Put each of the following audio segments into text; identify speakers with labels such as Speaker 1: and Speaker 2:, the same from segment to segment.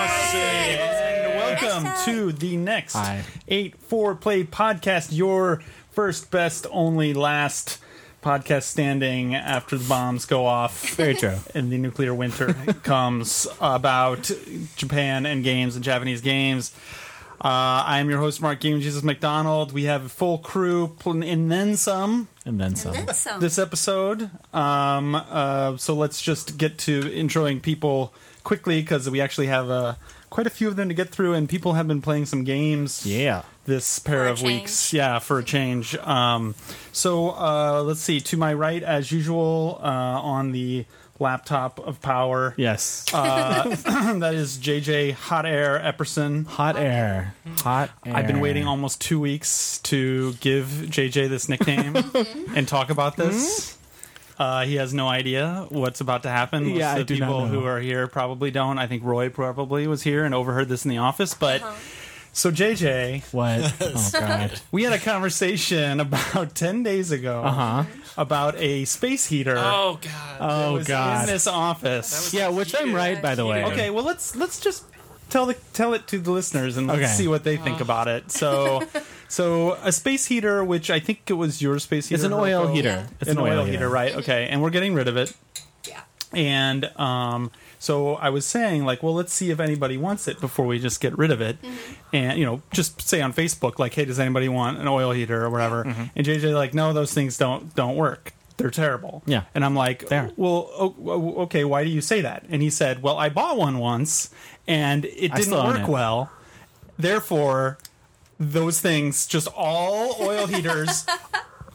Speaker 1: And welcome to the next
Speaker 2: Hi.
Speaker 1: 8 4 Play podcast, your first, best, only, last podcast standing after the bombs go off
Speaker 2: Very true.
Speaker 1: and the nuclear winter comes about Japan and games and Japanese games. Uh, I am your host, Mark Game Jesus McDonald. We have a full crew pl- and then some
Speaker 2: And then some.
Speaker 3: That's some.
Speaker 1: this episode. Um, uh, so let's just get to introing people quickly because we actually have uh, quite a few of them to get through, and people have been playing some games.
Speaker 2: Yeah.
Speaker 1: This pair
Speaker 3: For a
Speaker 1: of weeks, yeah, for a change. Um, so uh, let's see. To my right, as usual, uh, on the laptop of power,
Speaker 2: Yes.
Speaker 1: Uh, that is JJ Hot Air Epperson.
Speaker 2: Hot air. Hot air.
Speaker 1: I've been waiting almost two weeks to give JJ this nickname and talk about this. Uh, he has no idea what's about to happen. Most
Speaker 2: Mm-hmm. Yeah,
Speaker 1: of
Speaker 2: I
Speaker 1: the
Speaker 2: do not
Speaker 1: people
Speaker 2: know.
Speaker 1: who are here probably don't. I think Roy probably was here and overheard this in the office. But so JJ,
Speaker 2: What? Oh god.
Speaker 1: we had a conversation about ten days ago
Speaker 2: Uh huh.
Speaker 1: about a space heater.
Speaker 4: Oh
Speaker 1: that
Speaker 4: god.
Speaker 2: Oh
Speaker 1: was in
Speaker 2: god.
Speaker 1: this office.
Speaker 2: Yeah, which I'm right by the way.
Speaker 1: Okay, well let's let's just tell the tell it to the listeners and let's
Speaker 2: Okay.
Speaker 1: see what they think about it. So so a space heater, which I think it was your space heater.
Speaker 2: It's an oil
Speaker 1: Rocco?
Speaker 2: heater. It's
Speaker 1: an, oil, heater, right? Okay, and we're getting rid of it.
Speaker 3: yeah.
Speaker 1: And um, so I was saying, like, well, let's see if anybody wants it before we just get rid of it, and you know, just say on Facebook, like, hey, does anybody want an oil heater or whatever?
Speaker 2: Mm-hmm.
Speaker 1: And JJ like, no, those things don't don't work. They're terrible.
Speaker 2: Yeah.
Speaker 1: And I'm like,
Speaker 2: There.
Speaker 1: well, o- o- okay, why do you say that? And he said, well, I bought one once, and it
Speaker 2: I
Speaker 1: didn't
Speaker 2: still own
Speaker 1: work
Speaker 2: it.
Speaker 1: well. Therefore, those things, just all oil heaters,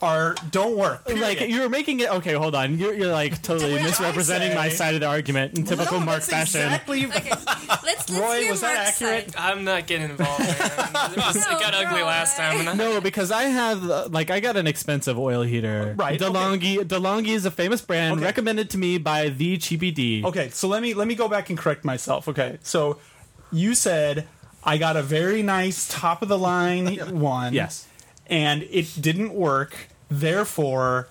Speaker 1: are don't work.
Speaker 2: Like you were making it okay. Hold on, you're, you're like totally
Speaker 1: What did I
Speaker 2: misrepresenting my
Speaker 1: say?
Speaker 2: side of the argument in typical
Speaker 1: No,
Speaker 2: Mark
Speaker 1: that's
Speaker 2: fashion.
Speaker 1: Exactly.
Speaker 3: Okay. Let's, let's
Speaker 1: Roy,
Speaker 3: hear
Speaker 1: was that
Speaker 3: Mark's
Speaker 1: accurate?
Speaker 3: side.
Speaker 4: I'm not getting involved. Man. It, was- it
Speaker 3: No,
Speaker 4: got ugly
Speaker 3: no.
Speaker 4: last time. And I,
Speaker 2: No, because I have uh, like I got an expensive oil heater.
Speaker 1: Right, okay.
Speaker 2: DeLonghi. DeLonghi is a famous brand
Speaker 1: Okay.
Speaker 2: recommended to me by the Cheapy D.
Speaker 1: Okay, so let me let me go back and correct myself. Okay, so you said I got a very nice top of the line one.
Speaker 2: Yes.
Speaker 1: and it didn't work. Therefore,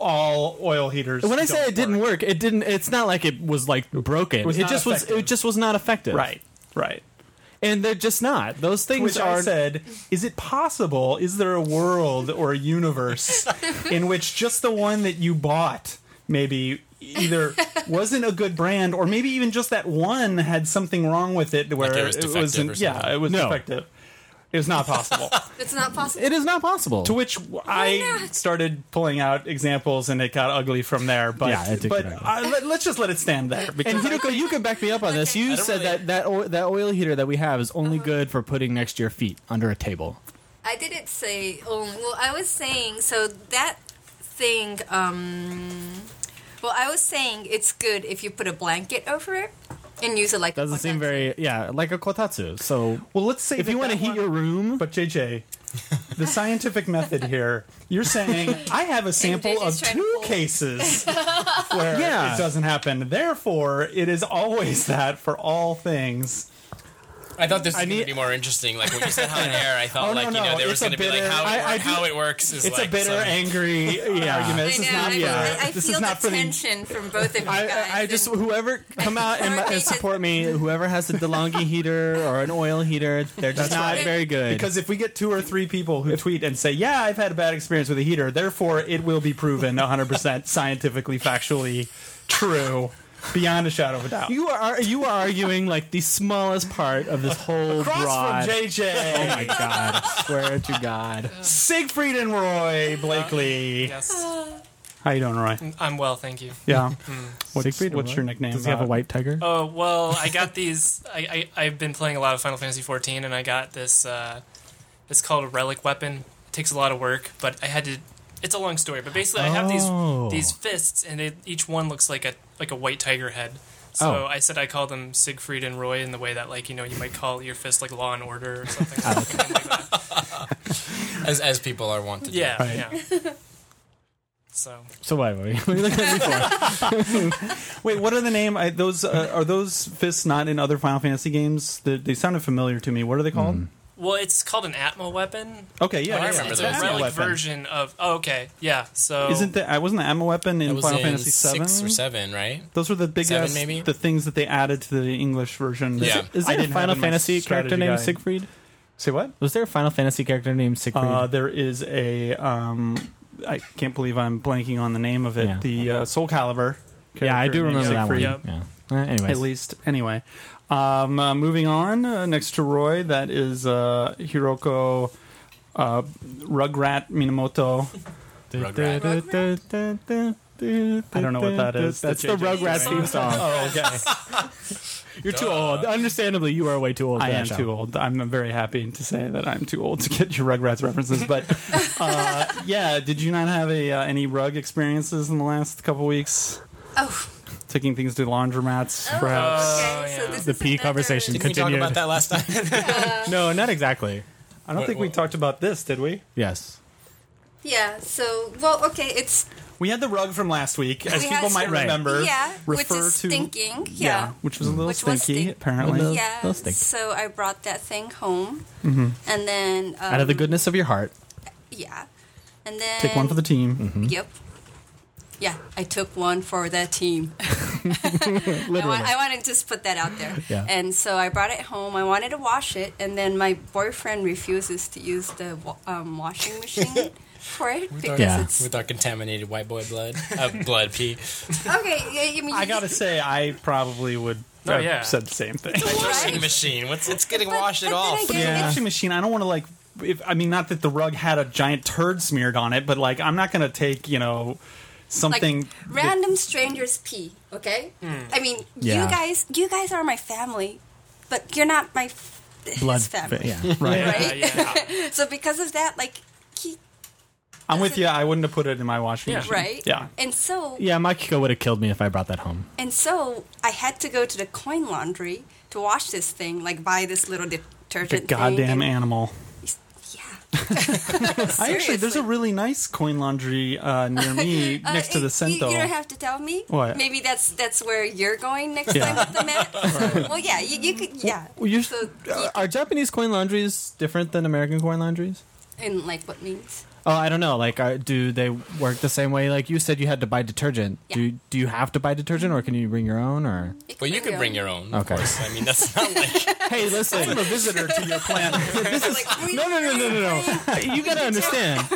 Speaker 1: all oil heaters.
Speaker 2: When I
Speaker 1: don't
Speaker 2: say it didn't work, it didn't. It's not like it was like broken. It,
Speaker 1: was not
Speaker 2: just was.
Speaker 1: effective.
Speaker 2: It just was not effective.
Speaker 1: right, right.
Speaker 2: and they're just not. Those things
Speaker 1: Which
Speaker 2: are.
Speaker 1: I said, is it possible? Is there a world or a universe in which just the one that you bought maybe either wasn't a good brand or maybe even just that one had something wrong with it where
Speaker 5: it was defective
Speaker 1: wasn't-
Speaker 5: or something.
Speaker 1: yeah, it was
Speaker 2: No.
Speaker 1: defective. It was not possible.
Speaker 3: It's not possible.
Speaker 2: it is not possible.
Speaker 1: To which I
Speaker 3: not?
Speaker 1: started pulling out examples, and it got ugly from there. But
Speaker 2: Yeah, it did
Speaker 1: but
Speaker 2: get ugly.
Speaker 1: I, let, us just let it stand there. Because
Speaker 2: and Hideko, you can back me up on this. You
Speaker 5: don't
Speaker 2: said
Speaker 5: really-
Speaker 2: that that oil, that oil heater that we have is
Speaker 1: Uh-huh.
Speaker 2: only good for putting next to your feet under a table.
Speaker 3: I didn't say only. Well, I was saying so that thing. Um, well, I was saying it's good if you put a blanket over it and use it like.
Speaker 2: Doesn't seem very yeah, like a kotatsu. So
Speaker 1: well, let's say
Speaker 2: if
Speaker 1: that
Speaker 2: you want to
Speaker 1: that
Speaker 2: heat
Speaker 1: one-
Speaker 2: your room,
Speaker 1: but JJ, the scientific method here. You're saying I have a sample of
Speaker 3: JJ's trying to
Speaker 1: two
Speaker 3: pull-
Speaker 1: cases where
Speaker 2: Yeah.
Speaker 1: it doesn't happen. Therefore, it is always that for all things.
Speaker 5: I thought this was
Speaker 2: need-
Speaker 5: going to be more interesting. Like when you said hot air, I
Speaker 1: Oh,
Speaker 5: thought
Speaker 1: no,
Speaker 5: like
Speaker 1: no,
Speaker 5: you know there
Speaker 1: it's
Speaker 5: was
Speaker 1: a
Speaker 5: going to be like
Speaker 1: bitter-
Speaker 5: how it,
Speaker 1: I-
Speaker 5: work-
Speaker 1: I do-
Speaker 5: how it works is
Speaker 1: It's
Speaker 5: like
Speaker 1: a bitter,
Speaker 5: some-
Speaker 1: angry
Speaker 2: Yeah.
Speaker 1: argument.
Speaker 3: I
Speaker 1: This
Speaker 3: know.
Speaker 1: is not
Speaker 3: I,
Speaker 1: yeah.
Speaker 3: I, I
Speaker 1: this
Speaker 3: feel
Speaker 1: is not
Speaker 3: the
Speaker 1: for the
Speaker 3: tension from both of you guys.
Speaker 2: I, I just
Speaker 3: and
Speaker 2: whoever come out and, and support me. Whoever has a DeLonghi heater or an oil heater, they're just not
Speaker 1: right.
Speaker 2: very good.
Speaker 1: Because if we get two or three people who tweet and say, "Yeah, I've had a bad experience with a heater," therefore it will be proven 100% scientifically, factually true, beyond a shadow of a doubt.
Speaker 2: you are you are arguing like the smallest part of this whole
Speaker 1: Across
Speaker 2: broad.
Speaker 1: from JJ,
Speaker 2: oh my god! I swear to God.
Speaker 1: Siegfried and Roy Blakely.
Speaker 4: yes.
Speaker 1: How you doing, Roy?
Speaker 4: I'm well, thank you.
Speaker 1: Yeah. What's,
Speaker 2: Mm-hmm. Siegfried or
Speaker 1: what's
Speaker 2: Roy?
Speaker 1: your nickname?
Speaker 2: Does he have
Speaker 1: uh,
Speaker 2: a white tiger?
Speaker 4: Oh well, I got these. I, I I've been playing a lot of Final Fantasy 14, and I got this. Uh, it's called a relic weapon. It takes a lot of work, but I had to. It's a long story, but basically, I have
Speaker 2: Oh.
Speaker 4: these these fists, and they, each one looks like a like a white tiger head. So
Speaker 2: Oh.
Speaker 4: I said I call them Siegfried and Roy in the way that like you know you might call your fist like Law and Order or something. something like that.
Speaker 5: as as people are wont to do.
Speaker 4: Yeah,
Speaker 1: Right.
Speaker 4: yeah. So
Speaker 2: So why were we? we looked at it before.
Speaker 1: Wait, what are the name? I,
Speaker 2: Mm-hmm.
Speaker 1: those uh, are those fists not in other Final Fantasy games? They, they sounded familiar to me. What are they called?
Speaker 4: Well, it's called an Atmo weapon.
Speaker 1: Okay, yeah,
Speaker 5: Oh, I
Speaker 1: yeah,
Speaker 5: remember
Speaker 1: it's
Speaker 4: it's
Speaker 1: an
Speaker 5: that.
Speaker 4: a
Speaker 5: Atmo
Speaker 1: ammo
Speaker 4: relic
Speaker 1: weapon.
Speaker 4: version of. Oh, okay, yeah. So
Speaker 1: Isn't that I wasn't the ammo weapon in
Speaker 5: That was
Speaker 1: Final
Speaker 5: in
Speaker 1: Fantasy VII?
Speaker 5: six or seven, right?
Speaker 1: Those were the big
Speaker 5: Seven,
Speaker 1: ass-
Speaker 5: maybe?
Speaker 1: the things that they added to the English version.
Speaker 5: Yeah.
Speaker 1: That
Speaker 2: Is
Speaker 1: I
Speaker 2: there a
Speaker 1: didn't have
Speaker 2: Final
Speaker 1: in my
Speaker 2: Fantasy character
Speaker 1: strategy
Speaker 2: named
Speaker 1: guide.
Speaker 2: Siegfried?
Speaker 1: Say what?
Speaker 2: Was there a Final Fantasy character named Siegfried?
Speaker 1: Uh, there is a um, I can't believe I'm blanking on the name of it.
Speaker 2: Yeah.
Speaker 1: The uh, Soul Calibur.
Speaker 2: yeah, I
Speaker 1: character
Speaker 2: do
Speaker 1: named
Speaker 2: remember that one.
Speaker 1: Siegfried.
Speaker 4: Yep.
Speaker 2: Yeah. Uh, anyways,
Speaker 1: At least, anyway. Um, uh, moving on, uh, next to Roy, that is uh, Hiroko uh, Rugrat Minamoto.
Speaker 5: Rugrat.
Speaker 1: I don't know what that is.
Speaker 2: That's the
Speaker 1: The JJ
Speaker 2: Rugrats
Speaker 4: theme
Speaker 2: theme song.
Speaker 1: Oh, okay.
Speaker 2: You're too old. Understandably, you are way too old.
Speaker 1: I
Speaker 2: for that
Speaker 1: am
Speaker 2: show.
Speaker 1: too old. I'm very happy to say that I'm too old to get your Rugrats references. But uh, yeah, did you not have a, uh, any rug experiences in the last couple weeks?
Speaker 3: Oh,
Speaker 1: Taking things to laundromats,
Speaker 3: oh,
Speaker 1: perhaps?
Speaker 3: okay.
Speaker 4: yeah.
Speaker 3: So this
Speaker 2: The
Speaker 3: is
Speaker 2: pee
Speaker 3: another-
Speaker 2: conversation.
Speaker 5: Didn't we talk
Speaker 2: Continued.
Speaker 5: about that last time?
Speaker 2: No, not exactly.
Speaker 1: I don't
Speaker 5: Wait,
Speaker 1: think we
Speaker 5: what?
Speaker 1: talked about this, did we?
Speaker 2: Yes.
Speaker 3: Yeah. So well, okay. It's
Speaker 1: We had the rug from last week, as
Speaker 3: We had
Speaker 1: people might
Speaker 3: some-
Speaker 1: remember.
Speaker 3: yeah, which
Speaker 1: refer
Speaker 3: is
Speaker 1: to
Speaker 3: stinking. Yeah.
Speaker 1: which was a little
Speaker 3: Which was
Speaker 1: stinky,
Speaker 3: stink-
Speaker 1: apparently.
Speaker 2: Well,
Speaker 3: Yeah.
Speaker 2: Those stink.
Speaker 3: So I brought that thing home, and then um,
Speaker 2: Out of the goodness of your heart,
Speaker 3: yeah, and then Mm-hmm.
Speaker 1: Take one for the team.
Speaker 3: Yep. Yeah, I took one for the team. I,
Speaker 2: literally.
Speaker 3: want, I want to just put that out there.
Speaker 2: Yeah.
Speaker 3: And so I brought it home. I wanted to wash it, and then my boyfriend refuses to use the wa- um, washing machine for it because
Speaker 2: Yeah.
Speaker 3: it's
Speaker 5: With our contaminated white boy blood, uh, blood pee.
Speaker 3: okay. I, mean,
Speaker 1: I gotta say, I probably would
Speaker 4: Oh,
Speaker 1: have
Speaker 4: yeah.
Speaker 1: said the same thing.
Speaker 5: Washing machine. What's it's getting washed
Speaker 3: but
Speaker 5: it
Speaker 3: then
Speaker 5: off.
Speaker 3: again,
Speaker 1: yeah.
Speaker 3: it's-
Speaker 1: washing machine. I don't want to like. If, I mean, not that the rug had a giant turd smeared on it, but like, I'm not going to take you know
Speaker 3: like
Speaker 1: something.
Speaker 3: random strangers pee. Okay, I mean,
Speaker 2: Yeah.
Speaker 3: you guys, you guys are my family, but you're not my f-
Speaker 2: blood.
Speaker 3: his family.
Speaker 2: Yeah.
Speaker 1: right.
Speaker 4: yeah, yeah.
Speaker 3: So because of that, like he
Speaker 1: I'm with you. I wouldn't have put it in my washing
Speaker 4: Yeah.
Speaker 1: machine.
Speaker 3: right,
Speaker 1: Yeah.
Speaker 3: and so
Speaker 2: Yeah, Makiko would have killed me if I brought that home.
Speaker 3: and so I had to go to the coin laundry to wash this thing, like buy this little
Speaker 1: The
Speaker 3: detergent.
Speaker 1: goddamn
Speaker 3: thing and-
Speaker 1: animal.
Speaker 3: yeah.
Speaker 1: I actually, there's a
Speaker 3: Seriously.
Speaker 1: really nice coin laundry uh, near me
Speaker 3: Uh,
Speaker 1: next to
Speaker 3: it-
Speaker 1: the
Speaker 3: you-
Speaker 1: Sento.
Speaker 3: You, don't have to tell me.
Speaker 1: What?
Speaker 3: Maybe that's that's where you're going next
Speaker 1: Yeah.
Speaker 3: time with the mat. So, well, yeah, you, you could, yeah.
Speaker 2: Well, you uh,
Speaker 3: So,
Speaker 1: uh,
Speaker 2: are Japanese coin laundries different than American coin laundries?
Speaker 3: in like what means?
Speaker 2: Oh, I don't know. Like, are, do they work the same way? Like you said, you had to buy detergent.
Speaker 3: Yeah.
Speaker 2: Do do you have to buy detergent, or can you bring your own? Or
Speaker 5: Well, you could bring your own. Of
Speaker 2: Okay.
Speaker 5: course. I mean, that's not like
Speaker 2: hey, listen,
Speaker 1: I'm a visitor to your planet.
Speaker 2: this is
Speaker 3: Like, we-
Speaker 2: no, no, no, no, no, no. You gotta understand.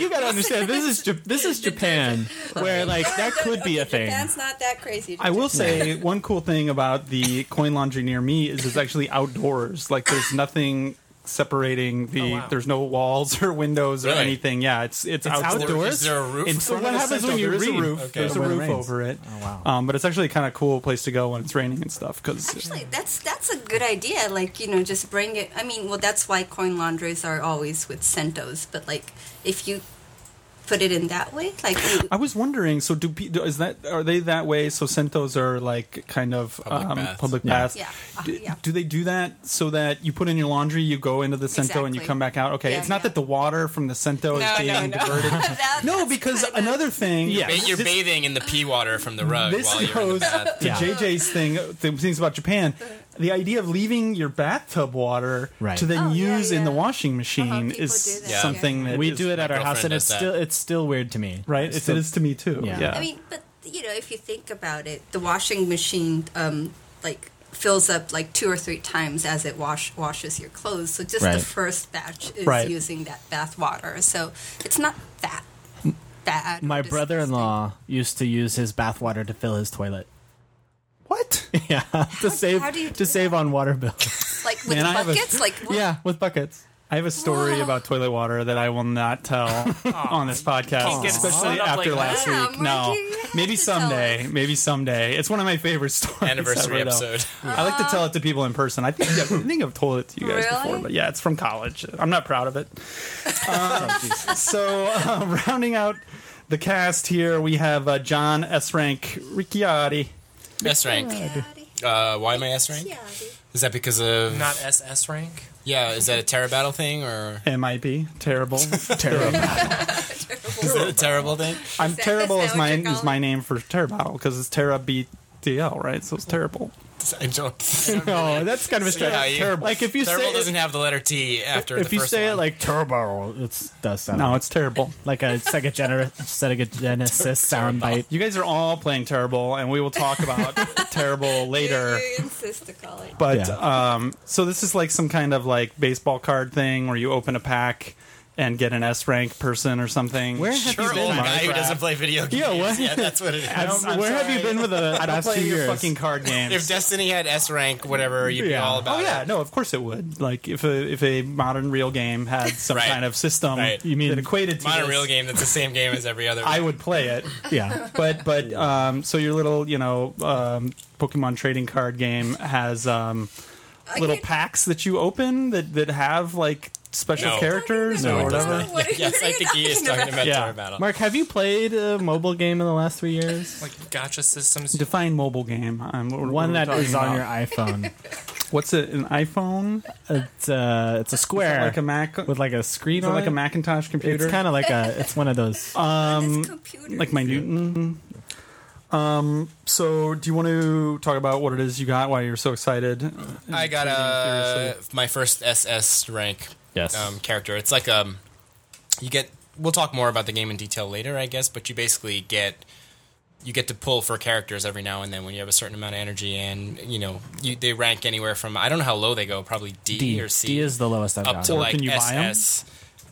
Speaker 2: You gotta understand. This is Ja- this is Japan, where like that could be a
Speaker 3: Okay,
Speaker 2: thing.
Speaker 3: Japan's not that crazy.
Speaker 1: I will say one cool thing about the coin laundry near me is it's actually outdoors. Like there's nothing separating the.
Speaker 4: Oh, wow.
Speaker 1: There's no walls or windows or
Speaker 5: Really?
Speaker 1: anything. Yeah, it's it's, outdoors.
Speaker 5: Is there a roof?
Speaker 1: In
Speaker 5: It's
Speaker 1: front
Speaker 2: what
Speaker 1: of the
Speaker 2: happens when
Speaker 1: center,
Speaker 2: you
Speaker 1: there is a
Speaker 2: read?
Speaker 1: roof?
Speaker 5: Okay.
Speaker 1: There's a
Speaker 2: When it
Speaker 1: roof
Speaker 2: rains.
Speaker 1: over it.
Speaker 2: Oh, wow.
Speaker 1: Um, but it's actually kind of cool place to go when it's raining and stuff because
Speaker 3: Actually, that's that's a good idea. Like you know, just bring it. I mean, well, that's why coin laundries are always with centos. But like, if you put it in that way, like you-
Speaker 1: I was wondering. So, do pe- do- is that are they that way? So, centos are like kind of
Speaker 5: Public
Speaker 1: um,
Speaker 5: baths.
Speaker 1: public
Speaker 2: Yeah.
Speaker 1: baths.
Speaker 3: Yeah. Uh,
Speaker 1: Do,
Speaker 3: yeah.
Speaker 1: do they do that so that you put in your laundry, you go into the cento, and you
Speaker 3: Exactly.
Speaker 1: come back out? Okay,
Speaker 3: Yeah,
Speaker 1: it's not
Speaker 3: yeah.
Speaker 1: that the water from the cento is
Speaker 3: No, no,
Speaker 1: being
Speaker 3: no.
Speaker 1: diverted.
Speaker 3: that-
Speaker 1: no,
Speaker 3: that's
Speaker 1: because
Speaker 3: kinda-
Speaker 1: another thing.
Speaker 2: Yeah.
Speaker 5: ba- you're
Speaker 1: this-
Speaker 5: bathing in the pee water from the rug
Speaker 1: this
Speaker 5: while you're in the
Speaker 1: goes to
Speaker 5: bath.
Speaker 2: Yeah.
Speaker 1: JJ's thing, the things about Japan. The idea of leaving your bathtub water
Speaker 2: Right.
Speaker 1: to then
Speaker 3: Oh, yeah,
Speaker 1: use in the
Speaker 3: yeah.
Speaker 1: washing machine
Speaker 3: people
Speaker 1: is
Speaker 3: do that. Yeah.
Speaker 1: something that
Speaker 2: We
Speaker 1: is-
Speaker 2: do it at
Speaker 5: my
Speaker 2: our house, and
Speaker 5: girlfriend
Speaker 2: it's
Speaker 5: does that.
Speaker 2: still it's still weird to me.
Speaker 1: right.
Speaker 2: It's
Speaker 1: It's,
Speaker 2: still-
Speaker 1: it is to me too.
Speaker 2: Yeah.
Speaker 1: Yeah,
Speaker 3: I mean, but you know, if you think about it, the washing machine um, like fills up like two or three times as it wash washes your clothes. So just
Speaker 2: Right.
Speaker 3: the first batch is
Speaker 1: Right.
Speaker 3: using that bath water. So it's not that bad. or
Speaker 2: My
Speaker 3: disgusting.
Speaker 2: brother-in-law used to use his bathwater to fill his toilet.
Speaker 1: what?
Speaker 2: Yeah, to save
Speaker 3: how do you
Speaker 2: to
Speaker 3: do
Speaker 2: save on water bills.
Speaker 3: like with
Speaker 1: Man, I have a-
Speaker 3: buckets, like what?
Speaker 2: yeah, with buckets.
Speaker 1: I have a story about toilet water that I will not tell on this podcast,
Speaker 4: Can't get
Speaker 1: especially
Speaker 4: spun up
Speaker 1: after
Speaker 4: like
Speaker 1: last
Speaker 3: that.
Speaker 1: week.
Speaker 3: Yeah,
Speaker 1: No,
Speaker 3: Marky, you have
Speaker 1: maybe
Speaker 3: to tell
Speaker 1: someday. Maybe someday. It's one of my favorite stories.
Speaker 5: Anniversary
Speaker 1: ever, though.
Speaker 5: episode.
Speaker 1: I like to tell it to people in person. I think I think I've told it to you guys
Speaker 3: Really?
Speaker 1: before, but yeah, it's from college. I'm not proud of it. Um, so, uh, rounding out the cast here, we have uh, John S. Rank Ricciardi.
Speaker 5: S rank.
Speaker 3: Yaddy,
Speaker 5: Uh, why am I S rank?
Speaker 3: yaddy.
Speaker 5: Is that because of
Speaker 4: Not SS rank.
Speaker 5: yeah? Is that a Terra battle thing or
Speaker 1: MIP, terrible.
Speaker 2: Terrible.
Speaker 5: is that a terrible thing?
Speaker 1: I'm
Speaker 3: Is that-
Speaker 1: terrible
Speaker 3: is
Speaker 1: is
Speaker 3: that
Speaker 1: my
Speaker 3: what you're
Speaker 1: is my name for Terra Battle because it's Terra beat DL, right? So it's terrible. Oh,
Speaker 5: I don't.
Speaker 2: No, that's kind of a
Speaker 5: See how
Speaker 2: stretch.
Speaker 5: you-
Speaker 1: Terrible.
Speaker 2: Like if you
Speaker 5: Terrible
Speaker 2: say it-
Speaker 5: doesn't have the letter T after
Speaker 2: if
Speaker 5: the
Speaker 2: you
Speaker 5: first
Speaker 2: say
Speaker 5: one.
Speaker 2: it like turbo, it does sound
Speaker 1: No, it's terrible.
Speaker 2: like a Sega, Gener- Sega Genesis soundbite.
Speaker 1: You guys are all playing terrible, and we will talk about terrible later.
Speaker 3: You insist to call it.
Speaker 1: But
Speaker 2: Yeah.
Speaker 1: um, so this is like some kind of like baseball card thing where you open a pack and get an S rank person or something.
Speaker 2: Where have
Speaker 5: Sure,
Speaker 2: you been?
Speaker 5: old
Speaker 2: Mark?
Speaker 5: guy who doesn't play video games.
Speaker 2: Yeah, what?
Speaker 5: Yeah, that's what it is.
Speaker 1: don't-
Speaker 2: Where
Speaker 1: I'm
Speaker 2: have you
Speaker 1: sorry.
Speaker 2: been for the
Speaker 1: I don't
Speaker 2: last
Speaker 1: play
Speaker 2: two
Speaker 1: your
Speaker 2: years?
Speaker 1: fucking card
Speaker 5: if
Speaker 1: games.
Speaker 5: Destiny had S rank, whatever, you'd be
Speaker 2: Yeah.
Speaker 5: all about
Speaker 1: oh yeah,
Speaker 5: it.
Speaker 1: no, of course it would. Like if a if a modern real game had some
Speaker 5: Right.
Speaker 1: kind of system
Speaker 5: Right.
Speaker 2: You mean-
Speaker 1: that equated to
Speaker 5: Modern
Speaker 1: this,
Speaker 5: real game that's the same game as every other.
Speaker 1: I would play it.
Speaker 2: yeah,
Speaker 1: but but um, so your little you know um, Pokemon trading card game has um,
Speaker 3: I
Speaker 1: little
Speaker 3: could-
Speaker 1: packs that you open that that have like special
Speaker 5: No.
Speaker 1: characters
Speaker 2: No,
Speaker 1: or
Speaker 2: it doesn't.
Speaker 1: whatever.
Speaker 3: What are you-
Speaker 5: yes,
Speaker 3: what are
Speaker 5: I
Speaker 3: you
Speaker 5: think he is talking about
Speaker 1: Yeah.
Speaker 5: Tower Battle.
Speaker 2: Mark, have you played a mobile game in the last three years?
Speaker 4: Like gotcha systems.
Speaker 1: Define mobile game. Um, what- what are
Speaker 2: One
Speaker 1: we
Speaker 2: that
Speaker 1: talking
Speaker 2: is on your
Speaker 1: about?
Speaker 2: iPhone.
Speaker 1: What's it? An iPhone?
Speaker 2: It's uh, it's a square
Speaker 1: Like a Mac?
Speaker 2: with like a screen
Speaker 1: is it
Speaker 2: on
Speaker 1: like
Speaker 2: it.
Speaker 1: a Macintosh computer? Um,
Speaker 2: It's kind of like a. It's one of those. Um,
Speaker 3: This computer.
Speaker 1: like my Newton. Um. So, do you want to talk about what it is you got? Why you're so excited?
Speaker 5: I got uh, my first SS rank
Speaker 2: Yes.
Speaker 5: um, character. It's like um, you get. We'll talk more about the game in detail later, I guess. But you basically get you get to pull for characters every now and then when you have a certain amount of energy, and you know you, they rank anywhere from I don't know how low they go, probably D,
Speaker 2: D,
Speaker 5: or C
Speaker 2: D is the lowest I've
Speaker 5: up
Speaker 2: got.
Speaker 5: to like
Speaker 1: can you buy 'em?
Speaker 5: SS.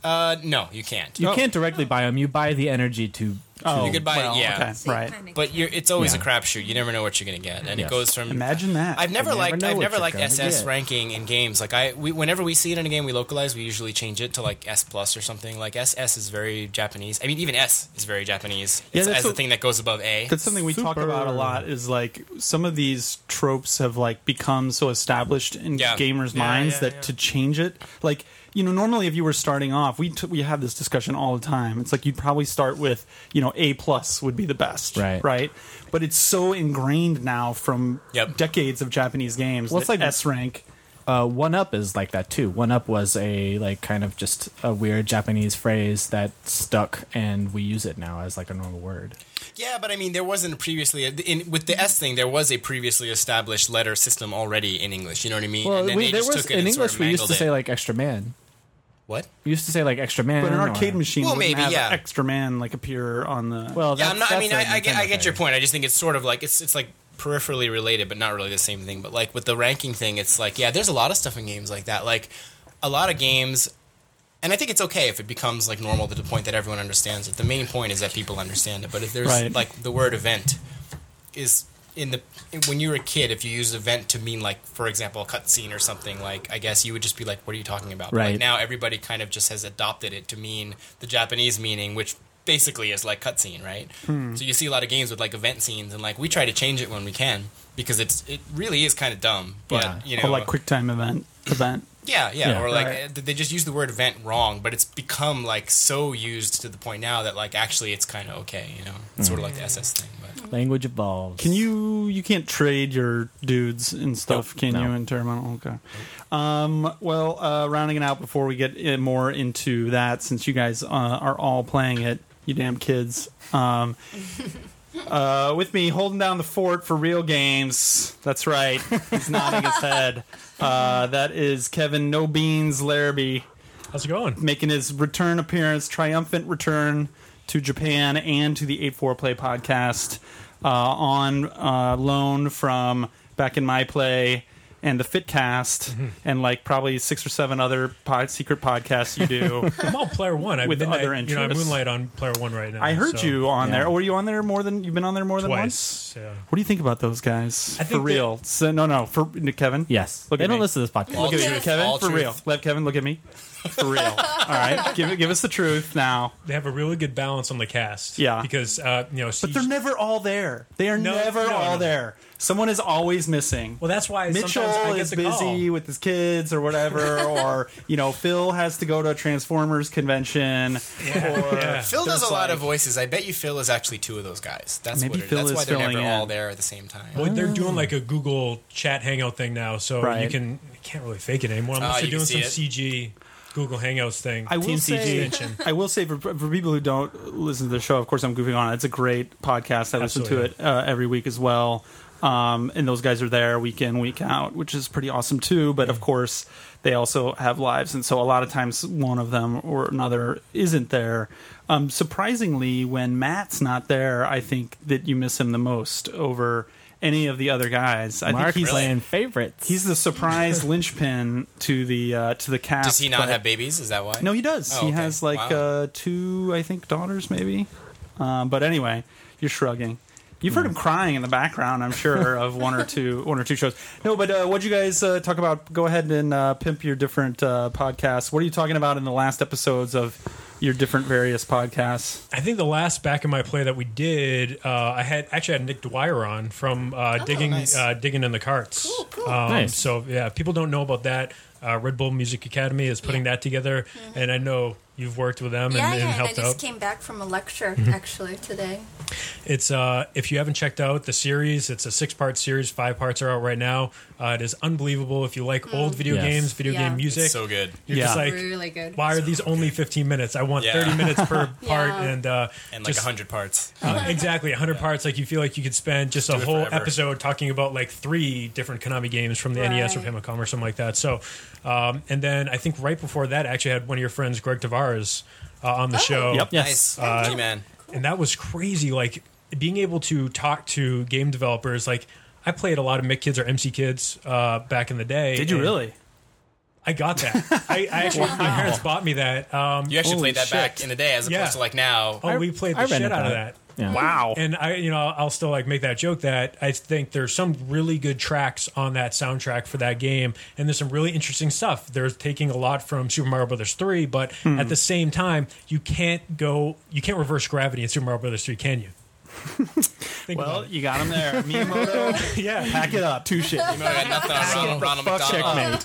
Speaker 5: Uh, no, you can't.
Speaker 2: you can't directly buy them. You buy the energy to.
Speaker 1: Oh,
Speaker 5: you could buy it,
Speaker 1: well,
Speaker 5: yeah.
Speaker 1: okay,
Speaker 3: So you
Speaker 1: right.
Speaker 3: kinda
Speaker 5: But
Speaker 3: can.
Speaker 5: you're, it's always
Speaker 2: Yeah.
Speaker 5: a crapshoot. You never know what you're going to get, and
Speaker 2: Yes.
Speaker 5: it goes from
Speaker 1: Imagine that.
Speaker 5: I've never
Speaker 2: You never
Speaker 5: liked
Speaker 2: know
Speaker 5: I've
Speaker 2: what
Speaker 5: never
Speaker 2: you're
Speaker 5: liked
Speaker 2: gonna
Speaker 5: SS
Speaker 2: get.
Speaker 5: ranking in games. Like I, we, whenever we see it in a game, we localize. We usually change it to like S plus or something. Like SS is very Japanese. I mean, even S is very Japanese.
Speaker 1: Yeah,
Speaker 5: It's
Speaker 1: that's
Speaker 5: as the
Speaker 1: what-
Speaker 5: thing that goes above A.
Speaker 1: That's something we talk
Speaker 2: Super.
Speaker 1: about a lot. Is like some of these tropes have like become so established in
Speaker 5: Yeah.
Speaker 1: gamers'
Speaker 4: Yeah,
Speaker 1: minds
Speaker 4: yeah,
Speaker 1: that
Speaker 4: yeah.
Speaker 1: to change it, like you know, normally if you were starting off, we t- we have this discussion all the time. It's like you'd probably start with you know A plus would be the best,
Speaker 2: Right.
Speaker 1: Right. But it's so ingrained now from
Speaker 5: Yep.
Speaker 1: decades of Japanese games.
Speaker 2: Well,
Speaker 1: Well,
Speaker 2: it's
Speaker 1: like
Speaker 2: like-
Speaker 1: S rank.
Speaker 2: Uh, one up is like that too. One up was a like kind of just a weird Japanese phrase that stuck, and we use it now as like a normal word.
Speaker 5: Yeah, but I mean, there wasn't previously a, in, with the S thing. There was a previously established letter system already in English. You know what I mean?
Speaker 2: Well,
Speaker 5: and then
Speaker 2: we,
Speaker 5: they
Speaker 2: there
Speaker 5: just
Speaker 2: was
Speaker 5: took it
Speaker 2: in
Speaker 5: and sort
Speaker 2: English
Speaker 5: of
Speaker 2: we used to
Speaker 5: mangled
Speaker 2: say
Speaker 5: it.
Speaker 2: like extra man.
Speaker 5: what?
Speaker 2: We used to say like extra man.
Speaker 1: But an
Speaker 2: or-
Speaker 1: arcade machine
Speaker 5: Well,
Speaker 1: wouldn't
Speaker 5: maybe,
Speaker 1: have
Speaker 5: yeah.
Speaker 1: extra man like appear on the.
Speaker 2: Well,
Speaker 5: Yeah,
Speaker 2: that's,
Speaker 5: I'm not. I
Speaker 2: that's
Speaker 5: mean,
Speaker 2: a
Speaker 5: I, I get,
Speaker 2: Nintendo
Speaker 5: I get your
Speaker 2: thing.
Speaker 5: point. I just think it's sort of like it's it's like peripherally related, but not really the same thing. But like with the ranking thing, it's like yeah, there's a lot of stuff in games like that. Like a lot of games, and I think it's okay if it becomes like normal to the point that everyone understands it. The main point is that people understand it. But if there's
Speaker 1: Right.
Speaker 5: like the word event is in the when you were a kid, if you used event to mean like for example a cutscene or something, like I guess you would just be like, what are you talking about? But,
Speaker 2: Right.
Speaker 5: Like now everybody kind of just has adopted it to mean the Japanese meaning, which basically is like cutscene, right?
Speaker 1: Hmm.
Speaker 5: So you see a lot of games with like event scenes, and like we try to change it when we can because it's it really is kind of dumb, but
Speaker 2: Yeah.
Speaker 5: you know,
Speaker 1: or like quick time event event.
Speaker 5: yeah, yeah,
Speaker 2: Yeah.
Speaker 5: or like
Speaker 1: Right.
Speaker 5: uh, they just use the word event wrong, but it's become like so used to the point now that like actually it's kind of okay, you know, it's sort of like the
Speaker 1: Hmm.
Speaker 5: SS thing, but.
Speaker 2: Language evolves.
Speaker 1: Can you you can't trade your dudes and stuff, can
Speaker 2: No.
Speaker 1: you in terminal? Okay. Um, well, uh, rounding it out before we get uh, more into that, since you guys uh, are all playing it, you damn kids. Um, uh, with me holding down the fort for real games. That's right. He's nodding his head. Uh, that is Kevin No Beans Larrabee
Speaker 6: How's it going?
Speaker 1: making his return appearance, triumphant return to Japan and to the 8 4 Play podcast uh, on uh, loan from Back in My Play and the Fitcast
Speaker 6: Mm-hmm.
Speaker 1: and like probably six or seven other pod- secret podcasts you do.
Speaker 6: I'm on player one. I've
Speaker 1: With
Speaker 6: been,
Speaker 1: other
Speaker 6: I, You know, I
Speaker 1: interests.
Speaker 6: moonlight on player one right now.
Speaker 1: I heard
Speaker 6: so-
Speaker 1: you on
Speaker 2: yeah.
Speaker 1: there. Were you on there more than you've been on there more than once?
Speaker 6: twice. Yeah.
Speaker 1: What do you think about those guys?
Speaker 6: I
Speaker 1: for
Speaker 6: think that-
Speaker 1: real? so, no, no. For Kevin.
Speaker 2: Yes.
Speaker 1: Look
Speaker 2: they
Speaker 1: at
Speaker 2: don't
Speaker 1: me.
Speaker 2: listen to this podcast.
Speaker 5: All
Speaker 1: Look at me,
Speaker 5: truth,
Speaker 1: Kevin.
Speaker 5: all
Speaker 1: For
Speaker 5: truth.
Speaker 1: real. Let Kevin look at me. For real. All right. Give it. Give us the truth now.
Speaker 6: They have a really good balance on the cast.
Speaker 1: Yeah.
Speaker 6: Because uh, you know,
Speaker 1: But they're never all there. They are
Speaker 6: No,
Speaker 1: never
Speaker 6: no,
Speaker 1: all
Speaker 6: no.
Speaker 1: there. Someone is always missing.
Speaker 6: well, that's why
Speaker 1: Mitchell
Speaker 6: sometimes I get
Speaker 1: is
Speaker 6: the
Speaker 1: busy
Speaker 6: Call.
Speaker 1: with his kids or whatever, or you know, Phil has to go to a Transformers convention. Or
Speaker 6: Yeah.
Speaker 5: Phil does
Speaker 1: There's
Speaker 5: a lot
Speaker 1: like-
Speaker 5: of voices. I bet you Phil is actually two of those guys. That's
Speaker 1: Maybe
Speaker 5: what it,
Speaker 1: Phil
Speaker 5: that's
Speaker 1: is
Speaker 5: why they're never
Speaker 1: filling in.
Speaker 5: all there at the same time.
Speaker 6: Well, they're doing like a Google chat Hangout thing now, so
Speaker 1: Ah. Right.
Speaker 6: you can you can't really fake it anymore unless
Speaker 5: Ah,
Speaker 6: they're
Speaker 5: you
Speaker 6: doing
Speaker 5: can
Speaker 6: some
Speaker 5: see
Speaker 6: CG Google Hangouts thing.
Speaker 1: I will
Speaker 2: Team
Speaker 1: say,
Speaker 6: CG.
Speaker 1: I will say for, for people who don't listen to the show, of course, I'm goofing on. It's a great podcast. I listen to
Speaker 6: Absolutely.
Speaker 1: it uh, every week as well. Um, and those guys are there week in, week out, which is pretty awesome too. But of course, they also have lives, and so a lot of times one of them or another isn't there. Um, surprisingly, when Matt's not there, I think that you miss him the most over any of the other guys. I
Speaker 2: Mark
Speaker 1: think he's
Speaker 2: playing favorites.
Speaker 1: he's the surprise linchpin to the uh, to the cast.
Speaker 5: Does he not
Speaker 1: but-
Speaker 5: have babies? Is that why?
Speaker 1: no, he does.
Speaker 5: Oh,
Speaker 1: He
Speaker 5: okay.
Speaker 1: has like
Speaker 5: Wow.
Speaker 1: uh, two, I think, daughters, maybe. Um, but anyway, you're shrugging. You've heard him crying in the background, I'm sure, of one or two, one or two shows. No, but uh, what'd you guys uh, talk about? Go ahead and uh, pimp your different uh, podcasts. What are you talking about in the last episodes of your different various podcasts?
Speaker 6: I think the last back in my play that we did, uh, I had actually had Nick Dwyer on from uh, digging
Speaker 5: nice.
Speaker 6: uh, digging in the carts. Cool,
Speaker 3: cool.
Speaker 6: Um,
Speaker 2: Nice.
Speaker 6: So yeah, if people don't know about that. Uh, Red Bull Music Academy is putting that together, and I know you've worked with them
Speaker 3: yeah,
Speaker 6: and, and
Speaker 3: yeah, and I
Speaker 6: helped
Speaker 3: just
Speaker 6: out.
Speaker 3: came back from a lecture
Speaker 2: Mm-hmm.
Speaker 3: actually today.
Speaker 6: It's uh, if you haven't checked out the series, it's a six-part series. Five parts are out right now. Uh, it is unbelievable. If you like old video
Speaker 2: Yes.
Speaker 6: games, video
Speaker 3: Mm. Yeah.
Speaker 6: game music,
Speaker 5: It's so good.
Speaker 6: you're
Speaker 1: Yeah.
Speaker 6: just like,
Speaker 3: really good.
Speaker 6: why are these only 15 minutes? I want
Speaker 5: Yeah.
Speaker 6: 30 minutes per part,
Speaker 3: Yeah.
Speaker 6: and uh,
Speaker 5: And like a
Speaker 6: just-
Speaker 5: hundred parts.
Speaker 6: Uh, exactly, 100 parts. Like you feel like you could spend just,
Speaker 5: do
Speaker 6: a
Speaker 5: it
Speaker 6: whole
Speaker 5: forever.
Speaker 6: episode talking about like three different Konami games from the NES or
Speaker 3: Right.
Speaker 6: Famicom or something like that. So, um, and then I think right before that, I actually had one of your friends, Greg Tavares, uh, on the
Speaker 3: Oh.
Speaker 6: show,
Speaker 1: Yep.
Speaker 2: Yes.
Speaker 5: Nice.
Speaker 3: Uh,
Speaker 5: G man.
Speaker 6: and that was crazy. Like being able to talk to game developers, like. I played a lot of Mick Kids or MC Kids uh, back in the day.
Speaker 1: Did you
Speaker 6: and
Speaker 1: really?
Speaker 6: I got that. I, I actually, my parents bought me that. Um,
Speaker 5: You actually
Speaker 1: Holy
Speaker 5: played that
Speaker 1: shit.
Speaker 5: back in the day, as opposed
Speaker 6: Yeah.
Speaker 5: to like now.
Speaker 6: oh, we played the
Speaker 2: I
Speaker 6: shit
Speaker 2: rented
Speaker 6: out of
Speaker 2: that.
Speaker 6: that.
Speaker 2: Yeah.
Speaker 1: Wow.
Speaker 6: And I, you know, I'll still like make that joke that I think there's some really good tracks on that soundtrack for that game, and there's some really interesting stuff. They're taking a lot from Super Mario Brothers three, but
Speaker 1: Hmm.
Speaker 6: at the same time, you can't go, you can't reverse gravity in Super Mario Brothers three, can you? Think
Speaker 1: well,
Speaker 6: about it.
Speaker 1: you got him there. Miyamoto,
Speaker 6: yeah.
Speaker 1: pack it up. Touche.
Speaker 5: No, I got nothing on Ronald, Ronald McDonald.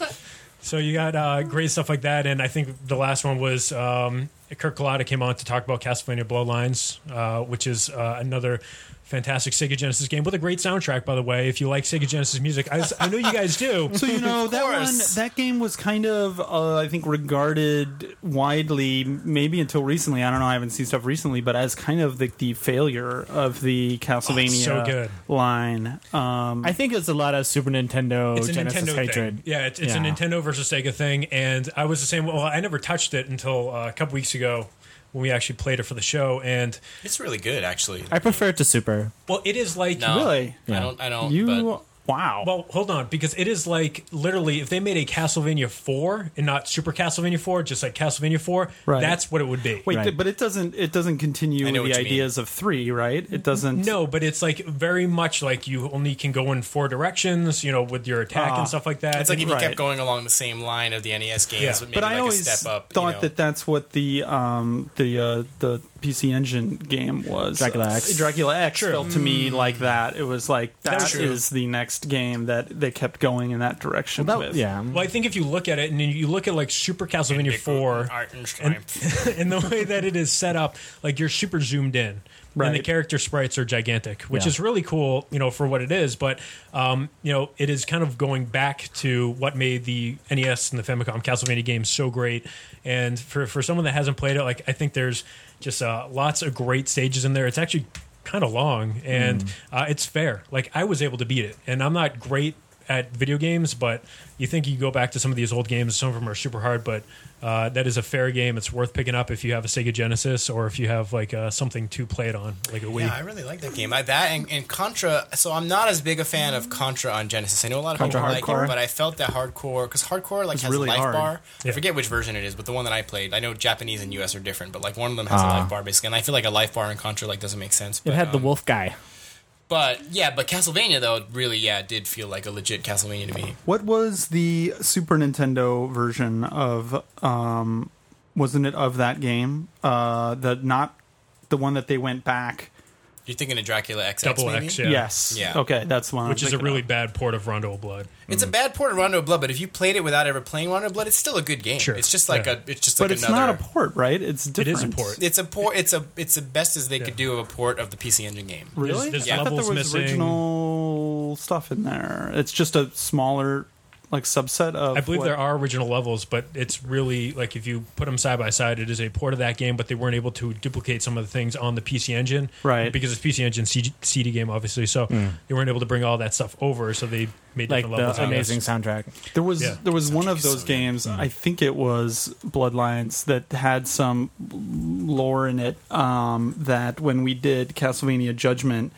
Speaker 6: So you got uh, great stuff like that, and I think the last one was um, Kirk Colada came on to talk about Castlevania Bloodlines, uh, which is uh, another fantastic Sega Genesis game with a great soundtrack, by the way. If you like Sega Genesis music, I, s- I know you guys do.
Speaker 1: So you know that one,
Speaker 5: course.
Speaker 1: that game was kind of, uh, I think, regarded widely, maybe until recently. I don't know. I haven't seen stuff recently, but as kind of the, the failure of the Castlevania
Speaker 6: so good.
Speaker 1: line. Um,
Speaker 2: I think it's a lot of Super Nintendo
Speaker 6: It's a
Speaker 2: Genesis
Speaker 6: Nintendo
Speaker 2: hatred.
Speaker 6: thing. Yeah, it's, it's a
Speaker 2: Yeah.
Speaker 6: Nintendo versus Sega thing, and I was the same. Well, I never touched it until uh, a couple weeks ago when we actually played it for the show, and
Speaker 5: It's really good, actually.
Speaker 2: I prefer it to Super.
Speaker 6: well, it is like
Speaker 5: No,
Speaker 1: Really?
Speaker 5: I don't. I don't.
Speaker 1: you
Speaker 5: but
Speaker 1: wow.
Speaker 6: Well, hold on, because it is like literally if they made a Castlevania four and not Super Castlevania four, just like Castlevania four,
Speaker 1: Right.
Speaker 6: that's what it would be.
Speaker 1: Wait,
Speaker 2: Right.
Speaker 1: th- but it doesn't. It doesn't continue
Speaker 5: I know
Speaker 1: with the
Speaker 5: what you mean.
Speaker 1: ideas of three, right? It doesn't.
Speaker 6: No, but it's like very much like you only can go in four directions, you know, with your attack
Speaker 1: Ah.
Speaker 6: and stuff like that.
Speaker 5: it's like if you
Speaker 1: Right.
Speaker 5: kept going along the same line of the NES games,
Speaker 6: Yeah.
Speaker 5: but maybe
Speaker 1: But I
Speaker 5: like
Speaker 1: always
Speaker 5: a step up.
Speaker 1: thought
Speaker 5: you know.
Speaker 1: that that's what the um, the uh, the PC Engine game was.
Speaker 2: Dracula X.
Speaker 1: Dracula X
Speaker 6: True.
Speaker 1: felt to me like that. It was like that
Speaker 6: That's
Speaker 1: is
Speaker 6: true.
Speaker 1: the next game that they kept going in that direction with.
Speaker 2: yeah.
Speaker 6: well, I think if you look at it and then you look at like Super Castlevania four,
Speaker 5: Art and Triumph.
Speaker 6: and the way that it is set up, like you're super zoomed in.
Speaker 1: Right.
Speaker 6: And the character sprites are gigantic, which
Speaker 2: Yeah.
Speaker 6: is really cool, you know, for what it is. But, um, you know, it is kind of going back to what made the NES and the Famicom Castlevania games so great. And for, for someone that hasn't played it, like, I think there's just uh, lots of great stages in there. It's actually kind of long and uh, it's fair. Like, I was able to beat it. And I'm not great at video games, but you think you go back to some of these old games. Some of them are super hard, but uh, that is a fair game. It's worth picking up if you have a Sega Genesis or if you have like uh, something to play it on, like a Wii.
Speaker 5: Yeah, I really like that game. I, that and, and Contra. So I'm not as big a fan of Contra on Genesis. I know a lot of
Speaker 1: Contra
Speaker 5: people like
Speaker 1: Hardcore?
Speaker 5: it, but I felt that hardcore because hardcore like has
Speaker 1: really
Speaker 5: a life
Speaker 1: hard.
Speaker 5: bar.
Speaker 6: Yeah.
Speaker 5: I forget which version it is, but the one that I played, I know Japanese and US are different, but like one of them has
Speaker 2: Ah.
Speaker 5: a life bar basically, and I feel like a life bar in Contra like doesn't make sense. But,
Speaker 2: It had the
Speaker 5: um,
Speaker 2: wolf guy.
Speaker 5: but yeah, but Castlevania though really yeah it did feel like a legit Castlevania to me.
Speaker 1: What was the Super Nintendo version of? Um, wasn't it of that game? Uh, the not the one that they went back.
Speaker 5: You're thinking of Dracula XX
Speaker 6: Double
Speaker 5: maybe?
Speaker 6: X, yeah.
Speaker 1: Yes.
Speaker 5: Yeah.
Speaker 1: Okay, that's the one. I
Speaker 6: Which
Speaker 1: was
Speaker 6: is a
Speaker 1: thinking
Speaker 6: really
Speaker 1: of.
Speaker 6: bad port of Rondo of Blood.
Speaker 5: It's a bad port of Rondo of Blood, but if you played it without ever playing Rondo of Blood, it's still a good game.
Speaker 6: Sure.
Speaker 5: It's just like
Speaker 6: Yeah.
Speaker 5: a it's just
Speaker 1: But
Speaker 5: like
Speaker 1: it's
Speaker 5: another
Speaker 1: not a port, right? It's
Speaker 6: It
Speaker 1: different.
Speaker 6: is a port.
Speaker 5: it's a port it's a it's the best as they could do of a port of the PC Engine game.
Speaker 1: Really?
Speaker 6: There's- there's
Speaker 1: I thought there
Speaker 6: levels
Speaker 1: was
Speaker 6: missing.
Speaker 1: original stuff in there. It's just a smaller like subset of?
Speaker 6: I believe
Speaker 1: what-
Speaker 6: there are original levels, but it's really like if you put them side by side, it is a port of that game, but they weren't able to duplicate some of the things on the PC Engine,
Speaker 1: Right.
Speaker 6: Because it's PC Engine CD, CD game, obviously, so they weren't able to bring all that stuff over, so they made
Speaker 2: like
Speaker 6: different levels.
Speaker 2: the
Speaker 6: out of this.
Speaker 2: amazing soundtrack.
Speaker 1: There was
Speaker 6: Yeah.
Speaker 1: there was one of those
Speaker 5: so Mm. good.
Speaker 1: games. I think it was Bloodlines that had some lore in it. Um, that when we did Castlevania Judgment,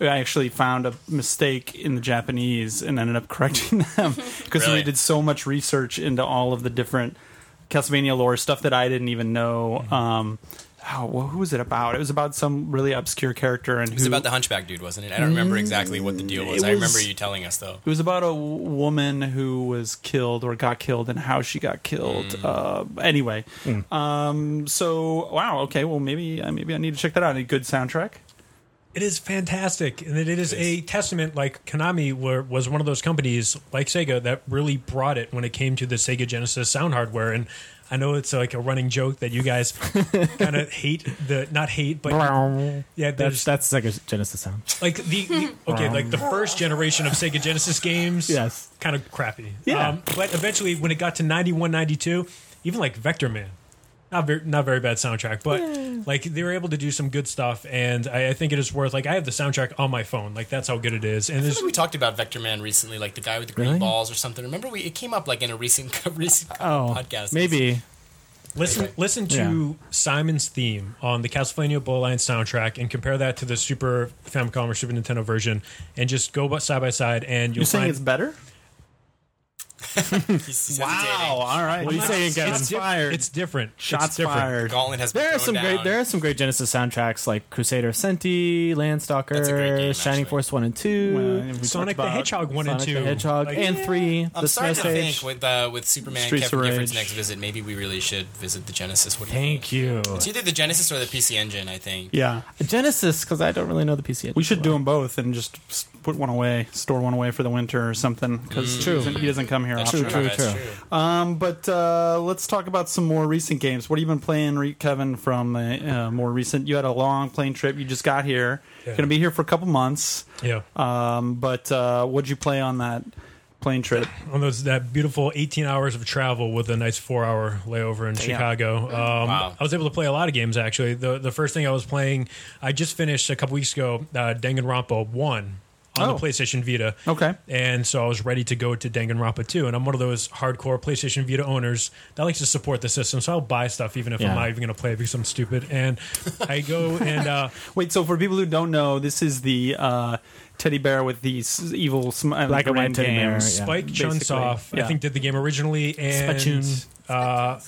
Speaker 1: I actually found a mistake in the Japanese and ended up correcting them because we
Speaker 5: Really?
Speaker 1: did so much research into all of the different Castlevania lore stuff that I didn't even know.
Speaker 5: Mm-hmm.
Speaker 1: Um, oh, well, who was it about? It was about some really obscure character and
Speaker 5: It was
Speaker 1: who,
Speaker 5: about the hunchback dude, wasn't it? I don't remember exactly what the
Speaker 2: Mm,
Speaker 5: deal was.
Speaker 1: it
Speaker 5: I remember
Speaker 1: was-
Speaker 5: you telling us though.
Speaker 1: It was about a w- woman who was killed or got killed and how she got killed. Uh, anyway, um, so wow, okay, well maybe uh, maybe I need to check that out. A good soundtrack.
Speaker 6: It is fantastic, and it, it is
Speaker 5: It is.
Speaker 6: a testament. Like Konami were, was one of those companies, like Sega, that really brought it when it came to the Sega Genesis sound hardware. And I know it's like a running joke that you guys kind of hate the not hate, but yeah,
Speaker 2: That's
Speaker 6: there's
Speaker 2: that's like a Genesis sound.
Speaker 6: like the, the
Speaker 1: Hmm.
Speaker 6: okay, like the first generation of Sega Genesis games,
Speaker 2: Yes.
Speaker 6: kind of crappy. Um,
Speaker 1: Yeah.
Speaker 6: but eventually, when it got to 91, 92, even like Vector Man, not very, not very bad soundtrack, but like they were able to do some good stuff, and I, I think it is worth. Like I have the soundtrack on my phone, like that's how good it is, and there's
Speaker 5: We talked about Vector Man recently, like the guy with the green
Speaker 2: Really?
Speaker 5: balls or something. Remember, we it came up like in a recent recent
Speaker 2: Oh,
Speaker 5: podcast.
Speaker 2: maybe
Speaker 6: Listen,
Speaker 5: Anyway.
Speaker 6: listen to
Speaker 2: Yeah.
Speaker 6: Simon's theme on the Castlevania Bowline soundtrack, and compare that to the Super Famicom or Super Nintendo version, and just go bu- side by side, and you'll
Speaker 1: You're saying
Speaker 6: find
Speaker 1: it's better?
Speaker 5: He's- he's hesitating.
Speaker 1: Oh, all right.
Speaker 2: What do you say again?
Speaker 6: It's,
Speaker 2: Shots
Speaker 6: diff-
Speaker 2: fired.
Speaker 6: it's different. It's
Speaker 1: Shots
Speaker 6: different.
Speaker 1: fired.
Speaker 5: Gauntlet has been
Speaker 2: There are
Speaker 5: thrown
Speaker 2: some great
Speaker 5: down.
Speaker 2: there are some great Genesis soundtracks like Crusader Senti,
Speaker 5: That's a great
Speaker 2: Landstalker,
Speaker 5: game,
Speaker 2: Shining
Speaker 5: actually.
Speaker 2: Force One and Two,
Speaker 1: Well, we talked
Speaker 6: Sonic the
Speaker 1: about-
Speaker 6: Hedgehog one
Speaker 2: Sonic
Speaker 6: and two,
Speaker 2: the Hedgehog,
Speaker 6: Like,
Speaker 2: and Three.
Speaker 5: I'm
Speaker 2: the Snow
Speaker 5: starting to
Speaker 2: Stage.
Speaker 5: think with uh, with Superman
Speaker 1: Streets of
Speaker 5: Kevin Gifford's
Speaker 1: Rage.
Speaker 5: next visit, maybe we really should visit the Genesis. What do you think?
Speaker 2: Thank you.
Speaker 5: It's either the Genesis or the PC Engine, I think.
Speaker 1: Yeah,
Speaker 2: Genesis, because I don't really know the PC.
Speaker 1: we should do them both and just s- put one away, store one away for the winter or something. Because he, doesn't- he doesn't come here.
Speaker 5: That's
Speaker 1: often.
Speaker 2: true,
Speaker 5: That's
Speaker 2: true.
Speaker 1: Um, but uh, let's talk about some more recent games. What have you been playing, re- Kevin? From the uh, more recent, you had a long plane trip. You just got here.
Speaker 6: Yeah.
Speaker 1: Going to be here for a couple months.
Speaker 6: yeah,
Speaker 1: Um, but uh, what'd you play on that plane trip?
Speaker 6: on those that beautiful eighteen hours of travel with a nice four hour layover in Chicago. Um,
Speaker 5: Wow.
Speaker 6: I was able to play a lot of games actually. The the first thing I was playing, I just finished a couple weeks ago, uh, Danganronpa one on
Speaker 1: Oh.
Speaker 6: the PlayStation Vita.
Speaker 1: Okay.
Speaker 6: and so I was ready to go to Danganronpa 2. And I'm one of those hardcore PlayStation Vita owners that likes to support the system, so I'll buy stuff even if
Speaker 2: Yeah.
Speaker 6: I'm not even going to play it because I'm stupid. And I go and uh,
Speaker 1: Wait, so for people who don't know, this is the uh, teddy bear with the s- evil sm- uh,
Speaker 2: Black and white
Speaker 1: brain
Speaker 2: teddy bear,
Speaker 1: games.
Speaker 2: yeah.
Speaker 6: Spike
Speaker 1: Basically,
Speaker 6: Chunsoft,
Speaker 1: yeah.
Speaker 6: I think, did the game originally, and
Speaker 2: Spachun.
Speaker 6: uh,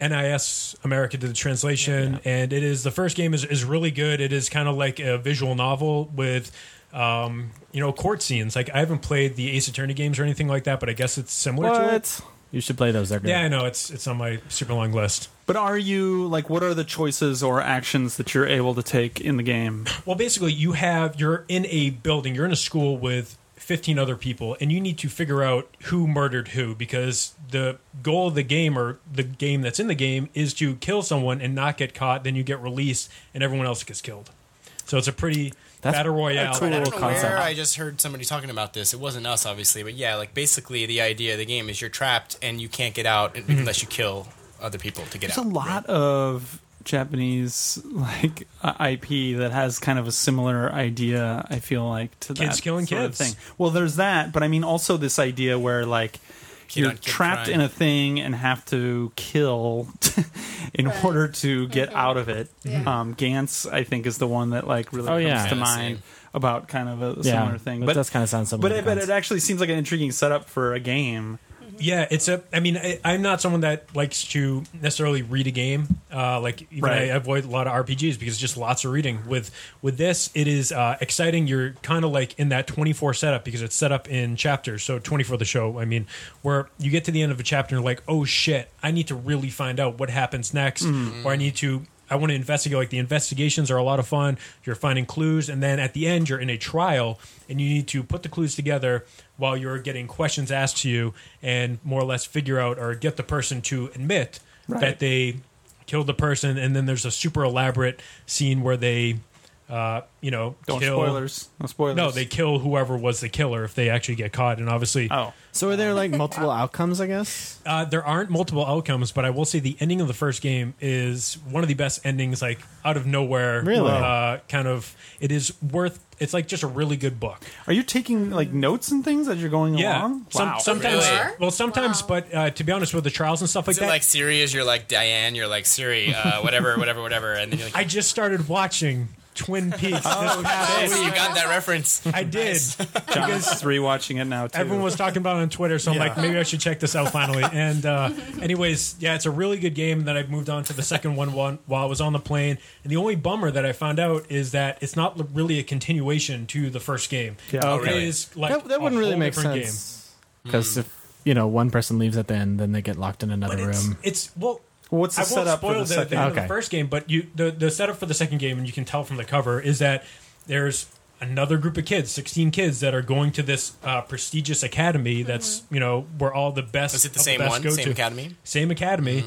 Speaker 6: NIS America did the translation. And it is the first game is, is really good. It is kind of like a visual novel with. Um, you know, court scenes. Like I haven't played the Ace Attorney games or anything like that, but I guess it's similar to it.
Speaker 1: What?
Speaker 2: You should play those. They're good.
Speaker 6: Yeah, I know it's it's on my super long list.
Speaker 1: But are you like? What are the choices or actions that you're able to take in the game?
Speaker 6: Well, basically, you have you're in a building, you're in a school with 15 other people, and you need to figure out who murdered who because the goal of the game or the game that's in the game is to kill someone and not get caught. Then you get released, and everyone else gets killed. So it's a pretty
Speaker 2: That's
Speaker 6: battle royale.
Speaker 2: cool
Speaker 5: I don't know
Speaker 2: concept.
Speaker 5: where I just heard somebody talking about this. It wasn't us, obviously, but yeah, like basically the idea of the game is you're trapped and you can't get out unless you kill other people to get
Speaker 1: Mm-hmm. There's a
Speaker 5: out.
Speaker 1: lot of Japanese like uh, IP that has kind of a similar idea. I feel like to
Speaker 6: Kids
Speaker 1: that
Speaker 6: killing
Speaker 1: sort of
Speaker 6: kids.
Speaker 1: thing. Well, there's that, but I mean also this idea where like you're
Speaker 5: on kid
Speaker 1: trapped in
Speaker 5: crime.
Speaker 1: a thing and have to kill in order to get out of it. Um, Gantz, I think, is the one that like really
Speaker 2: Oh,
Speaker 1: comes
Speaker 2: yeah.
Speaker 1: to
Speaker 5: Yeah,
Speaker 1: mind
Speaker 5: same.
Speaker 1: about kind of a
Speaker 2: Yeah,
Speaker 1: similar thing.
Speaker 2: that
Speaker 1: But
Speaker 2: does kinda sound similar
Speaker 1: But
Speaker 2: to
Speaker 1: I bet
Speaker 2: Gantz.
Speaker 1: it actually seems like an intriguing setup for a game.
Speaker 6: Yeah, it's a. I mean, I, I'm not someone that likes to necessarily read a game. Uh, like, even
Speaker 1: Right.
Speaker 6: I avoid a lot of RPGs because just lots of reading. With with this, it is uh, exciting. You're kind of like in that 24 setup because it's set up in chapters. So 24 the show. I mean, where you get to the end of a chapter and you're like, oh shit, I need to really find out what happens next, or I need to. I want to investigate. Like the investigations are a lot of fun. You're finding clues, and then at the end, you're in a trial, and you need to put the clues together while you're getting questions asked to you, and more or less figure out or get the person to admit that they killed the person. And then there's a super elaborate scene where they uh, you know,
Speaker 1: Don't
Speaker 6: kill-
Speaker 1: spoilers. No spoilers.
Speaker 6: No, they kill whoever was the killer if they actually get caught. And obviously,
Speaker 1: Oh,
Speaker 2: So are there like multiple outcomes? I guess.
Speaker 6: uh, there aren't multiple outcomes, but I will say the ending of the first game is one of the best endings, like out of nowhere.
Speaker 2: Really?
Speaker 6: Uh, kind of, it is worth. It's like just a really good book.
Speaker 1: are you taking like notes and things as you're going
Speaker 6: Yeah.
Speaker 1: along?
Speaker 6: Some,
Speaker 1: wow.
Speaker 6: Sometimes,
Speaker 5: Really?
Speaker 6: well, sometimes,
Speaker 3: Wow.
Speaker 6: but uh, to be honest, with the trials and stuff like
Speaker 5: Is it
Speaker 6: that,
Speaker 5: like Siri is you're like Diane, you're like Siri, uh, whatever, whatever, whatever, and then you're like,
Speaker 6: I just started watching Twin Peaks.
Speaker 1: Oh,
Speaker 6: this past
Speaker 5: "Yes,
Speaker 6: week.
Speaker 5: you got that reference.
Speaker 6: I did.
Speaker 1: John's rewatching it now too.
Speaker 6: Everyone was talking about it on Twitter, so I'm
Speaker 1: Yeah.
Speaker 6: like, maybe I should check this out finally. And uh, anyways, yeah, it's a really good game. Then I moved on to the second one while, while I was on the plane. And the only bummer that I found out is that it's not l- really a continuation to the first game.
Speaker 1: Yeah.
Speaker 6: It
Speaker 1: Oh,
Speaker 5: really?
Speaker 6: is, like
Speaker 2: that that
Speaker 6: a
Speaker 2: wouldn't really
Speaker 6: whole
Speaker 2: make
Speaker 6: different game.
Speaker 2: sense. Because if you know one person leaves at the end, then they get locked in another
Speaker 6: But it's,
Speaker 2: room.
Speaker 6: it's well.
Speaker 1: What's the
Speaker 6: I won't
Speaker 1: setup for
Speaker 6: spoil
Speaker 1: the second?
Speaker 6: end of
Speaker 2: Okay.
Speaker 6: the first game, but you the, the setup for the second game, and you can tell from the cover, is that there's another group of kids, 16 kids, that are going to this uh, prestigious academy that's, you know, where all the best.
Speaker 5: Is it the
Speaker 6: of
Speaker 5: same
Speaker 6: best
Speaker 5: one,
Speaker 6: go
Speaker 5: same
Speaker 6: to.
Speaker 5: academy? Mm.
Speaker 6: Same academy.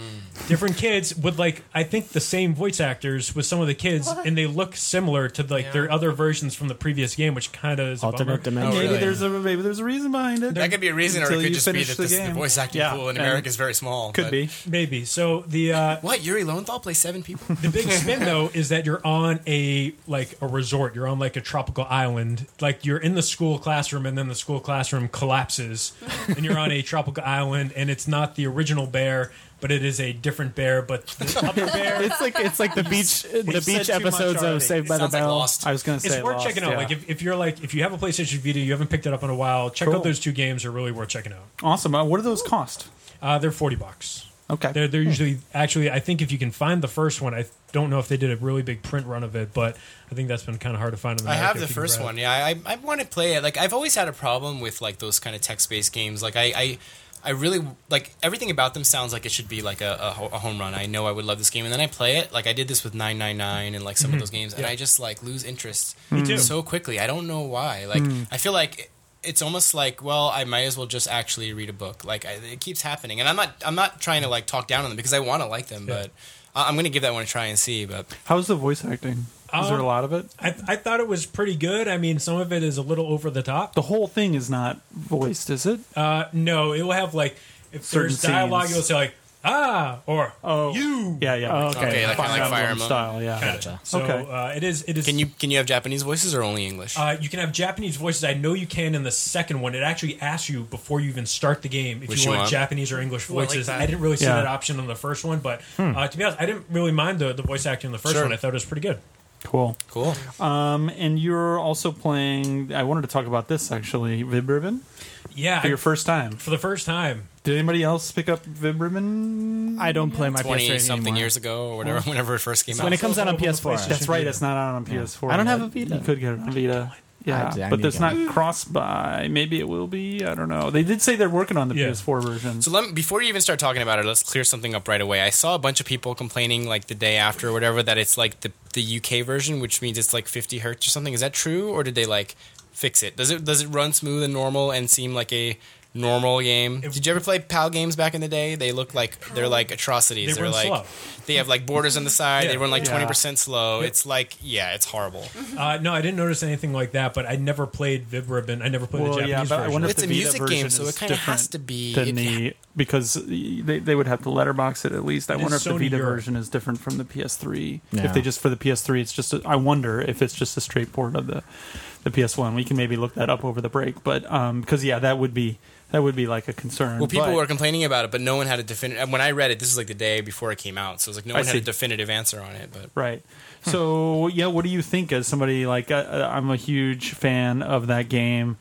Speaker 6: Different kids with, like, I think the same voice actors with some of the kids, and they look similar to, like, their
Speaker 4: Yeah.
Speaker 6: other versions from the previous game, which kind of is a bummer.
Speaker 2: Alternate dimension.
Speaker 5: Oh,
Speaker 1: Maybe
Speaker 5: really?
Speaker 1: there's a maybe there's a reason behind it.
Speaker 5: That could be a reason, or
Speaker 1: Until
Speaker 5: it could
Speaker 1: you
Speaker 5: just be
Speaker 1: finish
Speaker 5: that
Speaker 1: the
Speaker 5: this, the
Speaker 1: game.
Speaker 5: voice acting
Speaker 1: Yeah,
Speaker 5: pool in
Speaker 1: and-
Speaker 5: America is very small.
Speaker 1: Could
Speaker 5: but-
Speaker 1: be.
Speaker 6: Maybe. So the. Uh,
Speaker 5: What Yuri Lowenthal plays seven people?
Speaker 6: The big spin though is that you're on a like a resort. You're on like a tropical island. Like you're in the school classroom, and then the school classroom collapses, and you're on a tropical island. And it's not the original bear, but it is a different bear. But the other bear.
Speaker 2: It's like it's like the beach the
Speaker 1: said
Speaker 2: beach
Speaker 1: too much
Speaker 2: episodes of
Speaker 1: already.
Speaker 2: Saved by the
Speaker 5: Sounds like
Speaker 2: Bell.
Speaker 5: Lost.
Speaker 1: I was going to say
Speaker 6: It's worth
Speaker 1: Lost,
Speaker 6: checking out.
Speaker 1: yeah.
Speaker 6: Like if, if you're like if you have a PlayStation Vita, you haven't picked it up in a while. Check
Speaker 1: Cool.
Speaker 6: out those two games; are really worth checking out.
Speaker 1: awesome. Uh, what do those cost?
Speaker 6: Uh, they're forty bucks.
Speaker 1: Okay.
Speaker 6: They're they're usually actually I think if you can find the first one, I don't know if they did a really big print run of it, but I think that's been kind of hard to find. In the
Speaker 5: I
Speaker 6: market
Speaker 5: have the
Speaker 6: if you can
Speaker 5: first
Speaker 6: grab it.
Speaker 5: one. Yeah, I, I want to play it. Like I've always had a problem with like those kind of text-based games. Like I, I, I really like everything about them sounds like it should be like a, a, ho- a home run. I know I would love this game, and then I play it. Like I did this with 999 and like some of those games, and I just like lose interest
Speaker 6: Mm-hmm. too. Mm.
Speaker 5: so quickly. I don't know why. Like I feel like. it- it's almost like, well, I might as well just actually read a book. Like I, it keeps happening, and I'm not, I'm not trying to like talk down on them because I want to like them,
Speaker 6: Yeah.
Speaker 5: but I- I'm going to give that one a try and see. But
Speaker 1: How's the voice acting? Is there a
Speaker 6: Um,
Speaker 1: lot of it?
Speaker 6: I, I thought it was pretty good. I mean, some of it is a little over the top.
Speaker 1: The whole thing is not voiced, is it?
Speaker 6: Uh, no, it will have like if
Speaker 1: Certain
Speaker 6: there's dialogue,
Speaker 1: scenes.
Speaker 6: you'll say like ah or
Speaker 1: Oh,
Speaker 6: you.
Speaker 1: yeah, yeah.
Speaker 2: Oh, okay.
Speaker 5: Okay, like, kinda like
Speaker 1: Fire
Speaker 5: Fire
Speaker 1: Emblem
Speaker 5: Emblem.
Speaker 1: style, yeah.
Speaker 6: Gotcha. So
Speaker 1: Okay.
Speaker 6: uh, it is. It is.
Speaker 5: can you can you have Japanese voices or only English?
Speaker 6: Uh, you can have Japanese voices. I know you can in the second one. It actually asks you before you even start the game if
Speaker 5: Which
Speaker 6: you
Speaker 5: you
Speaker 6: want,
Speaker 5: want.
Speaker 6: Japanese or English
Speaker 4: Ooh, I like
Speaker 6: voices. I,
Speaker 4: that.
Speaker 6: didn't really see
Speaker 1: Yeah. Hmm.
Speaker 6: that option on the first one, but uh, to be honest, I didn't really mind the, the voice acting in the first
Speaker 5: Sure.
Speaker 6: one. I thought it was pretty good.
Speaker 1: Cool.
Speaker 5: cool.
Speaker 1: Um, and you're also playing. I wanted to talk about this actually. Vib Ribbon
Speaker 6: Yeah,
Speaker 1: for your first time.
Speaker 6: for the first time,
Speaker 1: Did anybody else pick up Vib Ribbon?
Speaker 2: I don't play my
Speaker 5: twenty
Speaker 2: PS3
Speaker 5: something
Speaker 2: anymore.
Speaker 5: years ago or
Speaker 1: Oh.
Speaker 5: whatever, whenever it first came
Speaker 2: When it
Speaker 5: out.
Speaker 2: comes out on
Speaker 6: Available on
Speaker 2: PS4,
Speaker 6: PlayStation.
Speaker 1: That's right. It's not out on PS4.
Speaker 2: I don't
Speaker 1: yet.
Speaker 2: have a Vita.
Speaker 1: You could get it on Vita. Yeah,
Speaker 2: I- I
Speaker 1: but
Speaker 2: need
Speaker 1: it's
Speaker 2: it.
Speaker 1: not cross by. Maybe it will be. I don't know. They did say they're working on the
Speaker 6: Yeah.
Speaker 1: PS4 version.
Speaker 5: So let me, before you even start talking about it, let's clear something up right away. I saw a bunch of people complaining like the day after or whatever that it's like the the UK version, which means it's like fifty hertz or something. Is that true, or did they like fix it? Does it does it run smooth and normal and seem like a normal game? did you ever play PAL games back in the day? They look like they're like atrocities.
Speaker 6: They
Speaker 5: are
Speaker 6: run
Speaker 5: like
Speaker 6: slow.
Speaker 5: they have like borders on the side. They
Speaker 6: Yeah.
Speaker 5: run like
Speaker 1: Yeah.
Speaker 5: twenty percent slow. It's like yeah, it's horrible.
Speaker 6: uh, no, I didn't notice anything like that. But I never played Vib Ribbon. I never played
Speaker 1: Well,
Speaker 6: the
Speaker 1: yeah,
Speaker 6: Japanese
Speaker 1: but I
Speaker 6: version.
Speaker 1: wonder if
Speaker 5: It's
Speaker 1: the
Speaker 5: a
Speaker 1: Vita
Speaker 5: music game,
Speaker 1: version
Speaker 5: so
Speaker 1: is
Speaker 5: it kinda has
Speaker 1: different
Speaker 5: to be-
Speaker 1: than
Speaker 5: it-
Speaker 1: the because they, they would have to letterbox it at least. I
Speaker 6: It
Speaker 1: wonder if
Speaker 6: is
Speaker 1: the
Speaker 6: Sony
Speaker 1: Vita
Speaker 6: Europe.
Speaker 1: version is different from the PS3.
Speaker 2: Yeah.
Speaker 1: If they just for the PS3, it's just a, I wonder if it's just a straight port of the the PS1. We can maybe look that up over the break, but um because yeah, that would be that would be like a concern.
Speaker 5: Well, people
Speaker 1: but,
Speaker 5: were complaining about it, but no one had a definitive. When I read it, this was like the day before it came out, so it was like no
Speaker 1: I
Speaker 5: one had a
Speaker 1: see.
Speaker 5: definitive answer on it. But
Speaker 1: Right. So yeah, what do you think as somebody like uh, uh, I'm a huge fan of that game.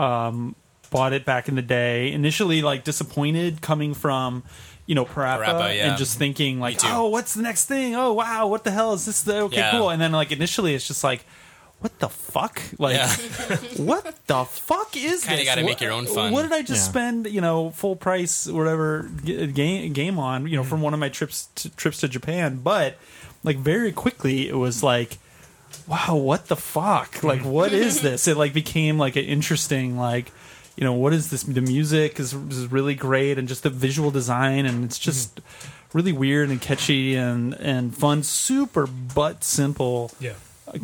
Speaker 1: Um, bought it back in the day. Initially, like disappointed coming from you know Parappa,
Speaker 5: Parappa, yeah.
Speaker 1: and just thinking like,
Speaker 5: too.
Speaker 1: oh, what's the next thing? Oh wow, what the hell is this? The, okay,
Speaker 5: Yeah.
Speaker 1: cool. And then like initially, it's just like. What the fuck? Like,
Speaker 5: Yeah.
Speaker 1: what the fuck is
Speaker 5: Kinda
Speaker 1: this?
Speaker 5: gotta
Speaker 1: What-
Speaker 5: make your own fun.
Speaker 1: What did I just
Speaker 2: Yeah.
Speaker 1: spend? You know, full price, whatever g- game game on. You know, from one of my trips to, trips to Japan, but like very quickly, it was like, wow, what the fuck? Like, what is this? It like became like an interesting like. You know what is this? The music is, is really great, and just the visual design, and it's just really weird and catchy and and fun. Super but simple
Speaker 6: yeah,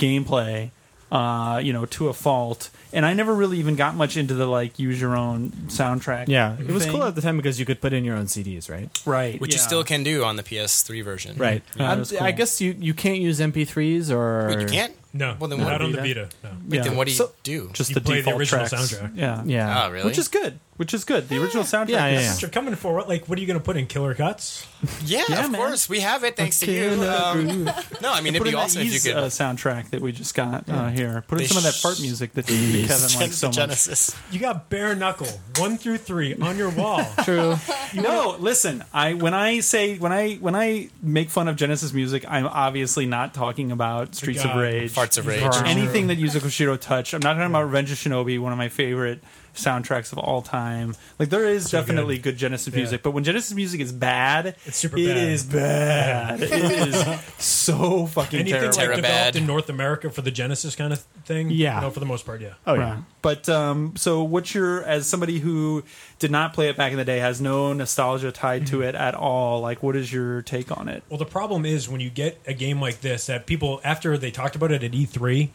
Speaker 1: gameplay, uh, you know, to a fault. And I never really even got much into the like use your own soundtrack.
Speaker 2: Yeah, it was
Speaker 1: thing.
Speaker 2: cool at the time because you could put in your own CDs, right?
Speaker 1: right?
Speaker 5: which you
Speaker 1: yeah.
Speaker 5: still can do on the PS3 version.
Speaker 2: Right.
Speaker 1: Yeah,
Speaker 2: I,
Speaker 1: that was cool.
Speaker 2: I guess you, you can't use MP3s or
Speaker 5: Wait, you can't.
Speaker 6: No,
Speaker 5: Well, then
Speaker 6: not
Speaker 5: what-
Speaker 6: on the Vita. No.
Speaker 5: Wait, then what do you
Speaker 1: So-
Speaker 5: do?
Speaker 1: just
Speaker 6: You
Speaker 1: the
Speaker 6: play the
Speaker 1: default
Speaker 6: original
Speaker 1: tracks.
Speaker 6: soundtrack.
Speaker 1: Yeah,
Speaker 2: Yeah.
Speaker 5: oh, really?
Speaker 1: which is good. Which is good. The original soundtrack.
Speaker 2: Yeah, yeah,
Speaker 1: is-
Speaker 2: yeah.
Speaker 6: You're coming for what? Like, what are you going to put in Killer Cuts?
Speaker 5: yeah,
Speaker 1: Yeah,
Speaker 5: of
Speaker 1: man. uh,
Speaker 5: course we have it thanks to you. Um, no, I mean it'd
Speaker 1: Put
Speaker 5: be
Speaker 1: in
Speaker 5: awesome
Speaker 1: the
Speaker 5: if you
Speaker 1: Ease,
Speaker 5: could
Speaker 1: uh, soundtrack that we just got uh, here. Put in
Speaker 5: They
Speaker 1: some of that
Speaker 5: sh-
Speaker 1: fart music that Kevin likes so much.
Speaker 5: Genesis.
Speaker 6: You got Bare Knuckle one through three on your wall.
Speaker 2: True.
Speaker 1: No, listen. I when I say when I when I make fun of Genesis music, I'm obviously not talking about Streets of
Speaker 6: God.
Speaker 1: Rage,
Speaker 5: Farts of Rage.
Speaker 1: or anything that Yuzo Koshiro touched. I'm not talking about Revenge of Shinobi, one of my favorite soundtracks of all time. Like there is definitely good, Genesis
Speaker 6: Yeah.
Speaker 1: music, but when Genesis music is bad,
Speaker 6: It's super
Speaker 1: It
Speaker 6: bad.
Speaker 1: is bad. it is so fucking
Speaker 6: Anything
Speaker 1: terrible.
Speaker 6: like
Speaker 5: Terabad.
Speaker 6: developed in North America for the Genesis kind of thing.
Speaker 2: Yeah.
Speaker 6: no, for the most part, yeah.
Speaker 2: Oh
Speaker 1: Right.
Speaker 2: yeah.
Speaker 1: But um, so, what's your as somebody who did not play it back in the day has no nostalgia tied
Speaker 6: Mm-hmm.
Speaker 1: to it at all? Like, what is your take on it?
Speaker 6: Well, the problem is when you get a game like this that people, after they talked about it at E3,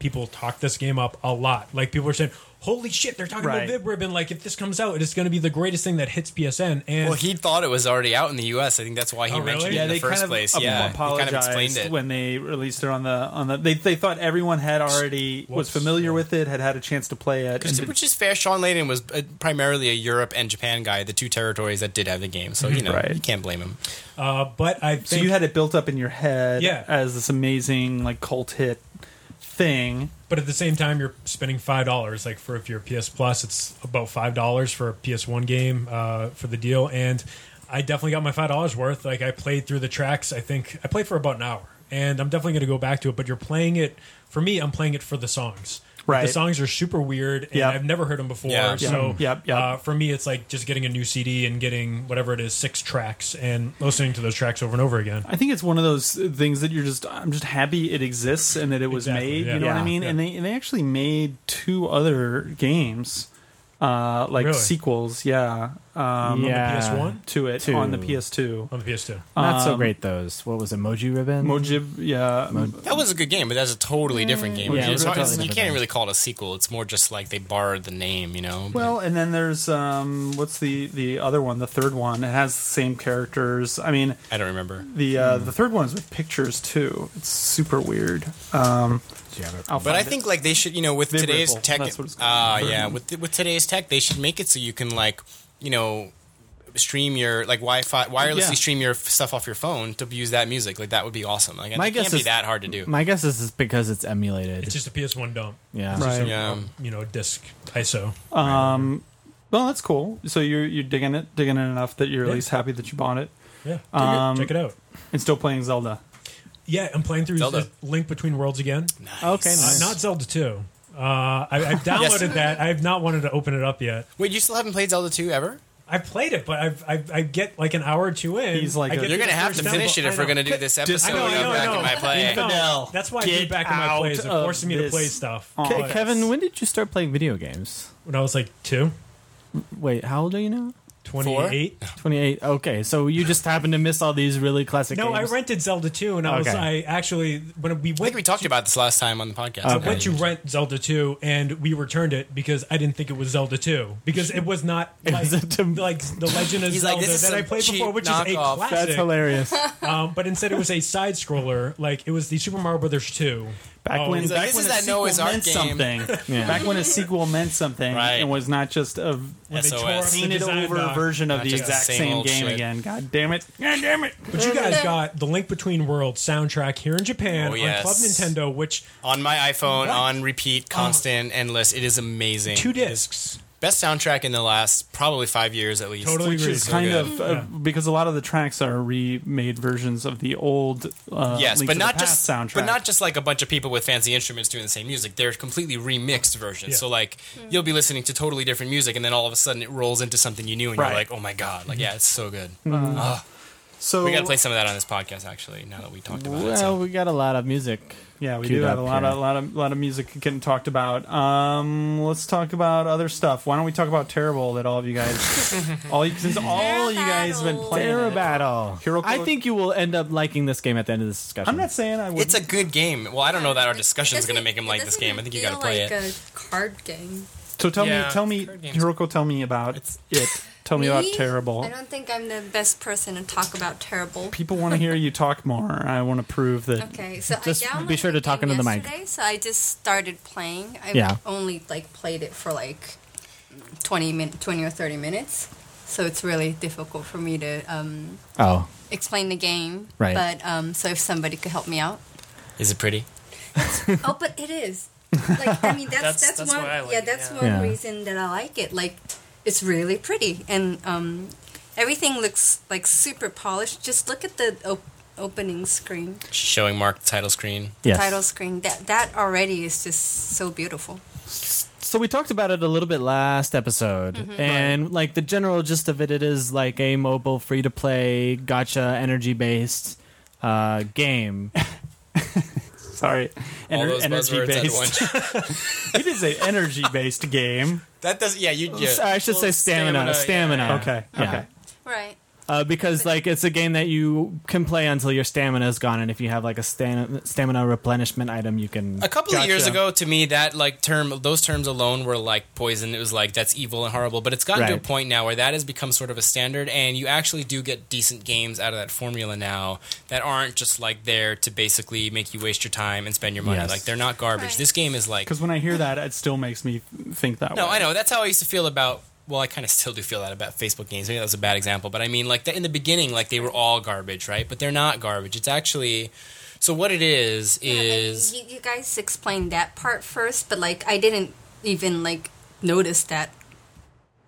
Speaker 6: people talk this game up a lot. Like people are saying, "Holy shit, they're talking
Speaker 1: Right.
Speaker 6: about VidRibbon! Like if this comes out, it's going to be the greatest thing that hits PSN." And
Speaker 5: Well, he thought it was already out in the U.S. I think that's why he
Speaker 6: Oh, really?
Speaker 5: mentioned it
Speaker 1: yeah,
Speaker 5: in the
Speaker 1: they
Speaker 5: first
Speaker 1: kind of
Speaker 5: place.
Speaker 1: ap-
Speaker 5: yeah,
Speaker 1: apologized
Speaker 5: he kind of explained it.
Speaker 1: when they released it on the on the. They they thought everyone had already was
Speaker 6: Whoops.
Speaker 1: familiar with it, had had a chance to play it.
Speaker 5: Which-
Speaker 1: and
Speaker 5: Which is fair. Sean Layden was uh, primarily a Europe and Japan guy, the two territories that did have the game. So you know
Speaker 1: Right.
Speaker 5: you can't blame him.
Speaker 6: uh, but I think
Speaker 1: so you had it built up in your head
Speaker 6: Yeah.
Speaker 1: as this amazing like cult hit thing.
Speaker 6: But at the same time, you're spending five dollars. Like for if you're PS Plus, it's about five dollars for a PS1 game uh, for the deal. And I definitely got my five dollars worth. Like I played through the tracks. I think I played for about an hour, and I'm definitely going to go back to it. But you're playing it for me. I'm playing it for the songs. Like,
Speaker 1: Right.
Speaker 6: The songs are super weird, and
Speaker 1: Yep.
Speaker 6: I've never heard them before.
Speaker 5: Yeah.
Speaker 6: So
Speaker 1: Yep. Yep, yep.
Speaker 6: Uh, for me, it's like just getting a new CD and getting whatever it is, six tracks, and listening to those tracks over and over again.
Speaker 1: I think it's one of those things that you're just I'm just happy it exists and that it was
Speaker 6: Exactly,
Speaker 1: made.
Speaker 6: yeah.
Speaker 1: You know what I
Speaker 2: Yeah,
Speaker 1: mean? And they and they actually made two other games, uh, like
Speaker 6: Really?
Speaker 1: sequels. Yeah, um,
Speaker 2: yeah.
Speaker 6: PS1?
Speaker 1: to it
Speaker 2: Two.
Speaker 1: on the PS2.
Speaker 6: On the PS2,
Speaker 2: Not so great those. What was it? Moji Ribbon.
Speaker 1: Mojib, yeah,
Speaker 5: That was a good game, but that's a totally different game.
Speaker 2: Yeah,
Speaker 5: It's-
Speaker 2: it's a totally
Speaker 5: it's- you
Speaker 2: different
Speaker 5: can't
Speaker 2: game.
Speaker 5: really call it a sequel. It's more just like they borrowed the name, you know. but-
Speaker 1: Well, and then there's um, what's the the other one? The third one. It has the same characters. I mean,
Speaker 5: I don't remember.
Speaker 1: the
Speaker 5: Hmm.
Speaker 1: uh, the third one is with pictures too. It's super weird. Um, I'll
Speaker 5: But
Speaker 1: find
Speaker 5: I
Speaker 1: it.
Speaker 5: think like they should, you know, with
Speaker 1: Vid
Speaker 5: today's
Speaker 1: Ripple,
Speaker 5: tech,
Speaker 1: that's what it's
Speaker 5: uh,
Speaker 1: called.
Speaker 5: yeah, with with today's tech, they should make it so you can like, you know, stream your like Wi-Fi wirelessly
Speaker 1: Yeah.
Speaker 5: stream your f- stuff off your phone to use that music. Like that would be awesome. Like
Speaker 2: My
Speaker 5: it
Speaker 2: guess
Speaker 5: can't be
Speaker 2: is-
Speaker 5: that hard to do.
Speaker 2: My guess is it's because it's emulated.
Speaker 6: it's just a PS1 dump.
Speaker 2: yeah.
Speaker 1: Right.
Speaker 5: yeah.
Speaker 6: Um, You know, disc ISO.
Speaker 1: Um, well, that's cool. So you're you're digging it, digging it enough that you're at
Speaker 6: Yeah.
Speaker 1: least happy that you bought it
Speaker 6: Yeah, dig it.
Speaker 1: Um,
Speaker 6: check it out.
Speaker 1: and still playing Zelda.
Speaker 6: Yeah, I'm playing through
Speaker 5: Zelda.
Speaker 6: Z- Link Between Worlds again.
Speaker 2: Okay.
Speaker 6: Uh,
Speaker 2: Nice.
Speaker 6: not Zelda 2. Uh, I, I've downloaded that. I have not wanted to open it up yet.
Speaker 5: Wait, you still haven't played Zelda two ever?
Speaker 6: I've played it, but I've, I've, I get like an hour or two in.
Speaker 1: He's like
Speaker 6: I
Speaker 1: a-
Speaker 6: get
Speaker 5: You're gonna
Speaker 6: the
Speaker 5: have
Speaker 6: first
Speaker 5: to
Speaker 6: download-
Speaker 5: finish it if
Speaker 6: I
Speaker 5: we're
Speaker 6: know.
Speaker 5: gonna do this episode.
Speaker 6: I know, I
Speaker 5: of
Speaker 6: know,
Speaker 5: back
Speaker 6: I know.
Speaker 5: in my play.
Speaker 6: No,
Speaker 1: Infidel,
Speaker 6: that's why I do
Speaker 1: get
Speaker 6: back in my
Speaker 1: out
Speaker 6: plays. It
Speaker 1: of
Speaker 6: forcing me to play
Speaker 1: this Oh.
Speaker 6: stuff.
Speaker 1: office.
Speaker 6: But
Speaker 2: Kevin, when did you start playing video games?
Speaker 6: when I was like two,
Speaker 2: Wait, how old are you now?
Speaker 6: 28.
Speaker 5: Oh,
Speaker 2: 28. Okay, so you just happened to miss all these really classic
Speaker 6: No, I
Speaker 2: games.
Speaker 6: rented Zelda 2, and I was
Speaker 2: Okay.
Speaker 6: I actually when
Speaker 5: I
Speaker 6: we
Speaker 5: think
Speaker 6: went
Speaker 5: we talked about this last time on the podcast.
Speaker 6: I went to rent Zelda 2 and we returned it because I didn't think it was Zelda 2 because it was not like,
Speaker 2: wasn't a-
Speaker 6: like the Legend of
Speaker 5: He's like,
Speaker 6: Zelda
Speaker 5: "This is
Speaker 6: that I
Speaker 5: some
Speaker 6: played
Speaker 5: cheap
Speaker 6: before, which is a
Speaker 5: knockoff."
Speaker 6: classic.
Speaker 2: That's hilarious.
Speaker 6: Um, but instead, it was a side scroller. Like it was the Super Mario Brothers 2.
Speaker 1: Back
Speaker 6: Oh,
Speaker 1: when
Speaker 6: he's
Speaker 5: like,
Speaker 1: back
Speaker 5: "This
Speaker 1: when
Speaker 5: is
Speaker 1: a
Speaker 5: that
Speaker 1: sequel
Speaker 5: Noah's Ark
Speaker 1: meant
Speaker 5: game."
Speaker 1: something.
Speaker 2: Yeah.
Speaker 1: Back when a sequel meant something
Speaker 5: Right.
Speaker 1: and was not just a
Speaker 6: when they
Speaker 5: SOS.
Speaker 6: tore up the
Speaker 1: painted
Speaker 6: design
Speaker 1: over
Speaker 6: doc.
Speaker 1: version of
Speaker 5: Not
Speaker 1: the
Speaker 5: just the
Speaker 1: exact
Speaker 5: same
Speaker 1: same
Speaker 5: old
Speaker 1: game
Speaker 5: shit.
Speaker 1: again. God damn it! God damn it!
Speaker 6: But you guys got the Link Between Worlds soundtrack here in
Speaker 5: Oh,
Speaker 6: Japan on
Speaker 5: yes.
Speaker 6: Club Nintendo, which
Speaker 5: on my iPhone on
Speaker 1: Oh.
Speaker 5: repeat, constant, endless. It is amazing.
Speaker 6: two
Speaker 5: It is
Speaker 6: discs.
Speaker 5: Best soundtrack in the last probably five years at least.
Speaker 6: Totally
Speaker 1: Which
Speaker 6: agree.
Speaker 1: is
Speaker 5: So
Speaker 1: kind
Speaker 5: good.
Speaker 1: of uh, because a lot of the tracks are remade versions of the old uh,
Speaker 5: yes,
Speaker 1: Link
Speaker 5: but
Speaker 1: to
Speaker 5: not
Speaker 1: the Past
Speaker 5: just
Speaker 1: soundtrack.
Speaker 5: but not just like a bunch of people with fancy instruments doing the same music. They're completely remixed versions.
Speaker 6: Yeah.
Speaker 5: So like
Speaker 1: Hmm.
Speaker 5: you'll be listening to totally different music, and then all of a sudden it rolls into something you knew, and
Speaker 1: Right. Mm-hmm.
Speaker 5: you're like, oh my god, like yeah, it's so good.
Speaker 1: So
Speaker 5: we got to play some of that on this podcast, actually. Now that we talked about it,
Speaker 2: Well,
Speaker 5: so.
Speaker 2: we got a lot of music.
Speaker 1: Yeah, we
Speaker 2: queued
Speaker 1: do have
Speaker 2: up
Speaker 1: a lot
Speaker 2: here.
Speaker 1: of lot of lot of music getting talked about. Um, let's talk about other stuff. Why don't we talk about Terrible that all of you guys, all you since all you guys have been playing.
Speaker 2: Terror
Speaker 1: it.
Speaker 2: Battle.
Speaker 1: Oh, Hero
Speaker 2: I
Speaker 1: Code-
Speaker 2: think you will end up liking this game at the end of this discussion.
Speaker 1: I'm not saying I would.
Speaker 5: It's a good game. Well, I don't know that our
Speaker 3: It
Speaker 5: discussion is going to
Speaker 3: doesn't-
Speaker 5: make him
Speaker 3: it
Speaker 5: like this
Speaker 3: doesn't
Speaker 5: game. I think you got to
Speaker 3: feel
Speaker 5: play
Speaker 3: like
Speaker 5: it.
Speaker 3: a card game.
Speaker 1: so tell
Speaker 4: Yeah,
Speaker 1: me, tell me,
Speaker 4: card games.
Speaker 1: Hiroko, tell me about it. Tell me, about Terrible.
Speaker 3: I don't think I'm the best person to talk about terrible.
Speaker 1: People want to hear you talk more. I want to prove that.
Speaker 3: Okay, so
Speaker 2: Just
Speaker 3: I downloaded
Speaker 2: be sure to
Speaker 3: the
Speaker 2: talk
Speaker 3: game
Speaker 2: into the mic.
Speaker 3: yesterday, So I just started playing. I
Speaker 2: Yeah.
Speaker 3: only like played it for like 20 min- 20 or 30 minutes. So it's really difficult for me to um,
Speaker 2: Oh,
Speaker 3: explain the game.
Speaker 2: Right.
Speaker 3: But um, so if somebody could help me out.
Speaker 5: Is it pretty?
Speaker 3: oh, but it is. Like I mean, that's
Speaker 4: That's-
Speaker 3: that's,
Speaker 4: that's
Speaker 3: one.
Speaker 4: why I like
Speaker 3: yeah,
Speaker 4: it,
Speaker 3: that's
Speaker 4: yeah.
Speaker 3: one
Speaker 2: Yeah.
Speaker 3: reason that I like it. Like, it's really pretty, and um, everything looks like super polished. Just look at the op- opening screen,
Speaker 5: Showing Mark the title screen.
Speaker 2: yes.
Speaker 3: title screen. That that already is just so beautiful.
Speaker 2: So we talked about it a little bit last episode, and like the general gist of it, it is like a mobile, free to play, gotcha, energy based uh, game.
Speaker 1: Sorry,
Speaker 5: All
Speaker 1: Ener-
Speaker 5: those
Speaker 1: energy
Speaker 5: buzzwords at
Speaker 1: based.
Speaker 5: once.
Speaker 1: it is an energy based game.
Speaker 5: That does. Yeah, you. Yeah.
Speaker 2: So I should say
Speaker 4: Well,
Speaker 2: stamina, stamina.
Speaker 4: stamina,
Speaker 1: Okay,
Speaker 2: Yeah.
Speaker 1: okay.
Speaker 3: Right.
Speaker 2: Uh, because like it's a game that you can play until your stamina is gone, and if you have like a stamina, stamina replenishment item, you can.
Speaker 5: A couple of years
Speaker 1: Gotcha.
Speaker 5: ago, to me, that like term, those terms alone were like poison. It was like that's evil and horrible. But it's gotten to a
Speaker 2: Right.
Speaker 5: point now where that has become sort of a standard, and you actually do get decent games out of that formula now that aren't just like there to basically make you waste your time and spend your money.
Speaker 2: Yes.
Speaker 5: Like they're not garbage.
Speaker 3: Right.
Speaker 5: This game is like
Speaker 1: Because when I hear that, it still makes me think that.
Speaker 5: No,
Speaker 1: way.
Speaker 5: I know. That's how I used to feel about. Well, I kind of still do feel that about Facebook games. Maybe that was a bad example, but I mean, like that in the beginning, like they were all garbage, right? But they're not garbage. It's actually. So what it is
Speaker 3: Yeah, and
Speaker 5: is
Speaker 3: you, you guys explained that part first, but like I didn't even like notice that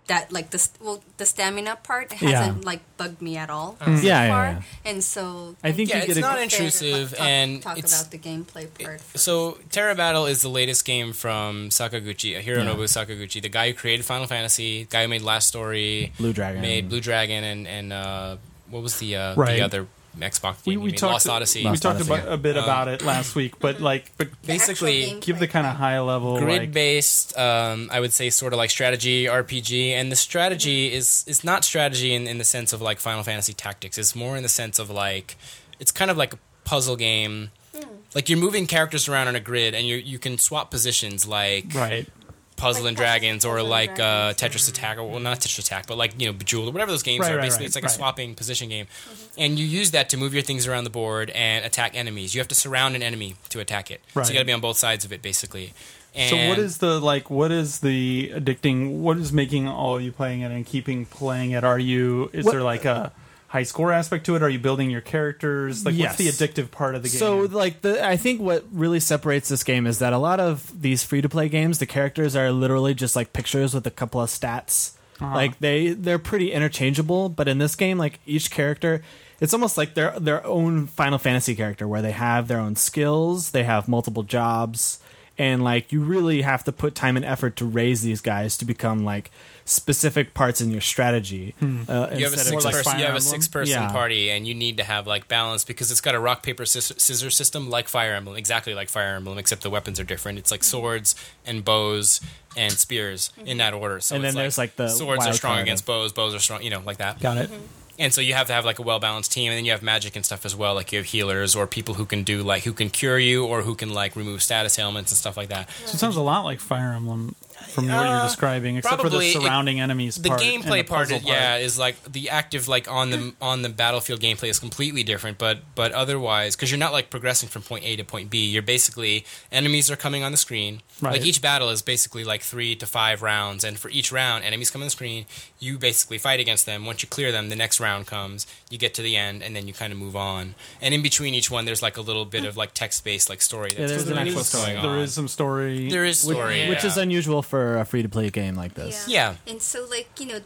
Speaker 3: that like the st- well the stamina part hasn't like bugged like bug me at all so
Speaker 2: Yeah, yeah,
Speaker 3: far,
Speaker 2: yeah.
Speaker 3: and so
Speaker 2: I think
Speaker 5: Oh. Yeah,
Speaker 2: you
Speaker 5: it's
Speaker 2: get a,
Speaker 5: not
Speaker 3: Okay,
Speaker 5: intrusive
Speaker 3: talk-
Speaker 5: and
Speaker 3: talk
Speaker 5: it's-
Speaker 3: about the gameplay part. first.
Speaker 5: So Terra Battle is the latest game from Sakaguchi, uh, Hironobu
Speaker 2: Yeah.
Speaker 5: Sakaguchi, the guy who created Final Fantasy, guy who made Last Story,
Speaker 2: Blue Dragon.
Speaker 5: made Blue Dragon, and and uh, what was the uh,
Speaker 1: Right.
Speaker 5: the other Xbox game?
Speaker 1: We,
Speaker 5: he
Speaker 1: we
Speaker 5: made?
Speaker 1: talked.
Speaker 5: Lost Odyssey. Um,
Speaker 1: We
Speaker 2: Lost
Speaker 1: talked
Speaker 2: Odyssey,
Speaker 1: about, a bit about it last week, but like, but
Speaker 3: The actual
Speaker 5: basically,
Speaker 3: gameplay.
Speaker 1: give the kind of high level
Speaker 5: grid
Speaker 1: like,
Speaker 5: based um, i would say sort of like strategy rpg and the strategy is is not strategy in, in the sense of like final fantasy tactics it's more in the sense of like it's kind of like a puzzle game
Speaker 3: Hmm.
Speaker 5: like you're moving characters around on a grid and you you can swap positions like
Speaker 1: right. Mm-hmm.
Speaker 5: puzzle
Speaker 3: Like Puzzle-
Speaker 5: and dragons or
Speaker 3: Puzzle and
Speaker 5: like uh,
Speaker 3: Dragons.
Speaker 5: tetris attack or well not tetris attack but like you know bejeweled or whatever those games
Speaker 1: Right,
Speaker 5: are
Speaker 1: right,
Speaker 5: basically
Speaker 1: right,
Speaker 5: it's like
Speaker 1: right.
Speaker 5: a swapping position game
Speaker 3: Mm-hmm.
Speaker 5: and you use that to move your things around the board and attack enemies you have to surround an enemy to attack it so
Speaker 1: Right.
Speaker 5: you got to be on both sides of it basically and
Speaker 1: So what is the like? What is the addicting? What is making all of you playing it and keeping playing it? Are you? Is
Speaker 2: What-
Speaker 1: there like a high score aspect to it? Are you building your characters? Like, what's the
Speaker 2: Yes.
Speaker 1: addictive part of the game?
Speaker 2: So like the I think what really separates this game is that a lot of these free to play games, the characters are literally just like pictures with a couple of stats. Like they they're pretty interchangeable, but in this game like each character it's almost like their their own Final Fantasy character where they have their own skills, they have multiple jobs and like you really have to put time and effort to raise these guys to become like specific parts in your strategy.
Speaker 1: Hmm.
Speaker 2: Uh,
Speaker 5: you have a
Speaker 2: instead of
Speaker 5: six
Speaker 1: like
Speaker 5: person,
Speaker 1: Fire
Speaker 5: you have a
Speaker 1: Emblem?
Speaker 5: six person
Speaker 2: Yeah.
Speaker 5: party, and you need to have like balance because it's got a rock paper scis- scissors system like Fire Emblem, exactly like Fire Emblem, except the weapons are different. It's like swords and bows and spears in that order. So
Speaker 2: And then
Speaker 5: it's
Speaker 2: there's, like, the
Speaker 5: swords are
Speaker 2: wild
Speaker 5: strong
Speaker 2: card
Speaker 5: against
Speaker 2: of-
Speaker 5: bows, bows are strong, you know, like that.
Speaker 1: got it.
Speaker 5: And so you have to have like a well balanced team, and then you have magic and stuff as well. Like you have healers or people who can do like who can cure you or who can like remove status ailments and stuff like that.
Speaker 1: So it sounds a lot like Fire Emblem from what you're describing, except for the
Speaker 5: Uh, probably. It-
Speaker 1: surrounding enemies.
Speaker 5: the
Speaker 1: part and
Speaker 5: gameplay
Speaker 1: the
Speaker 5: part,
Speaker 1: puzzle
Speaker 5: is, yeah is like the active like on the on the battlefield gameplay is completely different but but otherwise because you're not like progressing from point a to point b you're basically enemies are coming on the screen
Speaker 1: Right.
Speaker 5: like each battle is basically like three to five rounds and for each round enemies come on the screen you basically fight against them once you clear them the next round comes you get to the end and then you kind of move on and in between each one there's like a little bit of like text-based like story that's
Speaker 2: there's an
Speaker 5: really
Speaker 2: actual
Speaker 5: what's going
Speaker 1: There
Speaker 5: on.
Speaker 1: is some story.
Speaker 5: there is
Speaker 2: which,
Speaker 5: story
Speaker 2: which is
Speaker 5: yeah.
Speaker 2: unusual for a free to play game like this.
Speaker 5: Yeah.
Speaker 3: And so, like, you know,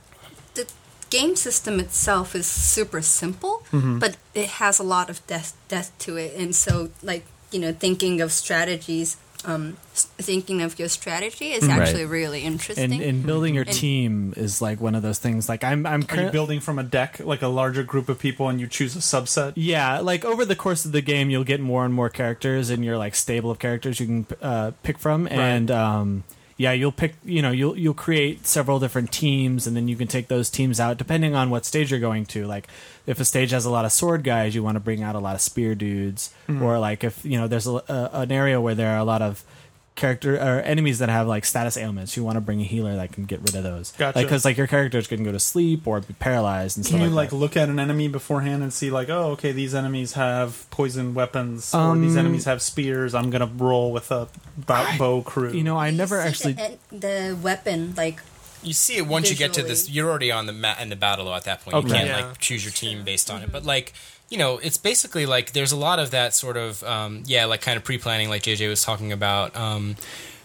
Speaker 3: the game system itself is super simple,
Speaker 2: Mm-hmm.
Speaker 3: but it has a lot of death, death to it. And so, like, you know, thinking of strategies um, s- thinking of your strategy is
Speaker 2: Mm-hmm. Right.
Speaker 3: actually really interesting.
Speaker 2: and, and building your
Speaker 3: And-
Speaker 2: team is like one of those things. Like I'm, I'm
Speaker 1: Are you
Speaker 2: currently
Speaker 1: building from a deck, like a larger group of people, and you choose a subset?
Speaker 2: Yeah, like over the course of the game, you'll get more and more characters in your like stable of characters you can uh, pick from, and um, yeah, you'll pick. You know, you'll you'll create several different teams, and then you can take those teams out depending on what stage you're going to. Like, if a stage has a lot of sword guys, you want to bring out a lot of spear dudes,
Speaker 1: Mm-hmm.
Speaker 2: or like if you know there's a, a, an area where there are a lot of character or enemies that have like status ailments, you want to bring a healer that can get rid of those.
Speaker 1: Gotcha.
Speaker 2: because like your characters can go to sleep or be paralyzed and stuff
Speaker 1: Can you like
Speaker 2: like that.
Speaker 1: look at an enemy beforehand and see like, oh, okay, these enemies have poison weapons, or these
Speaker 2: Um,
Speaker 1: enemies have spears. I'm gonna roll with a bow, bow crew.
Speaker 2: You know, I never actually.
Speaker 3: the, weapon like
Speaker 5: You see it once you get to this.
Speaker 3: Visually.
Speaker 5: You're already on the ma- in the battle at that point. You
Speaker 2: Okay.
Speaker 5: can't
Speaker 4: Yeah.
Speaker 5: like choose your team based on it. But like you know, it's basically like there's a lot of that sort of um, yeah, like kind of pre planning, like JJ was talking about. Um,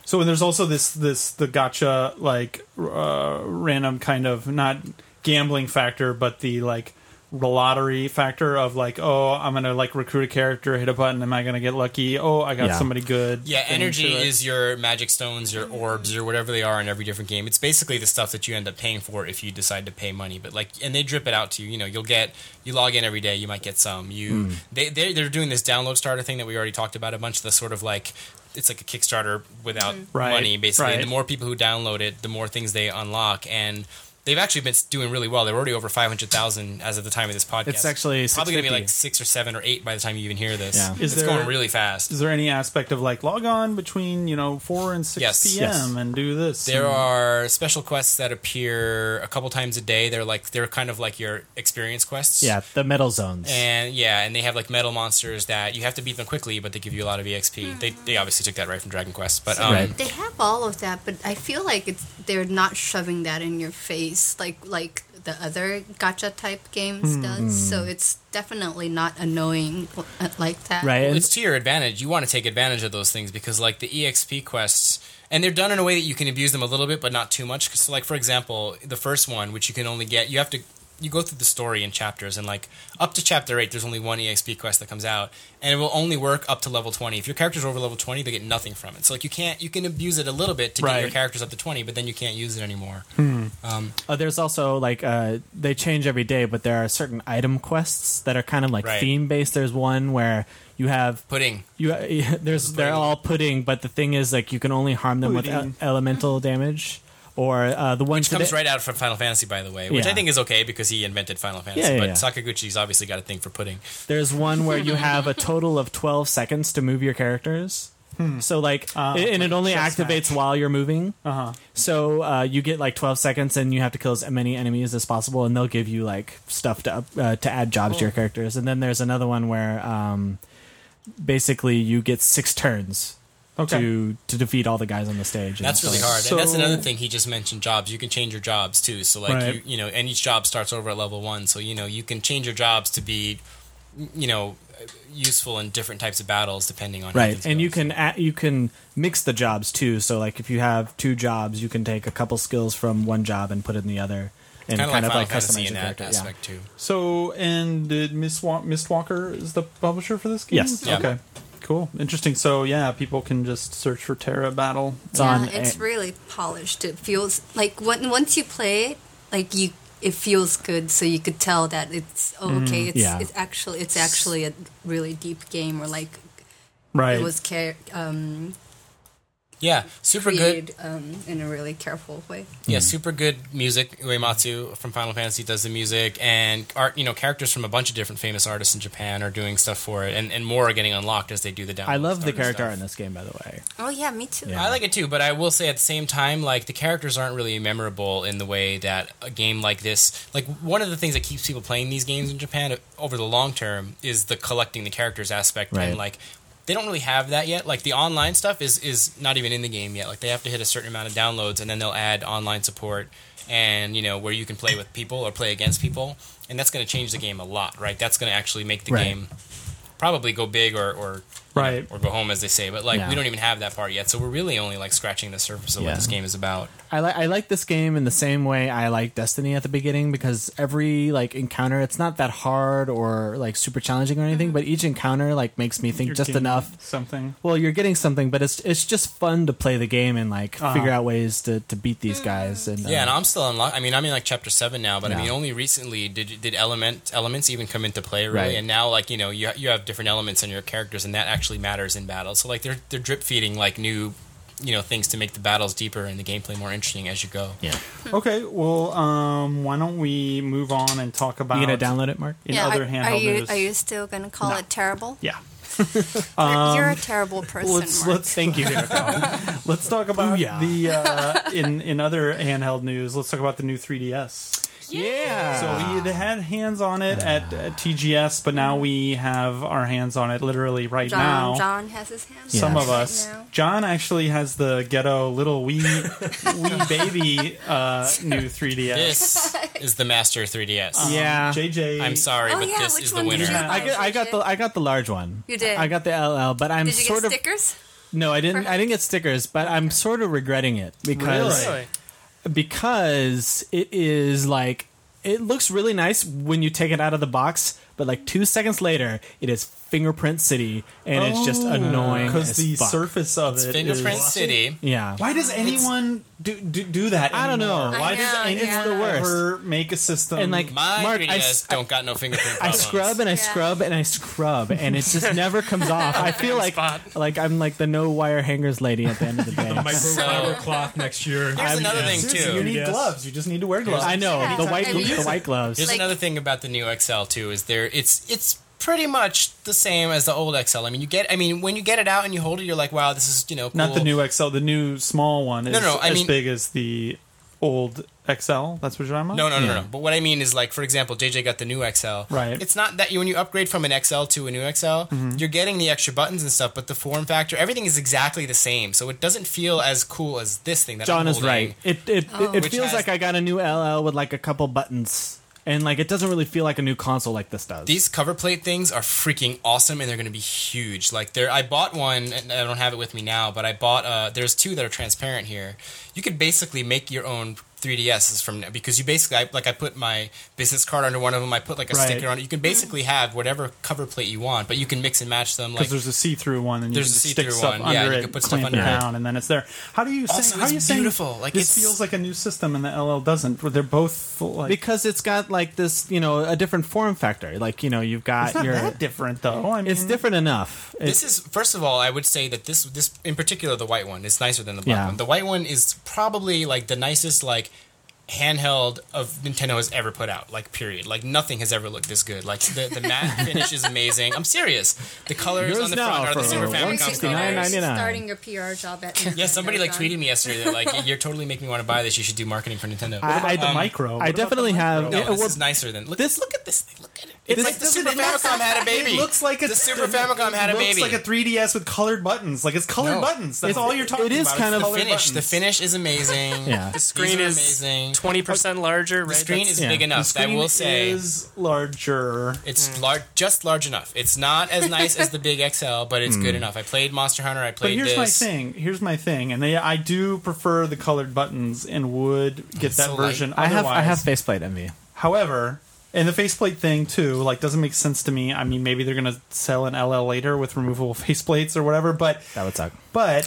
Speaker 1: So and there's also this this the gotcha like uh, random kind of not gambling factor, but the like lottery factor of like, oh, I'm gonna like recruit a character, hit a button, am I gonna get lucky? Oh, I got
Speaker 2: Yeah.
Speaker 1: somebody good.
Speaker 5: yeah,
Speaker 1: thing
Speaker 5: energy
Speaker 1: to it.
Speaker 5: is your magic stones, your orbs, your whatever they are in every different game. It's basically the stuff that you end up paying for if you decide to pay money. But like, and they drip it out to you. You know, you'll get you log in every day. You might get some. You
Speaker 1: Hmm.
Speaker 5: they they they're doing this download starter thing that we already talked about a bunch. The sort of like it's like a Kickstarter without
Speaker 1: Right,
Speaker 5: money basically.
Speaker 1: right.
Speaker 5: And the more people who download it, the more things they unlock and. They've actually been doing really well. They're already over five hundred thousand as of the time of this podcast.
Speaker 2: It's actually
Speaker 5: probably going to be
Speaker 2: 650.
Speaker 5: like six or seven or eight by the time you even hear this.
Speaker 2: Yeah.
Speaker 1: Is
Speaker 5: it's
Speaker 1: there-
Speaker 5: going really fast.
Speaker 1: Is there any aspect of like log on between you know four and six
Speaker 5: Yes.
Speaker 1: p.m.
Speaker 2: Yes.
Speaker 1: and do this?
Speaker 5: There
Speaker 2: Hmm.
Speaker 1: and-
Speaker 5: are special quests that appear a couple times a day. They're like they're kind of like your experience quests.
Speaker 2: Yeah, the metal zones.
Speaker 5: And yeah, and they have like metal monsters that you have to beat them quickly, but they give you a lot of exp. They they obviously took that right from Dragon Quest, but um,
Speaker 2: Right.
Speaker 3: they have all of that, but I feel like it's they're not shoving that in your face like like the other gacha type games
Speaker 2: Mm-hmm.
Speaker 3: does. So it's definitely not annoying uh, like that.
Speaker 2: right.
Speaker 5: Well,
Speaker 2: and-
Speaker 5: it's to your advantage. You want to take advantage of those things because, like, the EXP quests, and they're done in a way that you can abuse them a little bit, but not too much. Because, like, for example, the first one, which you can only get, you have to. You go through the story in chapters, and like up to chapter eight, there's only one EXP quest that comes out, and it will only work up to level twenty. If your character's over level twenty, they get nothing from it. So like you can't, you can abuse it a little bit to get your
Speaker 1: Right.
Speaker 5: characters up to twenty, but then you can't use it anymore. Um,
Speaker 2: uh, there's also like uh, they change every day, but there are certain item quests that are kind of like
Speaker 5: Right.
Speaker 2: theme based. There's one where you have
Speaker 5: pudding,
Speaker 2: you uh, there's they're all pudding, but the thing is like you can only harm them with
Speaker 1: Pudding.
Speaker 2: el- elemental damage or uh, the one
Speaker 5: which comes
Speaker 2: today-
Speaker 5: right out from Final Fantasy, by the way, which
Speaker 2: Yeah.
Speaker 5: I think is okay because he invented Final Fantasy.
Speaker 2: yeah,
Speaker 5: but
Speaker 2: yeah.
Speaker 5: Sakaguchi's obviously got a thing for pudding.
Speaker 2: There's one where you have a total of 12 seconds to move your characters. So like, it- and it only
Speaker 1: chess
Speaker 2: activates while you're moving. Uh-huh. So uh, you get like 12 seconds, and you have to kill as many enemies as possible, and they'll give you like stuff to up, uh, to add jobs to your characters. And then there's another one where um, basically you get six turns
Speaker 1: Okay.
Speaker 2: to to defeat all the guys on the stage. and
Speaker 5: That's
Speaker 2: so
Speaker 5: really
Speaker 2: it's-
Speaker 5: hard.
Speaker 1: So-
Speaker 5: and that's another thing he just mentioned jobs. You can change your jobs too. So like
Speaker 1: Right.
Speaker 5: you you know, and each job starts over at level 1, so you know, you can change your jobs to be you know, useful in different types of battles depending on how
Speaker 2: right
Speaker 5: things
Speaker 2: and
Speaker 5: go.
Speaker 2: you can a you can mix the jobs too so like if you have two jobs you can take a couple skills from one job and put in the other and
Speaker 5: kind of like, Final
Speaker 2: customize
Speaker 5: Fantasy
Speaker 2: your
Speaker 5: in that
Speaker 2: character
Speaker 5: aspect too.
Speaker 1: So, and did Miss Wa- Miss Walker is the publisher for this game?
Speaker 2: Yes.
Speaker 5: Yeah.
Speaker 1: Okay. Cool. Interesting. So, yeah, people can just search for Terra Battle.
Speaker 2: It's
Speaker 3: yeah,
Speaker 2: on
Speaker 3: it's
Speaker 2: a-
Speaker 3: really polished. It feels like when, once you play it, like you, it feels good. So you could tell that it's
Speaker 1: Mm,
Speaker 3: oh, okay. it's,
Speaker 2: yeah.
Speaker 3: it's actually it's actually a really deep game, or like
Speaker 1: Right.
Speaker 3: it was care, um,
Speaker 5: Yeah, super good.
Speaker 3: created um, in a really careful way.
Speaker 5: Yeah, super good music. Uematsu from Final Fantasy does the music, and art. You know, characters from a bunch of different famous artists in Japan are doing stuff for it, and, and more are getting unlocked as they do the download.
Speaker 2: i love the
Speaker 5: starter
Speaker 2: character
Speaker 5: stuff.
Speaker 2: art in this game by the way
Speaker 3: Oh yeah, me too.
Speaker 2: Yeah.
Speaker 5: I like it too, but I will say at the same time, like the characters aren't really memorable in the way that a game like this, like one of the things that keeps people playing these games in Japan over the long term is the collecting the characters aspect,
Speaker 2: Right.
Speaker 5: and like they don't really have that yet. Like the online stuff is is not even in the game yet. Like they have to hit a certain amount of downloads, and then they'll add online support, and you know where you can play with people or play against people, and that's going to change the game a lot, right? That's going to actually make the
Speaker 2: Right.
Speaker 5: game probably go big or or
Speaker 1: Right.
Speaker 5: or go home as they say but like
Speaker 2: Yeah.
Speaker 5: we don't even have that part yet so we're really only like scratching the surface of
Speaker 2: Yeah.
Speaker 5: what this game is about
Speaker 2: I like I like this game in the same way I like Destiny at the beginning because every like encounter it's not that hard or like super challenging or anything, but each encounter like makes me think
Speaker 1: Mm-hmm. You're
Speaker 2: just
Speaker 1: getting
Speaker 2: enough.
Speaker 1: Something.
Speaker 2: Well, you're getting something, but it's it's just fun to play the game and like
Speaker 1: Uh-huh. Mm.
Speaker 2: figure out ways to, to beat these guys. And
Speaker 5: yeah and
Speaker 2: um,
Speaker 5: i'm still unlocked i mean i'm in like chapter 7 now but
Speaker 2: Yeah.
Speaker 5: i mean only recently did did element elements even come into play really
Speaker 2: Right.
Speaker 5: and now like you know you, you have different elements in your characters and that actually matters in battle so like they're they're drip feeding like new you know things to make the battles deeper and the gameplay more interesting as you go
Speaker 2: yeah,
Speaker 3: Hmm.
Speaker 1: Okay, well, um, why don't we move on and talk about
Speaker 2: you gonna download it, Mark?
Speaker 1: in other
Speaker 3: are,
Speaker 1: handheld
Speaker 3: are you
Speaker 1: news?
Speaker 3: are you still gonna call it terrible?
Speaker 1: yeah.
Speaker 3: You're- you're a terrible person.
Speaker 1: Um, Let's
Speaker 3: Mark.
Speaker 1: let's thank you. let's talk about
Speaker 2: Booyah.
Speaker 1: the uh, in in other handheld news. Let's talk about the new 3ds.
Speaker 2: Yeah.
Speaker 5: Ah.
Speaker 1: So we had had hands on it at, at TGS, but now we have our hands on it literally right
Speaker 3: John,
Speaker 1: now.
Speaker 3: John has his hand.
Speaker 1: Some
Speaker 2: Yes.
Speaker 1: of us.
Speaker 3: Right now.
Speaker 1: John actually has the ghetto little wee wee baby uh, new 3ds.
Speaker 5: this is the master 3ds
Speaker 2: yeah.
Speaker 1: JJ,
Speaker 5: i'm sorry
Speaker 3: Oh
Speaker 5: but
Speaker 3: yeah,
Speaker 5: this
Speaker 3: which
Speaker 5: is the
Speaker 3: one
Speaker 5: winner
Speaker 3: did you
Speaker 1: Yeah.
Speaker 3: buy?
Speaker 2: I got, I got the I got the large one.
Speaker 3: Oh, You did.
Speaker 2: I got the LL, but I'm
Speaker 3: Did you
Speaker 2: sort
Speaker 3: get
Speaker 2: of
Speaker 3: stickers?
Speaker 2: no. I didn't. I didn't get stickers, but I'm sort of regretting it because
Speaker 1: Really?
Speaker 4: Really?
Speaker 2: because it is like it looks really nice when you take it out of the box, but like two seconds later, it is fingerprint city, and it's just annoying
Speaker 1: Oh. because
Speaker 2: as
Speaker 1: the
Speaker 2: fuck.
Speaker 1: surface of it
Speaker 5: fingerprint
Speaker 1: is-
Speaker 5: city
Speaker 2: Yeah,
Speaker 1: Why does anyone do, do do that?
Speaker 2: I don't know.
Speaker 1: anymore?
Speaker 3: I
Speaker 1: Why does
Speaker 3: know,
Speaker 1: anyone
Speaker 3: yeah.
Speaker 2: It's the
Speaker 1: ever make a system
Speaker 2: And, like,
Speaker 5: my
Speaker 2: Mark, I
Speaker 5: 3ds
Speaker 2: s-
Speaker 5: don't got no fingerprint
Speaker 2: I
Speaker 5: problems.
Speaker 2: scrub and I
Speaker 3: Yeah.
Speaker 2: scrub and I scrub, and it just never comes off. I feel like
Speaker 4: Spot.
Speaker 2: like I'm like the no wire hangers lady at the end of the day.
Speaker 6: Microfiber cloth next year.
Speaker 5: Here's another thing
Speaker 1: Seriously, you
Speaker 5: too.
Speaker 1: need
Speaker 6: Yes.
Speaker 1: gloves. You just need to wear gloves.
Speaker 2: I know
Speaker 3: Yeah,
Speaker 2: the white
Speaker 3: I mean,
Speaker 2: the white gloves.
Speaker 5: Here's
Speaker 3: Like-
Speaker 5: another thing about the new XL too is there it's it's pretty much the same as the old XL. I mean, you get I mean when you get it out and you hold it, you're like, wow, this is you know cool.
Speaker 1: Not the new XL. The new small one is
Speaker 5: No, no, I
Speaker 1: as
Speaker 5: mean-
Speaker 1: big as the old XL. That's what you're talking about.
Speaker 5: No, no, no, no. But what I mean is, like, for example, JJ got the new XL.
Speaker 1: Right. Mm-hmm.
Speaker 5: It's not that you, when you upgrade from an XL to a new XL, you're getting the extra buttons and stuff, but the form factor, everything is exactly the same. So it doesn't feel as cool as this thing that
Speaker 2: John
Speaker 5: I'm
Speaker 2: is
Speaker 5: holding.
Speaker 2: right. It it it,
Speaker 3: Oh.
Speaker 2: it
Speaker 5: Which
Speaker 2: feels
Speaker 5: has-
Speaker 2: like I got a new LL with like a couple buttons, and like it doesn't really feel like a new console like this does.
Speaker 5: These cover plate things are freaking awesome, and they're going to be huge. Like, there, I bought one, and I don't have it with me now, but I bought. Uh, there's two that are transparent here. You could basically make your own 3DSs from because you basically, I, like, I put my business card under one of them. I put like a
Speaker 1: Right.
Speaker 5: sticker on it. You can basically have whatever cover plate you want, but you can mix and match them.
Speaker 1: Because
Speaker 5: Like,
Speaker 1: there's a see-through one, and you
Speaker 5: There's
Speaker 1: can
Speaker 5: a
Speaker 1: just stick
Speaker 5: see-through
Speaker 1: stuff
Speaker 5: one. Yeah,
Speaker 1: under
Speaker 5: you
Speaker 1: it,
Speaker 5: can put stuff
Speaker 1: clamp
Speaker 5: under
Speaker 1: it
Speaker 5: it.
Speaker 1: down, and then it's there. How do you say?
Speaker 5: Also,
Speaker 1: how are
Speaker 5: it's
Speaker 1: you saying?
Speaker 5: beautiful. Like,
Speaker 1: this
Speaker 5: it's-
Speaker 1: feels like a new system, and the LL doesn't. They're both full, like
Speaker 2: because it's got like this, you know, a different form factor. Like you know, you've got
Speaker 1: it's not
Speaker 2: your.
Speaker 1: that different though. I mean,
Speaker 2: It's different enough.
Speaker 5: This
Speaker 2: It's-
Speaker 5: is first of all, I would say that this this in particular the white one is nicer than the black
Speaker 2: Yeah.
Speaker 5: one. The white one is probably like the nicest like handheld of Nintendo has ever put out. Like period. Like nothing has ever looked this good. Like the, the matte finish is amazing. I'm serious. The colors
Speaker 2: Yours
Speaker 5: on the
Speaker 2: now
Speaker 5: front are the
Speaker 2: for
Speaker 5: Super
Speaker 3: You're
Speaker 5: Famicom
Speaker 2: $169.99.
Speaker 5: colors.
Speaker 3: Starting your PR job at Nintendo,
Speaker 5: Yeah, somebody like
Speaker 3: John.
Speaker 5: tweeted me yesterday. They're like, "You're totally making me want to buy this. You should do marketing for Nintendo."
Speaker 2: I, I-
Speaker 1: about the micro? What
Speaker 2: I
Speaker 1: about
Speaker 2: definitely have.
Speaker 5: no,
Speaker 2: yeah,
Speaker 5: this
Speaker 2: well,
Speaker 5: is nicer than look.
Speaker 2: this-
Speaker 5: This look at this thing. Look at it. It's
Speaker 2: This
Speaker 5: like the
Speaker 1: doesn't
Speaker 5: Super Famicom had a baby.
Speaker 1: It looks like a,
Speaker 5: the Super Famicom had a
Speaker 1: looks
Speaker 5: baby.
Speaker 1: like a 3DS with colored buttons. Like it's colored
Speaker 5: No.
Speaker 1: buttons. That's
Speaker 2: It's-
Speaker 1: all you're talking
Speaker 2: it
Speaker 1: about.
Speaker 2: is kind
Speaker 5: the
Speaker 2: of-
Speaker 1: colored
Speaker 5: finish. The
Speaker 1: buttons.
Speaker 5: finish is amazing.
Speaker 2: Yeah.
Speaker 4: The screen
Speaker 5: These are
Speaker 4: is
Speaker 5: amazing.
Speaker 4: twenty percent larger. Right?
Speaker 5: The screen
Speaker 4: That's-
Speaker 5: is
Speaker 2: yeah.
Speaker 5: big
Speaker 2: The
Speaker 5: enough. I
Speaker 1: Screen
Speaker 5: will say
Speaker 1: is larger.
Speaker 5: it's large, just large enough. It's not as nice as the big XL, but it's good enough. I played Monster Hunter. I
Speaker 1: Hmm. But
Speaker 5: played
Speaker 1: here's
Speaker 5: this.
Speaker 1: my thing. Here's my thing, and they, I do prefer the colored buttons, and would get that
Speaker 5: so light.
Speaker 1: version.
Speaker 2: I have.
Speaker 1: otherwise.
Speaker 2: I have faceplate envy.
Speaker 1: However, and the faceplate thing too, like doesn't make sense to me. I mean, maybe they're gonna sell an LL later with removable faceplates or whatever. But
Speaker 2: That would suck.
Speaker 1: but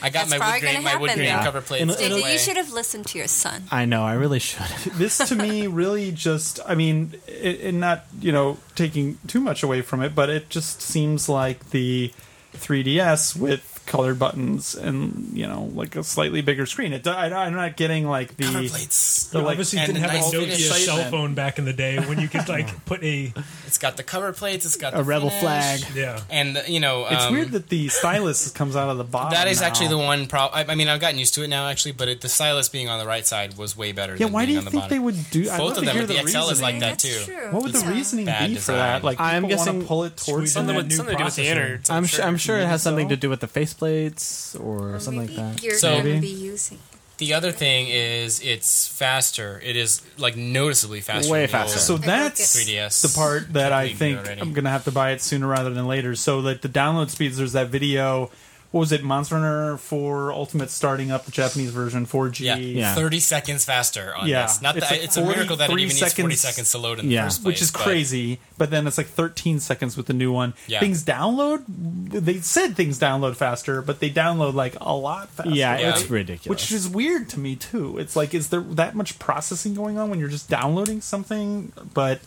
Speaker 5: I got
Speaker 3: That's
Speaker 5: my
Speaker 3: probably
Speaker 5: wood grain,
Speaker 3: gonna
Speaker 5: my wood
Speaker 3: happen,
Speaker 5: grain
Speaker 2: though.
Speaker 5: cover plate.
Speaker 2: And-
Speaker 5: put
Speaker 3: Did-
Speaker 5: away.
Speaker 3: you should have listened to your son.
Speaker 2: I know. I really should.
Speaker 1: this to me really just, I mean, it, and not you know taking too much away from it, but it just seems like the 3DS with colored buttons and you know like a slightly bigger screen. It, do- I, am not getting like the
Speaker 5: cover plates.
Speaker 1: the,
Speaker 6: You
Speaker 1: like,
Speaker 6: obviously
Speaker 5: and
Speaker 6: didn't have a
Speaker 5: nice
Speaker 6: Nokia
Speaker 5: finish.
Speaker 6: cell phone back in the day when you could like put a
Speaker 5: It's got the cover plates. It's got
Speaker 2: A
Speaker 5: the
Speaker 2: rebel
Speaker 5: finish.
Speaker 2: flag.
Speaker 6: yeah.
Speaker 5: And the, you know,
Speaker 1: It's
Speaker 5: um,
Speaker 1: weird that the stylus comes out of the bottom.
Speaker 5: that is
Speaker 1: now.
Speaker 5: actually the one. Pro- I, I mean, I've gotten used to it now, actually. But it, the stylus being on the right side was way better.
Speaker 1: Yeah,
Speaker 5: than
Speaker 1: why do
Speaker 5: being
Speaker 1: you
Speaker 5: on the
Speaker 1: think
Speaker 5: bottom.
Speaker 1: they would do? I'd
Speaker 5: Both
Speaker 1: love
Speaker 5: of
Speaker 1: to
Speaker 5: them,
Speaker 1: hear
Speaker 5: but the XL is
Speaker 1: reasoning.
Speaker 5: like that
Speaker 3: That's
Speaker 5: too.
Speaker 3: true.
Speaker 1: What would the
Speaker 3: Yeah.
Speaker 1: reasoning
Speaker 5: Bad
Speaker 1: be for
Speaker 5: design.
Speaker 1: that? Like,
Speaker 2: I'm
Speaker 1: people want
Speaker 2: guessing-
Speaker 1: to pull it towards
Speaker 6: Squeeze in
Speaker 4: Something,
Speaker 1: them.
Speaker 6: that
Speaker 4: with,
Speaker 6: new
Speaker 4: something to do with the
Speaker 6: processor.
Speaker 4: innards.
Speaker 2: I'm sure. I'm sure it has something
Speaker 1: so?
Speaker 2: to do with the faceplates or something like that.
Speaker 3: You're
Speaker 5: So-
Speaker 3: going to be using.
Speaker 5: The other thing is it's faster. It is like noticeably faster.
Speaker 2: Way
Speaker 5: than the old
Speaker 2: faster.
Speaker 1: So
Speaker 3: like
Speaker 1: that's
Speaker 3: it.
Speaker 5: 3DS.
Speaker 1: the part that I
Speaker 5: Completed
Speaker 1: think
Speaker 5: already.
Speaker 1: I'm gonna have to buy it sooner rather than later. So that the download speeds, there's that video. What was it, Monster Hunter for Ultimate starting up the Japanese version 4G?
Speaker 5: Yeah.
Speaker 2: Yeah.
Speaker 5: thirty seconds faster on
Speaker 1: Yeah.
Speaker 5: this. Not
Speaker 1: It's
Speaker 5: that
Speaker 1: like
Speaker 5: it's a miracle that it
Speaker 1: 43
Speaker 5: even needs forty
Speaker 1: seconds.
Speaker 5: seconds to load in
Speaker 2: Yeah.
Speaker 5: the first place,
Speaker 1: which is
Speaker 5: but-
Speaker 1: crazy. But then it's like 13 seconds with the new one.
Speaker 5: Yeah.
Speaker 1: Things download. They said things download faster, but they download like a lot faster.
Speaker 2: yeah,
Speaker 5: Yeah.
Speaker 2: it's ridiculous.
Speaker 1: Which is weird to me too. It's like, is there that much processing going on when you're just downloading something? But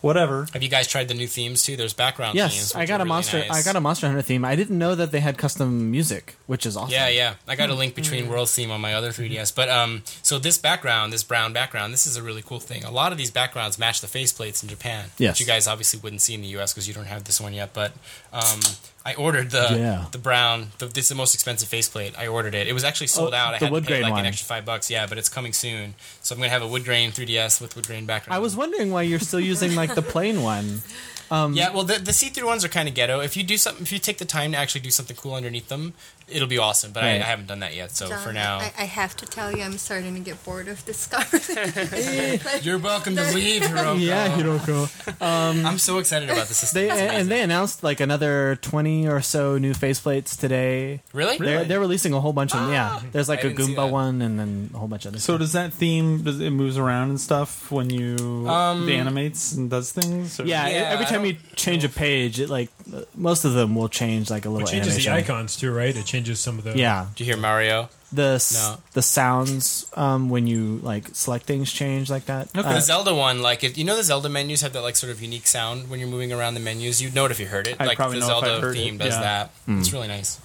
Speaker 1: whatever.
Speaker 5: Have you guys tried the new themes too? There's background themes.
Speaker 2: yes, I
Speaker 5: which
Speaker 2: got
Speaker 5: are
Speaker 2: a
Speaker 5: really
Speaker 2: monster.
Speaker 5: nice.
Speaker 2: I got a Monster Hunter theme. I didn't know that they had custom music, which is awesome.
Speaker 5: Yeah, yeah. I got a link between world theme on my other 3DS. But um so this background, this brown background, this is a really cool thing. A lot of these backgrounds match the faceplates in Japan.
Speaker 2: Yes.
Speaker 5: Which you guys obviously wouldn't see in the US because you don't have this one yet, but um I ordered the
Speaker 2: Yeah.
Speaker 5: the brown. The, this is the most expensive faceplate. I ordered it. It was actually sold
Speaker 2: Oh,
Speaker 5: out. I
Speaker 2: the
Speaker 5: had to
Speaker 2: wood
Speaker 5: pay
Speaker 2: grain
Speaker 5: like
Speaker 2: one.
Speaker 5: an extra five bucks. Yeah, but it's coming soon. So I'm gonna have a wood grain 3DS with wood grain background.
Speaker 2: I was wondering why you're still using like the plain one.
Speaker 5: Yeah, well, the, the see-through ones are kind of ghetto. If you do something, if you take the time to actually do something cool underneath them, it'll be awesome. But I, I
Speaker 2: Right.
Speaker 5: haven't done that yet, so
Speaker 3: John,
Speaker 5: Oh, for now,
Speaker 3: I, I have to tell you, I'm starting to get bored of this conversation.
Speaker 5: you're welcome to leave, Hiroko.
Speaker 2: Hiroko.
Speaker 5: I'm so excited about this. This-
Speaker 2: They
Speaker 5: this is
Speaker 2: and, and
Speaker 5: amazing.
Speaker 2: they announced like another twenty or so new faceplates today.
Speaker 5: really,
Speaker 2: They're they're releasing a whole bunch of yeah. There's like a
Speaker 5: I didn't see
Speaker 2: Goomba
Speaker 5: that.
Speaker 2: one and then a whole bunch of other.
Speaker 1: So
Speaker 2: stuff.
Speaker 1: does that theme? Does it moves around and stuff when you it animates and does things? Or?
Speaker 2: Um, yeah, e-,
Speaker 5: Yeah,
Speaker 2: every
Speaker 5: I
Speaker 2: time
Speaker 5: don't
Speaker 2: you change a page, it like uh, most of them will change like a little
Speaker 6: It changes
Speaker 2: animation.
Speaker 6: the icons too, right? It changes some of the
Speaker 2: Yeah,
Speaker 5: Did you hear Mario?
Speaker 2: the s
Speaker 5: No.
Speaker 2: the sounds um, when you like select things change like that.
Speaker 5: Okay.
Speaker 2: Uh,
Speaker 5: the Zelda one, like if you know, the Zelda menus have that like sort of unique sound when you're moving around the menus. You'd know it if you heard it.
Speaker 1: I'd
Speaker 5: like
Speaker 1: probably
Speaker 5: the
Speaker 1: know if I
Speaker 5: Zelda
Speaker 1: heard
Speaker 5: theme
Speaker 1: it,
Speaker 5: does
Speaker 1: yeah. Hmm.
Speaker 5: that. It's really nice.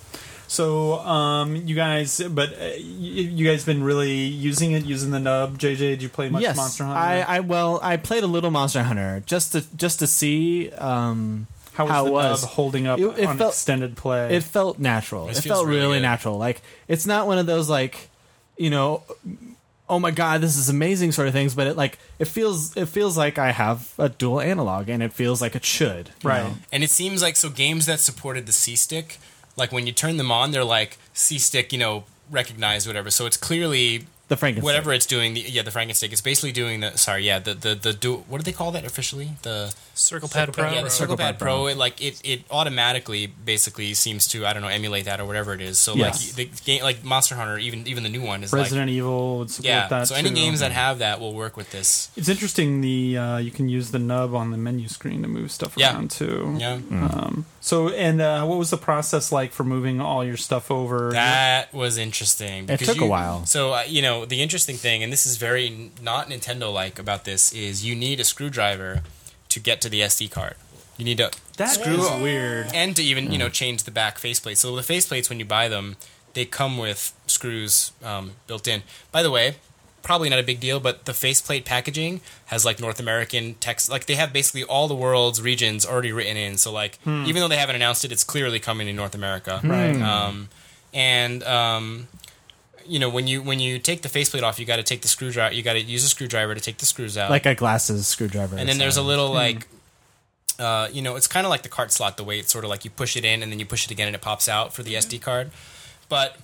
Speaker 1: So, um, you guys, but uh, y- you guys been really using it, using the nub. JJ, did you play much
Speaker 2: yes,
Speaker 1: Monster
Speaker 2: I,
Speaker 1: Hunter?
Speaker 2: I well I played a little Monster Hunter just to just to see um,
Speaker 1: how was
Speaker 2: how
Speaker 1: the
Speaker 2: it was.
Speaker 1: nub holding up
Speaker 2: It- it
Speaker 1: on
Speaker 2: felt-
Speaker 1: extended play?
Speaker 2: it felt natural.
Speaker 5: It
Speaker 2: It,
Speaker 5: feels
Speaker 2: felt
Speaker 5: really
Speaker 2: really,
Speaker 5: good.
Speaker 2: natural. Like it's not one of those like, you know, oh my god, this is amazing sort of things. But it like it feels it feels like I have a dual analog, and it feels like it should. you
Speaker 1: right.
Speaker 2: know?
Speaker 5: And it seems like so games that supported the C stick, like when you turn them on, they're like C stick, you know, recognize whatever. So it's clearly
Speaker 2: The Frankenstein.
Speaker 5: whatever it's doing. The, yeah, the Frankenstein. It's basically doing the. Sorry, yeah, the the the. Do, what do they call that officially? The
Speaker 4: Circle Pad Pro.
Speaker 5: yeah,
Speaker 2: Circle
Speaker 5: the Circle Pad
Speaker 2: Pad
Speaker 5: Pro.
Speaker 2: Pro.
Speaker 5: It like it it automatically basically seems to I don't know emulate that or whatever it is. So
Speaker 2: Yes.
Speaker 5: like the game like Monster Hunter, even even the new one is like.
Speaker 1: Resident Evil would support
Speaker 5: Yeah,
Speaker 1: that.
Speaker 5: so any
Speaker 1: too.
Speaker 5: games that have that will work with this.
Speaker 1: it's interesting. The uh, you can use the nub on the menu screen to move stuff
Speaker 5: Yeah.
Speaker 1: around too. Um,
Speaker 5: Yeah,
Speaker 2: Hmm.
Speaker 1: So, and uh, what was the process like for moving all your stuff over?
Speaker 5: that was interesting. because
Speaker 2: took a
Speaker 5: you-
Speaker 2: while.
Speaker 5: So uh, you know the interesting thing, and this is very n- not Nintendo like about this, is you need a screwdriver to get to the SD card. You need to
Speaker 1: That
Speaker 5: screw
Speaker 1: is
Speaker 5: up.
Speaker 1: weird.
Speaker 5: and to even you know change the back faceplate. So the faceplates when you buy them, they come with screws um, built in. By the way, probably not a big deal, but the faceplate packaging has like North American text, like they have basically all the world's regions already written in. So like even though they haven't announced it, it's clearly coming in North America,
Speaker 1: Right.
Speaker 5: Um, and um, you know when you when you take the faceplate off, you got to take the screwdriver. You got to use a screwdriver to take the screws out.
Speaker 2: Like a glasses screwdriver.
Speaker 5: Oh. And then there's a
Speaker 2: sound.
Speaker 5: little like, uh, you know, it's kind of like the cart slot. The way it's sort of like you push it in and then you push it again and it pops out for the SD card. But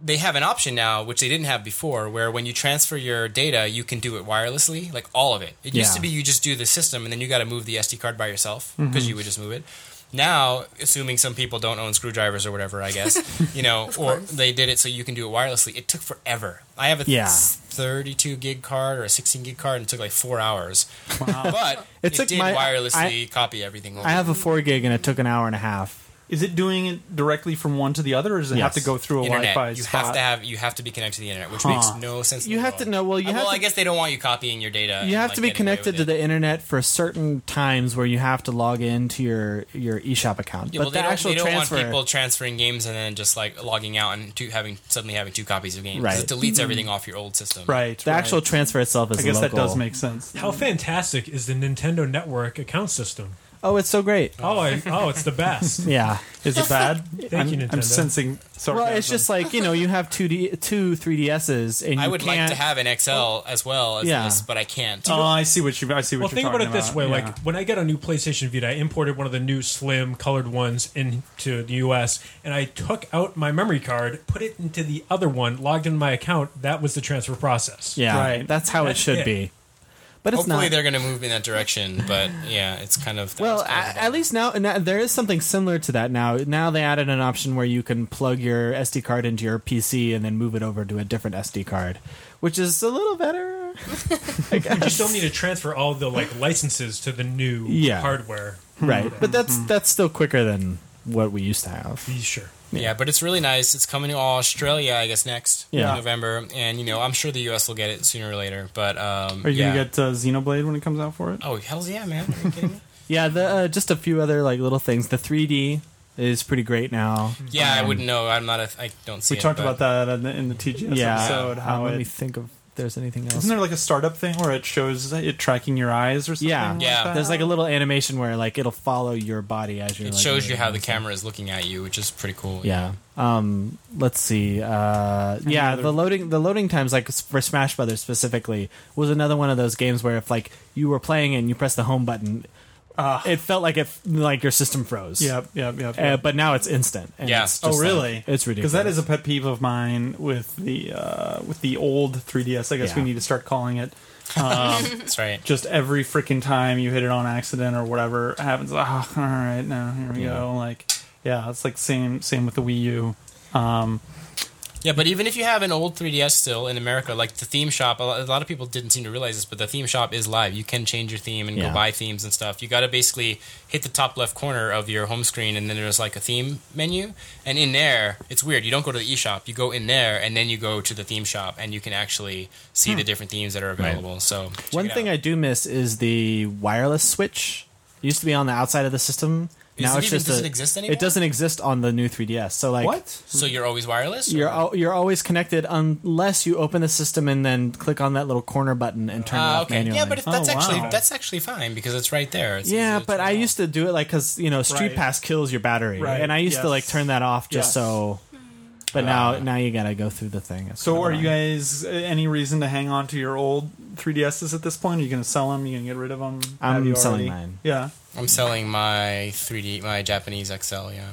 Speaker 5: they have an option now, which they didn't have before, where when you transfer your data, you can do it wirelessly, like all of it. It used
Speaker 2: Yeah. Mm-hmm.
Speaker 5: to be you just do the system and then you got to move the SD card by yourself because you would just move it. Now, assuming some people don't own screwdrivers or whatever, I guess you know, or they did it so you can do it wirelessly. It took forever. I have a
Speaker 2: Yeah.
Speaker 5: 32 gig card or a 16 gig card, and it took like four hours but it,
Speaker 2: It took
Speaker 5: did
Speaker 2: my-
Speaker 5: wirelessly copy everything. Over.
Speaker 2: I have a four gig, and it took an hour and a half.
Speaker 1: Is it doing it directly from one to the other, or does it have
Speaker 2: Yes.
Speaker 1: to go through a
Speaker 5: internet.
Speaker 1: Wi-Fi
Speaker 5: you
Speaker 1: spot?
Speaker 5: have to have you have to be connected to the internet, which makes no sense. in
Speaker 2: You
Speaker 5: the
Speaker 2: have
Speaker 5: world.
Speaker 2: to know- well, you
Speaker 5: Uh,
Speaker 2: have
Speaker 5: I
Speaker 2: to-
Speaker 5: guess they don't want you copying your data.
Speaker 2: You have to be connected to the internet for certain times where you have to log into your your eShop account.
Speaker 5: Yeah,
Speaker 2: but
Speaker 5: well,
Speaker 2: the
Speaker 5: they don't,
Speaker 2: actual
Speaker 5: they don't
Speaker 2: transfer,
Speaker 5: want people transferring games and then just like logging out and two, having suddenly having two copies of games. 'cause
Speaker 2: Right.
Speaker 5: It
Speaker 2: Mm-hmm.
Speaker 5: deletes everything off your old system.
Speaker 1: right.
Speaker 2: the
Speaker 1: right.
Speaker 2: actual transfer itself is
Speaker 1: I guess that
Speaker 2: local.
Speaker 1: does make sense.
Speaker 6: How fantastic is the Nintendo Network account system?
Speaker 2: Oh, it's so great.
Speaker 6: Oh, I, oh, it's the best.
Speaker 2: Yeah.
Speaker 1: Is it bad? I'm,
Speaker 6: you,
Speaker 1: I'm
Speaker 6: Nintendo.
Speaker 1: sensing. Sarcasm.
Speaker 2: Well, it's just like you know, you have two D, two 3DSs, and you
Speaker 5: I would like
Speaker 2: can't- Oh.
Speaker 5: to have an XL as well as
Speaker 2: Yeah.
Speaker 5: this, but I can't.
Speaker 1: Oh, I see what you. I see what
Speaker 6: Well,
Speaker 1: you're
Speaker 6: think about
Speaker 1: talking
Speaker 6: it this way:
Speaker 1: Yeah.
Speaker 6: like when I got a new PlayStation Vita, I imported one of the new slim colored ones into the US, and I took out my memory card, put it into the other one, logged in my account. That was the transfer process.
Speaker 2: Yeah,
Speaker 1: Right.
Speaker 2: That's how
Speaker 6: That's
Speaker 2: it should
Speaker 6: it.
Speaker 2: be. But it's
Speaker 5: Hopefully,
Speaker 2: not.
Speaker 5: they're going to move in that direction, but yeah, it's kind of
Speaker 2: Well,
Speaker 5: it's kind
Speaker 2: at,
Speaker 5: of a
Speaker 2: at least now, and that- there is something similar to that now. Now they added an option where you can plug your SD card into your PC and then move it over to a different SD card, which is a little better. I guess.
Speaker 6: You still need to transfer all the like licenses to the new
Speaker 2: Yeah.
Speaker 6: hardware.
Speaker 2: right, but that's that's still quicker than what we used to have.
Speaker 6: Be sure.
Speaker 5: Yeah. but it's really nice. It's coming to Australia, I guess, next
Speaker 2: Yeah.
Speaker 5: in November, and you know, I'm sure the U.S. will get it sooner or later. But um,
Speaker 1: Are you
Speaker 5: yeah.
Speaker 1: gonna get uh, Xenoblade when it comes out for it?
Speaker 5: Oh hell's yeah, man! Are you kidding me?
Speaker 2: Yeah, the uh, just a few other like little things. The 3D is pretty great now.
Speaker 5: Yeah, I wouldn't know. I'm not. A, I don't see.
Speaker 1: Um, we talked about that in the, in the TGS
Speaker 2: yeah,
Speaker 1: episode.
Speaker 2: Uh,
Speaker 1: How
Speaker 2: let
Speaker 1: it,
Speaker 2: me think of if there's anything else.
Speaker 1: isn't there like a startup thing where it shows it tracking your eyes or something?
Speaker 2: Yeah.
Speaker 1: like
Speaker 5: Yeah.
Speaker 1: that?
Speaker 2: There's like a little animation where like it'll follow your body as you're.
Speaker 5: It
Speaker 2: like,
Speaker 5: shows you how the
Speaker 2: moving.
Speaker 5: camera is looking at you, which is pretty cool.
Speaker 2: Yeah. Um. Let's see. Uh. Yeah.
Speaker 1: other-
Speaker 2: The loading the loading times like s- for Smash Brothers specifically was another one of those games where if like you were playing and you press the home button,
Speaker 1: Ah.
Speaker 2: it felt like it like your system froze.
Speaker 1: Yep, yep, yep.
Speaker 2: Uh,
Speaker 1: yep.
Speaker 2: but now it's instant. and
Speaker 5: Yeah.
Speaker 2: it's
Speaker 1: oh,
Speaker 2: just, like,
Speaker 1: really?
Speaker 2: it's
Speaker 1: Because
Speaker 2: ridiculous.
Speaker 1: that is a pet peeve of mine with the uh, with the old 3DS. I guess we
Speaker 2: Yeah.
Speaker 1: need to start calling it.
Speaker 5: that's right.
Speaker 1: Just every freaking time you hit it on accident or whatever happens, ah, all right, now here we go. Like, yeah, it's like same same with the Wii U. Um,
Speaker 5: Yeah, but even if you have an old 3DS still in America, like the theme shop, a lo- a lot of people didn't seem to realize this, but the theme shop is live. You can change your theme and
Speaker 2: Yeah.
Speaker 5: go buy themes and stuff. You got to basically hit the top left corner of your home screen, and then there's like a theme menu. And in there, it's weird. You don't go to the eShop. You go in there, and then you go to the theme shop, and you can actually see the different themes that are available. So check
Speaker 2: One
Speaker 5: it
Speaker 2: thing
Speaker 5: out.
Speaker 2: I do miss is the wireless switch. It used to be on the outside of the system.
Speaker 5: Is
Speaker 2: now
Speaker 5: it
Speaker 2: it's
Speaker 5: even-
Speaker 2: just a-
Speaker 5: does it exist anymore?
Speaker 2: It doesn't exist on the new 3DS. So like
Speaker 1: what?
Speaker 5: so you're always wireless. Ah,
Speaker 2: You're
Speaker 5: or-
Speaker 2: al- you're always connected unless you open the system and then click on that little corner button and turn it
Speaker 5: Ah,
Speaker 2: off
Speaker 5: okay.
Speaker 2: manually.
Speaker 5: Yeah, but if that's
Speaker 1: Oh,
Speaker 5: actually
Speaker 1: wow.
Speaker 5: that's actually fine because it's right there. It's
Speaker 2: yeah,
Speaker 5: easy to
Speaker 2: but
Speaker 5: turn
Speaker 2: I
Speaker 5: off.
Speaker 2: used to do it like because you know Street
Speaker 1: Right.
Speaker 2: Pass kills your battery,
Speaker 1: Right,
Speaker 2: and I used to like
Speaker 1: yes.
Speaker 2: turn that off just
Speaker 1: Yes.
Speaker 2: so. But now now you gotta go through the thing. It's
Speaker 1: So,
Speaker 2: kinda
Speaker 1: are you
Speaker 2: annoying.
Speaker 1: guys uh, any reason to hang on to your old 3DSs at this point? Are you going to sell them? Are you going to get rid of them?
Speaker 2: I'm
Speaker 1: Have you already-
Speaker 2: selling mine.
Speaker 1: Yeah,
Speaker 5: I'm selling my 3D my Japanese XL. Yeah.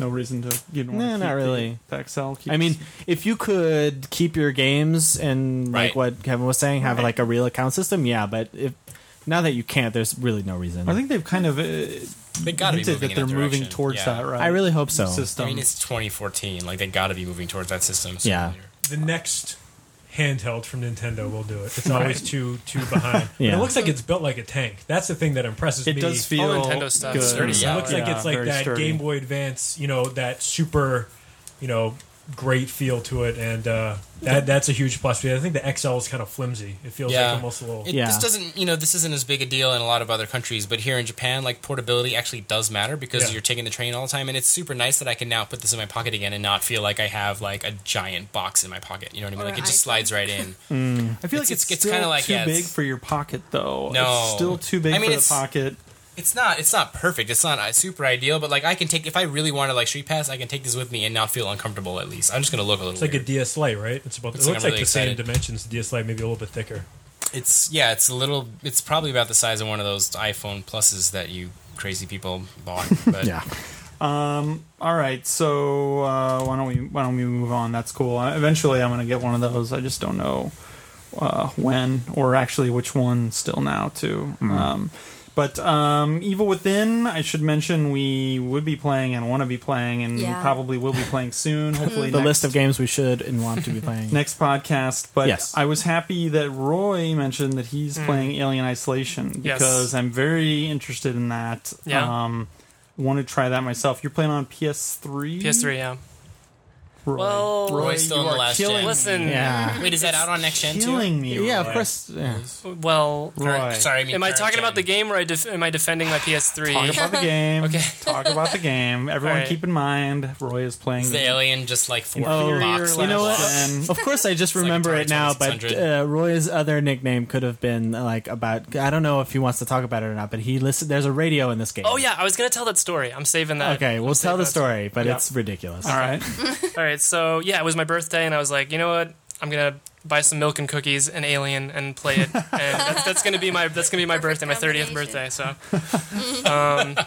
Speaker 1: no reason to. You don't
Speaker 2: No,
Speaker 1: wanna
Speaker 2: not
Speaker 1: keep the-
Speaker 2: really.
Speaker 1: The XL. keep-
Speaker 2: I mean, if you could keep your games and like
Speaker 5: Right.
Speaker 2: what Kevin was saying, have like a real account system, yeah. But if now that you can't, there's really no reason.
Speaker 1: I think they've kind of uh,
Speaker 5: They gotta be
Speaker 1: hinted
Speaker 5: moving
Speaker 1: that
Speaker 5: in
Speaker 1: they're
Speaker 5: that
Speaker 1: moving
Speaker 5: direction.
Speaker 1: towards
Speaker 5: Yeah.
Speaker 1: that, right? um,
Speaker 2: I really hope so.
Speaker 1: System.
Speaker 5: I mean, it's 2014. Like they got to be moving towards that system. sooner
Speaker 2: Yeah.
Speaker 5: or later.
Speaker 6: The next handheld from Nintendo will do it. It's always two two behind.
Speaker 2: Yeah.
Speaker 6: And it looks like it's built like a tank. That's the thing that impresses
Speaker 1: it
Speaker 6: me.
Speaker 1: does feel
Speaker 4: Nintendo stuff
Speaker 1: good.
Speaker 4: is
Speaker 5: pretty
Speaker 6: It looks like
Speaker 1: Yeah,
Speaker 6: it's like
Speaker 1: very
Speaker 6: that
Speaker 1: sturdy.
Speaker 6: Game Boy Advance, you know, that super, you know, great feel to it, and uh, that that's a huge plus. Because I think the XL is kind of flimsy. It feels
Speaker 5: Yeah.
Speaker 6: like almost a little.
Speaker 5: It,
Speaker 2: Yeah.
Speaker 5: This doesn't, you know, this isn't as big a deal in a lot of other countries, but here in Japan, like portability actually does matter because
Speaker 6: Yeah.
Speaker 5: you're taking the train all the time, and it's super nice that I can now put this in my pocket again and not feel like I have like a giant box in my pocket. You know what I mean?
Speaker 3: Or
Speaker 5: like it
Speaker 3: iPhone.
Speaker 5: just slides right in.
Speaker 1: I feel
Speaker 5: it's-
Speaker 1: like it's,
Speaker 5: it's
Speaker 1: still
Speaker 5: kinda like,
Speaker 1: too
Speaker 5: yeah,
Speaker 1: big
Speaker 5: it's-
Speaker 1: for your pocket, though.
Speaker 5: No.
Speaker 1: it's still too big
Speaker 5: I mean,
Speaker 1: for the
Speaker 5: it's-
Speaker 1: pocket.
Speaker 5: it's not, it's not perfect. It's not uh, super ideal, but like I can take if I really want to like street pass, I can take this with me and not feel uncomfortable. At least I'm just gonna look a little.
Speaker 6: It's like a
Speaker 5: weird.
Speaker 6: DS Lite, right? It's about.
Speaker 5: Looks
Speaker 6: it
Speaker 5: like
Speaker 6: looks
Speaker 5: I'm
Speaker 6: like
Speaker 5: really
Speaker 6: the same
Speaker 5: excited.
Speaker 6: dimensions. The DS Lite maybe a little bit thicker.
Speaker 5: It's yeah, it's a little. It's probably about the size of one of those iPhone pluses that you crazy people bought. But
Speaker 2: yeah.
Speaker 1: All right, so uh, why don't we why don't we move on? That's cool. Uh, Eventually, I'm gonna get one of those. I just don't know uh, when or actually which one still now too.
Speaker 2: Hmm.
Speaker 1: Um, but um, Evil Within, I should mention we would be playing and want to be playing and
Speaker 3: Yeah.
Speaker 1: probably will be playing soon. Hopefully,
Speaker 2: the
Speaker 1: next,
Speaker 2: list of games we should and want to be playing.
Speaker 1: next podcast. But
Speaker 2: Yes.
Speaker 1: I was happy that Roy mentioned that he's playing Alien Isolation
Speaker 4: Yes.
Speaker 1: because I'm very interested in that.
Speaker 4: Yeah.
Speaker 1: Um, want to try that myself. You're playing on PS3.
Speaker 4: PS3, yeah.
Speaker 1: Roy.
Speaker 4: Well,
Speaker 5: Roy's still
Speaker 1: you
Speaker 5: in the
Speaker 1: are
Speaker 5: last
Speaker 1: killing
Speaker 5: gen.
Speaker 4: Listen,
Speaker 2: Yeah.
Speaker 5: Wait, is that out on next gen too?
Speaker 1: Killing me.
Speaker 2: Yeah, of
Speaker 1: Roy.
Speaker 2: course. Yeah.
Speaker 4: well,
Speaker 1: Roy.
Speaker 5: Sorry, I mean,
Speaker 4: am I
Speaker 5: current
Speaker 4: talking about
Speaker 5: gen.
Speaker 4: the game or I def- am I defending my PS3?
Speaker 1: Talk about the game.
Speaker 4: Okay.
Speaker 1: Talk about the game. Everyone,
Speaker 4: All right.
Speaker 1: keep in mind, Roy is playing
Speaker 5: Is the alien just like four
Speaker 2: Oh,
Speaker 1: inferior
Speaker 5: box?
Speaker 1: Oh, you know
Speaker 5: level
Speaker 1: what?
Speaker 5: up?
Speaker 2: Of course, I just
Speaker 5: like
Speaker 2: remember
Speaker 5: Atari
Speaker 2: it now. But
Speaker 5: 2600.
Speaker 2: uh, Roy's other nickname could have been like about. I don't know if he wants to talk about it or not. But he listed. There's a radio in this game.
Speaker 4: Oh yeah, I was gonna tell that story. I'm saving that.
Speaker 2: Okay,
Speaker 4: I'm
Speaker 2: we'll tell
Speaker 4: saving
Speaker 2: the
Speaker 4: that
Speaker 2: story, but
Speaker 1: Yeah.
Speaker 2: it's ridiculous.
Speaker 1: All right.
Speaker 4: All right, so yeah, it was my birthday, and I was like, you know what? I'm gonna buy some milk and cookies and Alien and play it, and that's, that's gonna be my that's gonna be my
Speaker 3: Perfect
Speaker 4: birthday, my thirtieth birthday.
Speaker 3: combination.
Speaker 4: So, um,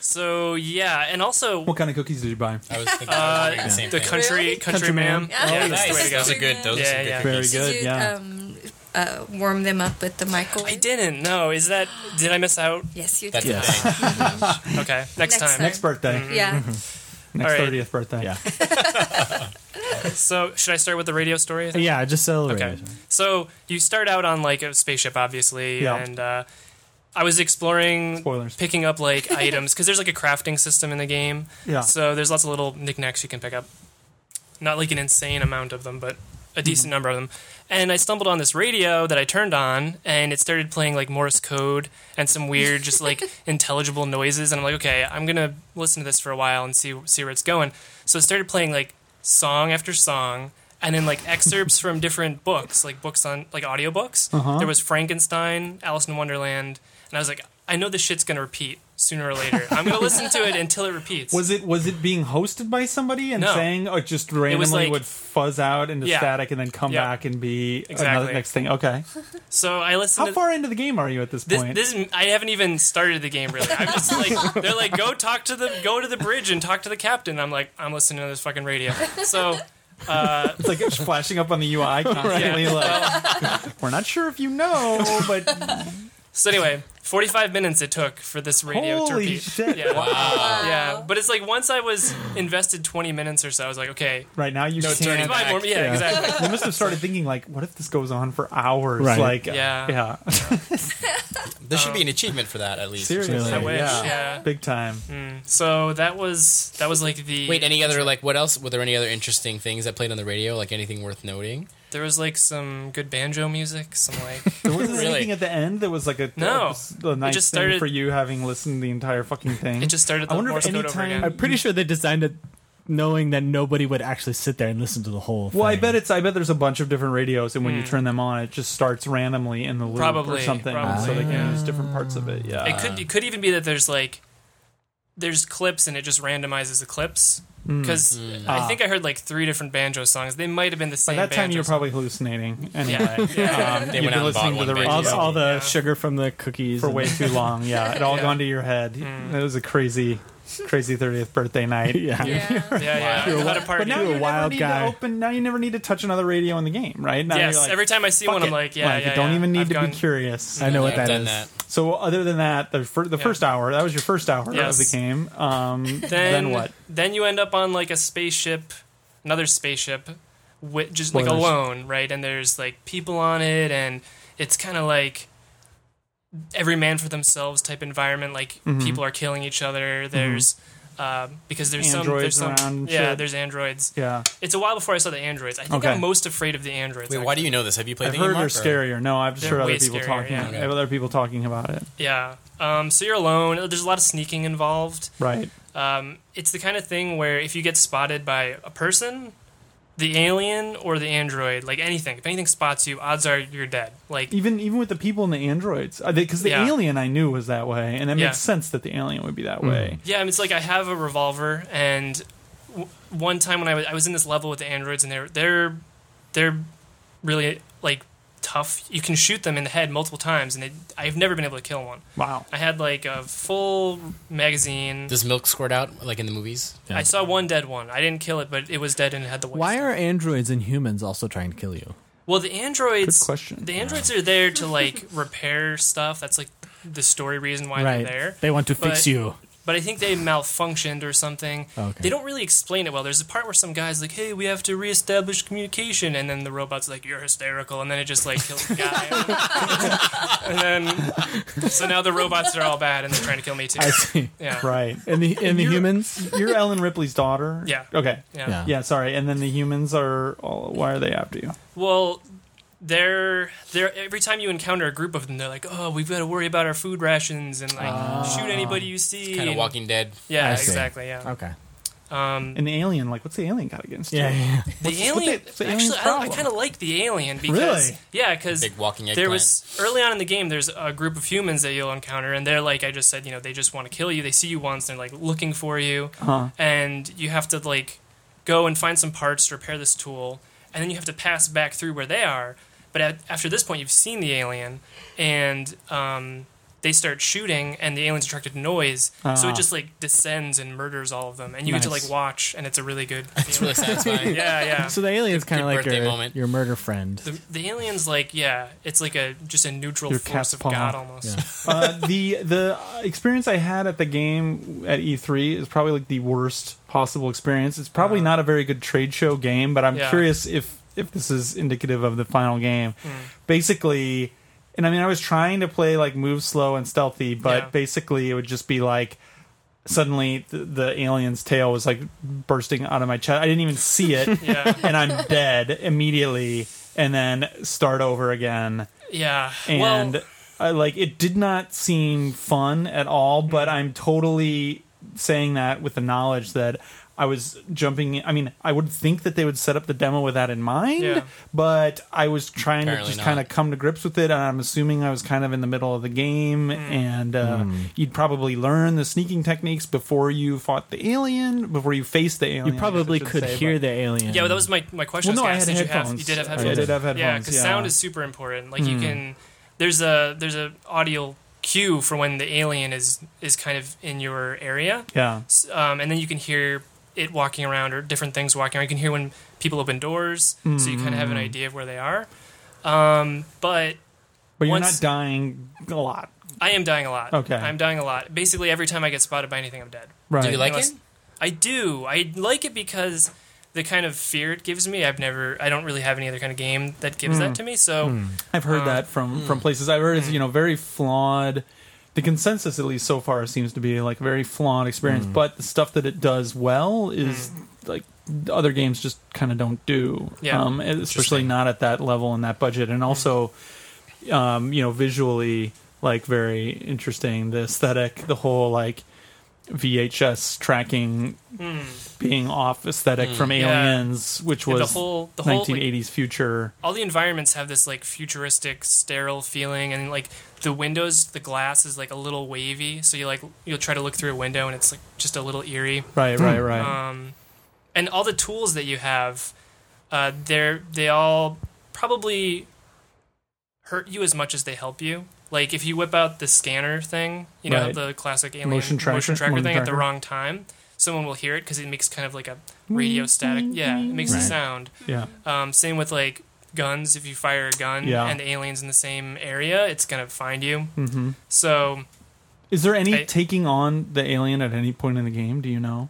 Speaker 4: so yeah, and also
Speaker 1: what kind of cookies did you buy?
Speaker 5: I was thinking I was wondering Uh, the same
Speaker 4: the
Speaker 5: thing.
Speaker 4: country
Speaker 3: Really?
Speaker 4: country
Speaker 1: Countryman.
Speaker 4: man.
Speaker 3: Yeah.
Speaker 4: Yeah,
Speaker 5: Oh,
Speaker 4: that's the way
Speaker 5: nice.
Speaker 4: to go.
Speaker 5: Those are good. Those
Speaker 4: Yeah,
Speaker 5: are good.
Speaker 4: yeah.
Speaker 1: Very
Speaker 5: cookies.
Speaker 1: good.
Speaker 3: Did you
Speaker 1: Yeah.
Speaker 3: um, uh, warm them up with the microwave?
Speaker 4: I didn't. No, is that did I miss out?
Speaker 3: Yes, you did.
Speaker 5: That's the
Speaker 2: Yes.
Speaker 5: thing.
Speaker 4: Okay, next,
Speaker 3: Next
Speaker 4: time.
Speaker 1: Next birthday.
Speaker 4: Mm,
Speaker 3: Yeah.
Speaker 1: Next
Speaker 4: All right.
Speaker 1: 30th birthday.
Speaker 2: Yeah.
Speaker 4: So should I start with the radio story? I think?
Speaker 2: Yeah, just celebrate.
Speaker 4: Okay.
Speaker 2: it.
Speaker 4: So you start out on like a spaceship, obviously,
Speaker 1: Yeah.
Speaker 4: and uh, I was exploring
Speaker 1: Spoilers.
Speaker 4: picking up like items because there's like a crafting system in the game.
Speaker 1: Yeah.
Speaker 4: So there's lots of little knickknacks you can pick up. Not like an insane amount of them, but a
Speaker 1: Mm-hmm.
Speaker 4: decent number of them. And I stumbled on this radio that I turned on, and it started playing like Morse code and some weird, just like intelligible noises. And I'm like, okay, I'm gonna listen to this for a while and see see where it's going. So it started playing like song after song, and then like excerpts from different books, like books on like audiobooks.
Speaker 1: Uh-huh.
Speaker 4: There was Frankenstein, Alice in Wonderland, and I was like, I know this shit's gonna repeat sooner or later. I'm gonna listen to it until it repeats.
Speaker 1: Was it was it being hosted by somebody and
Speaker 4: No.
Speaker 1: saying, or just randomly
Speaker 4: like-
Speaker 1: would fuzz out into
Speaker 4: Yeah.
Speaker 1: static and then come
Speaker 4: Yeah.
Speaker 1: back and be another
Speaker 4: Exactly.
Speaker 1: next thing? Okay.
Speaker 4: So I listened.
Speaker 1: How
Speaker 4: to,
Speaker 1: far into the game are you at this,
Speaker 4: This,
Speaker 1: point?
Speaker 4: this is- I haven't even started the game really. I'm just like they're like go talk to the go to the bridge and talk to the captain. I'm like I'm listening to this fucking radio. So
Speaker 1: it's like it's flashing up on the UI constantly.
Speaker 4: Yeah.
Speaker 1: Like, we're not sure if you know, but
Speaker 4: so anyway, 45 minutes it took for this radio to
Speaker 1: Holy
Speaker 4: repeat.
Speaker 1: shit.
Speaker 4: Yeah. Yeah, but it's like once I was invested 20 minutes or so, I was like okay.
Speaker 1: right now you
Speaker 5: No turning
Speaker 1: can't.
Speaker 5: back.
Speaker 4: Five more, yeah,
Speaker 2: Yeah.
Speaker 4: exactly.
Speaker 1: You must have started thinking like, what if this goes on for hours?
Speaker 2: Right.
Speaker 1: Like,
Speaker 4: Yeah.
Speaker 1: yeah,
Speaker 5: There should be an achievement for that at least.
Speaker 1: seriously,
Speaker 2: I
Speaker 4: wish,
Speaker 1: yeah.
Speaker 4: yeah.
Speaker 1: big time.
Speaker 4: Mm-hmm. So that was that was like the
Speaker 5: Wait, any other like what else? Were there any other interesting things that played on the radio? Like anything worth noting?
Speaker 4: there was like some good banjo music, some like
Speaker 1: There wasn't
Speaker 5: Really?
Speaker 1: anything at the end that was like a
Speaker 4: No.
Speaker 1: a, nice
Speaker 4: just
Speaker 1: thing
Speaker 4: started-
Speaker 1: for you having listened to the entire fucking thing.
Speaker 4: it just started
Speaker 1: I
Speaker 4: the
Speaker 1: wonder if
Speaker 4: Morse
Speaker 1: any
Speaker 4: code over
Speaker 1: time-
Speaker 4: again.
Speaker 2: I'm pretty sure they designed it knowing that nobody would actually sit there and listen to the whole.
Speaker 1: Well, I
Speaker 2: thing.
Speaker 1: bet it's. I bet there's a bunch of different radios, and when you turn them on, it just starts randomly in the loop or
Speaker 4: Mm. Probably,
Speaker 1: something.
Speaker 4: probably,
Speaker 1: so they can
Speaker 4: yeah.
Speaker 1: use different parts of it. Yeah,
Speaker 4: It could it could even be that there's like there's clips and it just randomizes the clips
Speaker 1: Hmm.
Speaker 4: because I think I heard like three different banjo songs. They might have been the
Speaker 1: Ah. By
Speaker 4: same.
Speaker 1: that time,
Speaker 4: banjo
Speaker 1: you're
Speaker 4: song.
Speaker 1: probably hallucinating anyway.
Speaker 4: yeah. Um, yeah.
Speaker 5: They
Speaker 1: You've
Speaker 5: went
Speaker 1: been
Speaker 5: out and bought
Speaker 1: listening to
Speaker 5: one
Speaker 1: the
Speaker 5: banjo.
Speaker 1: radio
Speaker 2: all, the- all the
Speaker 4: Yeah.
Speaker 2: sugar from the cookies
Speaker 1: for
Speaker 2: and-
Speaker 1: way too long. Yeah, it all
Speaker 4: Yeah. Mm.
Speaker 1: gone to your head. It was a crazy, crazy 30th birthday night.
Speaker 2: Yeah.
Speaker 3: Yeah.
Speaker 4: yeah, yeah.
Speaker 5: You're
Speaker 4: I had a party.
Speaker 1: But now
Speaker 2: You're
Speaker 1: you
Speaker 2: a
Speaker 1: never
Speaker 2: wild
Speaker 1: need
Speaker 2: guy.
Speaker 1: to open. Now you never need to touch another radio in the game, right? Now
Speaker 4: yes,
Speaker 1: you're like,
Speaker 4: every time I see
Speaker 1: "Fuck
Speaker 4: one,
Speaker 1: it."
Speaker 4: I'm like, yeah,
Speaker 1: Like,
Speaker 4: yeah.
Speaker 1: you don't
Speaker 4: yeah.
Speaker 1: even need
Speaker 4: I've
Speaker 1: to
Speaker 4: gone- Mm-hmm.
Speaker 1: be curious.
Speaker 2: I know what
Speaker 5: Yeah, I've
Speaker 2: that
Speaker 5: done
Speaker 2: is.
Speaker 5: that.
Speaker 1: So other than that, the, fir- the
Speaker 4: Yeah.
Speaker 1: first hour that was your first hour
Speaker 4: Yes.
Speaker 1: of the game. Um, then,
Speaker 4: Then,
Speaker 1: what?
Speaker 4: Then you end up on like a spaceship, another spaceship, with just like
Speaker 1: Spoilers.
Speaker 4: alone, right? And there's like people on it, and it's kind of like every man for themselves type environment. Like
Speaker 1: Mm-hmm.
Speaker 4: people are killing each other. There's um, because there's
Speaker 1: Androids
Speaker 4: some
Speaker 1: around
Speaker 4: there's some
Speaker 1: and
Speaker 4: yeah
Speaker 1: shit.
Speaker 4: there's androids.
Speaker 1: Yeah,
Speaker 4: It's a while before I saw the androids. I think
Speaker 1: Okay.
Speaker 4: I'm most afraid of the androids.
Speaker 5: Wait, why do you know this? Have you played
Speaker 1: I've
Speaker 5: the game,
Speaker 1: heard they're
Speaker 5: Mark, or-
Speaker 1: scarier. No, I've just
Speaker 4: They're
Speaker 1: heard other
Speaker 4: way
Speaker 1: people
Speaker 4: scarier,
Speaker 1: talking.
Speaker 4: yeah.
Speaker 1: I have other people talking about it.
Speaker 4: actually. Yeah. Um, so you're alone. There's a lot of sneaking involved.
Speaker 1: Right.
Speaker 4: Um, it's the kind of thing where if you get spotted by a person, the alien or the android, like anything, if anything spots you, odds are you're dead. Like
Speaker 1: Even even with the people and the androids, because the
Speaker 4: Yeah.
Speaker 1: alien I knew was that way, and it
Speaker 4: Yeah.
Speaker 1: makes sense that the alien would be that way.
Speaker 4: Yeah, I mean, it's like I have a revolver, and w- one time when I was I was in this level with the androids, and they're they're they're really like tough. You can shoot them in the head multiple times, and they, I've never been able to kill one.
Speaker 1: Wow.
Speaker 4: I had like a full magazine.
Speaker 5: Does milk squirt out like in the movies?
Speaker 4: I saw one dead one. I didn't kill it, but it was dead and it had the waist.
Speaker 2: Why are androids and humans also trying to kill you?
Speaker 4: Well, the androids.
Speaker 1: Good question.
Speaker 4: The androids are there to like repair stuff. That's like the story reason why
Speaker 2: right.
Speaker 4: they're there.
Speaker 2: They want to fix
Speaker 4: But-
Speaker 2: you.
Speaker 4: but I think they malfunctioned or something.
Speaker 2: Oh, Okay.
Speaker 4: They don't really explain it well. There's a part where some guy's like, "Hey, we have to reestablish communication," and then the robot's like, "You're hysterical," and then it just like kills the guy. and then so now the robots are all bad and they're trying to kill me too.
Speaker 2: I see.
Speaker 4: Yeah.
Speaker 1: Right.
Speaker 2: And the and the
Speaker 1: You're-
Speaker 2: humans.
Speaker 1: You're Ellen Ripley's daughter.
Speaker 4: Yeah.
Speaker 1: Okay.
Speaker 4: Yeah.
Speaker 2: Yeah.
Speaker 1: Yeah. Sorry. And then the humans are. All, why are they after you?
Speaker 4: Well, they're they're every time you encounter a group of them, they're like, "Oh, we've got to worry about our food rations and like
Speaker 1: Ah.
Speaker 4: shoot anybody you see."
Speaker 5: Kind of
Speaker 4: and-
Speaker 5: Walking Dead.
Speaker 4: Yeah,
Speaker 2: I see.
Speaker 4: exactly. Yeah.
Speaker 2: Okay.
Speaker 4: Um,
Speaker 1: And the alien. Like, what's the alien got against you?
Speaker 2: Yeah, yeah.
Speaker 4: the alien.
Speaker 1: what's the alien's
Speaker 4: actually, I, I
Speaker 1: problem?
Speaker 4: kind of like the alien because
Speaker 1: Really?
Speaker 4: yeah, because
Speaker 5: Big walking eggplant.
Speaker 4: there was early on in the game. There's a group of humans that you'll encounter, and they're like I just said, you know, they just want to kill you. They see you once, they're like looking for you,
Speaker 1: Huh.
Speaker 4: and you have to like go and find some parts to repair this tool, and then you have to pass back through where they are. But at, after this point, you've seen the alien, and um, they start shooting, and the alien's attracted to noise, so
Speaker 1: Ah.
Speaker 4: it just like descends and murders all of them, and you get to
Speaker 1: Nice.
Speaker 4: like watch, and it's a really good.
Speaker 5: It's really satisfying.
Speaker 4: yeah, yeah.
Speaker 2: So the alien's kind of like
Speaker 5: birthday
Speaker 2: your
Speaker 5: moment.
Speaker 2: your murder friend.
Speaker 4: The, the aliens like yeah, it's like a just a neutral
Speaker 1: Your cat's
Speaker 4: force of
Speaker 1: paw.
Speaker 4: God almost.
Speaker 2: Yeah.
Speaker 1: uh, the the uh, experience I had at the game at E3 is probably like the worst possible experience. It's probably not a very good trade show game, but I'm
Speaker 4: Yeah. Hmm.
Speaker 1: curious if if this is indicative of the final game. Basically, and I mean I was trying to play like move slow and stealthy, but
Speaker 4: Yeah.
Speaker 1: basically it would just be like suddenly the, the alien's tail was like bursting out of my chest. I didn't even see it,
Speaker 4: Yeah,
Speaker 1: and I'm dead immediately, and then start over again
Speaker 4: yeah.
Speaker 1: and
Speaker 4: well,
Speaker 1: I, like it did not seem fun at all but i'm totally saying that with the knowledge that i was jumping in. i mean i would think that they would set up the demo with that in mind
Speaker 4: Yeah.
Speaker 1: but i was trying
Speaker 5: Apparently
Speaker 1: to
Speaker 5: not.
Speaker 1: just kind of come to grips with it and i'm assuming i was kind of in the middle of the
Speaker 4: Hmm.
Speaker 1: game and uh,
Speaker 2: Hmm.
Speaker 1: you'd probably learn the sneaking techniques before you fought the alien before you faced the alien I
Speaker 2: You
Speaker 1: guess I
Speaker 2: probably
Speaker 1: should
Speaker 2: could
Speaker 1: say,
Speaker 2: hear
Speaker 1: but-
Speaker 2: the alien.
Speaker 4: yeah. Well, that was my my question.
Speaker 1: Well,
Speaker 4: I
Speaker 1: no,
Speaker 4: was
Speaker 1: I
Speaker 4: gonna
Speaker 1: had
Speaker 4: ask, did You, have,
Speaker 1: headphones.
Speaker 4: you did have
Speaker 1: I
Speaker 4: headphones.
Speaker 1: did have
Speaker 4: Yeah,
Speaker 1: headphones,
Speaker 4: because
Speaker 1: yeah. Mm.
Speaker 4: sound is super important. Like you can there's a there's a audio cue for when the alien is is kind of in your area,
Speaker 1: yeah
Speaker 4: S- um, and then you can hear it walking around or different things walking around. You can hear when people open doors, so you kind of have
Speaker 1: Mm.
Speaker 4: an idea of where they are. Um, but
Speaker 1: but you're
Speaker 4: Once-
Speaker 1: not dying a lot
Speaker 4: I am dying a lot.
Speaker 1: Okay.
Speaker 4: I'm dying a lot. Basically, every time I get spotted by anything, I'm dead.
Speaker 1: right
Speaker 5: Do you like it?
Speaker 4: Unless- I do. I like it because the kind of fear it gives me. I've never. I don't really have any other kind of game that gives
Speaker 1: Hmm.
Speaker 4: that to me. So
Speaker 1: I've
Speaker 4: Uh,
Speaker 1: heard that from
Speaker 4: hmm.
Speaker 1: from places. I've heard it's you know very flawed. The consensus, at least so far, seems to be like very flawed experience. But the stuff that it does well is like the other games just kind of don't do.
Speaker 4: Hmm. Yeah.
Speaker 1: Um, and especially
Speaker 5: Interesting.
Speaker 1: not at that level and that budget, and also, um, you know, visually like very interesting. The aesthetic, the whole like VHS tracking being off aesthetic from
Speaker 4: Hmm. Yeah.
Speaker 1: Aliens, which
Speaker 4: yeah,
Speaker 1: was
Speaker 4: the whole, the whole, like,
Speaker 1: 1980s future.
Speaker 4: all the environments have this like futuristic, sterile feeling, and like the windows, the glass is like a little wavy. So you like you'll try to look through a window, and it's like just a little eerie.
Speaker 1: Right, right, right.
Speaker 4: um, and all the tools that you have, uh, they're they all probably hurt you as much as they help you. Like if you whip out the scanner thing, you know
Speaker 1: Right.
Speaker 4: the classic alien
Speaker 1: Motion
Speaker 4: motion
Speaker 1: tracker-
Speaker 4: tracker,
Speaker 1: motion
Speaker 4: thing at the
Speaker 1: tracker.
Speaker 4: wrong time, someone will hear it because it makes kind of like a radio static. Yeah, it makes a
Speaker 2: Right.
Speaker 4: sound.
Speaker 1: yeah.
Speaker 4: Um, same with like guns. If you fire a gun
Speaker 1: Yeah.
Speaker 4: and the aliens in the same area, it's gonna find you. Mm-hmm. So
Speaker 1: Is there any
Speaker 4: I-
Speaker 1: taking on the alien at any point in the game? Do you know?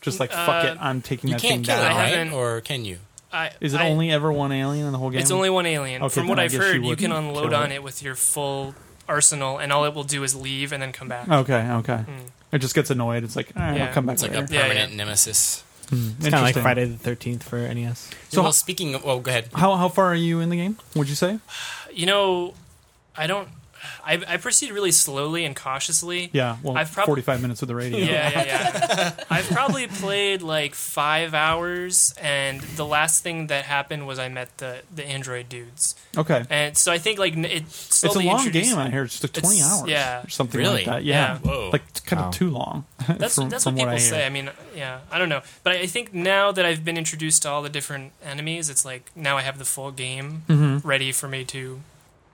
Speaker 1: Just like fuck
Speaker 4: uh,
Speaker 1: it, I'm taking
Speaker 5: You
Speaker 1: that
Speaker 5: can't
Speaker 1: thing
Speaker 5: kill it,
Speaker 1: down.
Speaker 4: I
Speaker 5: right?
Speaker 4: haven't-
Speaker 5: Or can you?
Speaker 4: I
Speaker 1: Is it
Speaker 4: I-
Speaker 1: only ever one alien in the whole game?
Speaker 4: It's only one alien.
Speaker 1: Okay,
Speaker 4: From what
Speaker 1: then I
Speaker 4: I've
Speaker 1: guess you
Speaker 4: heard, you can
Speaker 1: wouldn't
Speaker 4: unload
Speaker 1: kill
Speaker 4: on
Speaker 1: it.
Speaker 4: it with your full arsenal, and all it will do is leave and then come back.
Speaker 1: Okay, okay. It just gets annoyed. It's like, all right, I'll
Speaker 4: Hmm. Yeah.
Speaker 1: come back
Speaker 5: It's like
Speaker 1: later.
Speaker 5: a
Speaker 4: Yeah,
Speaker 5: permanent
Speaker 4: yeah.
Speaker 5: nemesis.
Speaker 2: It's kind of like Friday the Thirteenth for E NES.
Speaker 1: So-
Speaker 5: So, well, speaking of, well, go ahead.
Speaker 1: How how far are you in the game? Would you say?
Speaker 4: You know, I don't. I, I proceed really slowly and cautiously.
Speaker 1: Yeah, well,
Speaker 4: I've prob-
Speaker 1: 45 minutes with the radio.
Speaker 4: Yeah, yeah, yeah. I've probably played like five hours, and the last thing that happened was I met the the android dudes,
Speaker 1: Okay.
Speaker 4: and so I think like n- it
Speaker 1: It's a
Speaker 4: slowly
Speaker 1: long
Speaker 4: introduced-
Speaker 1: game. I hear it's just like 20
Speaker 4: It's-
Speaker 1: hours.
Speaker 4: yeah.
Speaker 1: or something
Speaker 5: Really?
Speaker 1: like that. Yeah,
Speaker 4: Yeah.
Speaker 5: Whoa.
Speaker 1: like it's kind
Speaker 2: Wow.
Speaker 1: of too long.
Speaker 4: That's
Speaker 1: from,
Speaker 4: that's
Speaker 1: from
Speaker 4: what people
Speaker 1: I hear.
Speaker 4: say. I mean, yeah, I don't know, but I, I think now that I've been introduced to all the different enemies, it's like now I have the full game ready for me to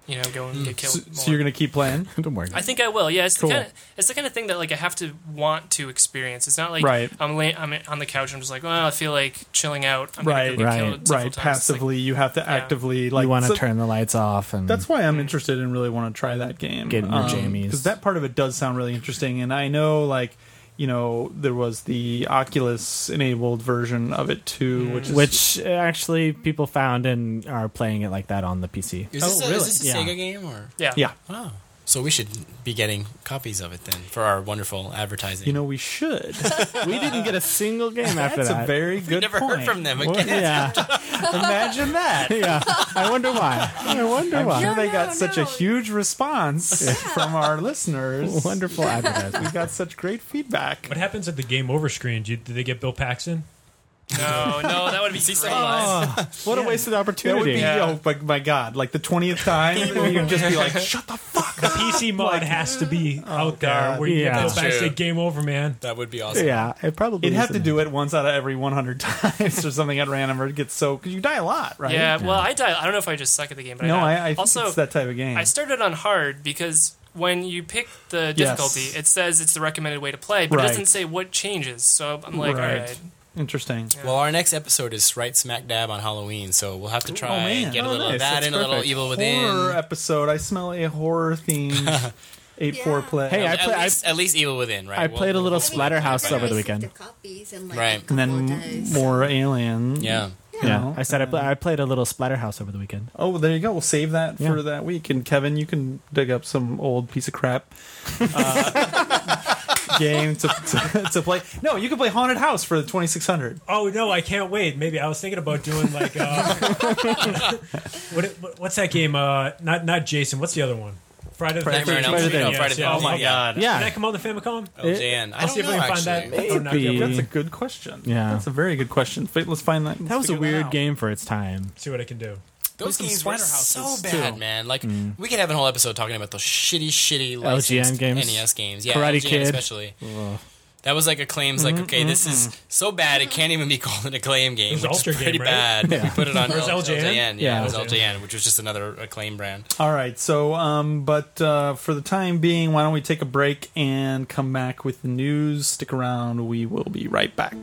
Speaker 4: you know, go and get killed.
Speaker 1: Mm-hmm. Mm. So, so
Speaker 4: more.
Speaker 1: you're gonna keep playing?
Speaker 2: Don't worry.
Speaker 4: I think I will. Yeah, it's
Speaker 1: Cool.
Speaker 4: the kind of it's the kind of thing that like I have to want to experience. It's not like
Speaker 1: Right.
Speaker 4: I'm lay- I'm on the couch. and I'm just like, well, I feel like chilling out. I'm gonna
Speaker 1: Right,
Speaker 4: go get
Speaker 2: Right.
Speaker 4: killed several
Speaker 1: right.
Speaker 4: times. It's like-
Speaker 1: Passively, you have to actively like
Speaker 2: you want to
Speaker 1: so-
Speaker 2: turn the lights off and
Speaker 1: That's why I'm interested and really want to try that game.
Speaker 2: Get in your jammies.
Speaker 1: because that part of it does sound really interesting. And I know, like, you know, there was the Oculus enabled version of it too,
Speaker 5: Mm.
Speaker 1: which is
Speaker 2: which uh, actually people found and are playing it like that on the PC.
Speaker 5: Is
Speaker 1: Oh,
Speaker 5: this a,
Speaker 1: really?
Speaker 5: is this a
Speaker 2: Yeah.
Speaker 5: Sega game or?
Speaker 4: yeah,
Speaker 1: yeah.
Speaker 5: Oh, so we should be getting copies of it then for our wonderful advertising.
Speaker 1: You know, we should.
Speaker 2: we didn't get a single game after
Speaker 1: That's
Speaker 2: that.
Speaker 1: a very good.
Speaker 5: never heard
Speaker 1: point.
Speaker 5: from them
Speaker 1: Well,
Speaker 5: again.
Speaker 2: yeah,
Speaker 1: Imagine that.
Speaker 2: yeah. I wonder why. I wonder
Speaker 1: I'm
Speaker 2: why.
Speaker 1: sure they
Speaker 3: No,
Speaker 1: got
Speaker 3: no,
Speaker 1: such a
Speaker 3: no.
Speaker 1: huge response from our listeners.
Speaker 2: Wonderful advertisement.
Speaker 1: We got such great feedback.
Speaker 6: What happens at the game over screen? Do you, do they get Bill Paxton?
Speaker 4: No, no, that would be so nice.
Speaker 2: What a wasted
Speaker 1: That would be,
Speaker 2: opportunity.
Speaker 4: Yeah.
Speaker 1: oh my, my God, like the 20th time, you'd just be like, shut the fuck
Speaker 6: The PC mod has to be out there
Speaker 1: God.
Speaker 6: where you
Speaker 2: Yeah.
Speaker 6: get Bill
Speaker 2: That's
Speaker 6: Paxton.
Speaker 5: true.
Speaker 6: Game over, man.
Speaker 5: that would be awesome.
Speaker 2: yeah, it probably
Speaker 1: It'd have to
Speaker 2: isn't.
Speaker 1: do it once out of every 100 times or something at random, or it gets so because you die a lot, right?
Speaker 4: Yeah, well, I die. I don't know if I just suck at the game, but
Speaker 1: No,
Speaker 4: I,
Speaker 1: I, I think
Speaker 4: also
Speaker 1: it's that type of game.
Speaker 4: I started on hard because when you pick the difficulty, it says it's the recommended way to play, but
Speaker 1: Right.
Speaker 4: it doesn't say what changes. So I'm like,
Speaker 1: Right.
Speaker 4: all right,
Speaker 1: Interesting.
Speaker 5: Well, our next episode is right smack dab on Halloween, so we'll have to try
Speaker 1: Oh man,
Speaker 5: and get
Speaker 1: Oh,
Speaker 5: a little
Speaker 1: nice.
Speaker 5: of that
Speaker 1: That's
Speaker 5: and a little
Speaker 1: perfect.
Speaker 5: Evil Within.
Speaker 1: Horror episode. I smell a horror themed eight four
Speaker 3: Yeah.
Speaker 1: play.
Speaker 2: Hey, I
Speaker 5: at,
Speaker 2: play- I-
Speaker 5: least, at least Evil Within, right?
Speaker 2: I played a little
Speaker 3: I mean,
Speaker 2: Splatterhouse
Speaker 3: I
Speaker 2: over the
Speaker 3: received
Speaker 2: weekend.
Speaker 3: copies in like
Speaker 5: Right.
Speaker 3: a
Speaker 1: and
Speaker 3: couple
Speaker 1: then
Speaker 3: of days.
Speaker 1: more alien.
Speaker 5: Yeah.
Speaker 1: you
Speaker 2: Yeah,
Speaker 1: know?
Speaker 2: I said I, pla- I played a little Splatterhouse over the weekend.
Speaker 1: Oh, well, there you go. We'll save that
Speaker 2: Yeah.
Speaker 1: for that week. And Kevin, you can dig up some old piece of crap uh, game to, to to play. No, you can play Haunted House for the twenty six hundred.
Speaker 6: Oh no, I can't wait. Maybe I was thinking about doing like uh, what, what- what's that game? Uh, not not Jason. What's the other one? Friday the
Speaker 5: Nightmare on Elm
Speaker 2: Friday
Speaker 5: Street.
Speaker 2: the
Speaker 5: Oh,
Speaker 2: Yes,
Speaker 5: Friday the
Speaker 6: yes.
Speaker 5: Elm
Speaker 6: Oh my
Speaker 5: Street, yeah.
Speaker 2: Yeah.
Speaker 6: Did that come on the Famicom?
Speaker 5: Oh, Jan. I
Speaker 6: I'll
Speaker 5: don't
Speaker 6: see if
Speaker 5: know,
Speaker 6: we can find
Speaker 5: actually.
Speaker 6: that.
Speaker 2: Maybe.
Speaker 6: Maybe.
Speaker 1: That's a good question.
Speaker 2: Yeah.
Speaker 1: that's a very good question. Wait, let's find that.
Speaker 2: That was a
Speaker 1: figure
Speaker 2: weird
Speaker 1: out.
Speaker 2: game for its time.
Speaker 6: See what I can do.
Speaker 5: Those
Speaker 1: Some
Speaker 5: games were so
Speaker 1: Splatterhouses,
Speaker 5: bad,
Speaker 1: too.
Speaker 5: man. Like we could have a whole episode talking about those shitty, shitty
Speaker 2: LGN
Speaker 5: licensed
Speaker 2: games?
Speaker 5: NES games, yeah,
Speaker 2: Karate
Speaker 5: LGN
Speaker 2: Kid?
Speaker 5: especially. That was like a claims, like okay, this is so bad it can't even be called an acclaim game,
Speaker 6: was
Speaker 5: which is
Speaker 6: Ultra Game,
Speaker 5: pretty
Speaker 6: right?
Speaker 5: bad. We put it on
Speaker 6: It was
Speaker 5: L-
Speaker 6: LJN?
Speaker 5: LJN, yeah,
Speaker 2: Yeah.
Speaker 5: it was LJN, which was just another acclaim brand.
Speaker 1: All right. So, um, but uh, for the time being, why don't we take a break and come back with the news? Stick around. We will be right back.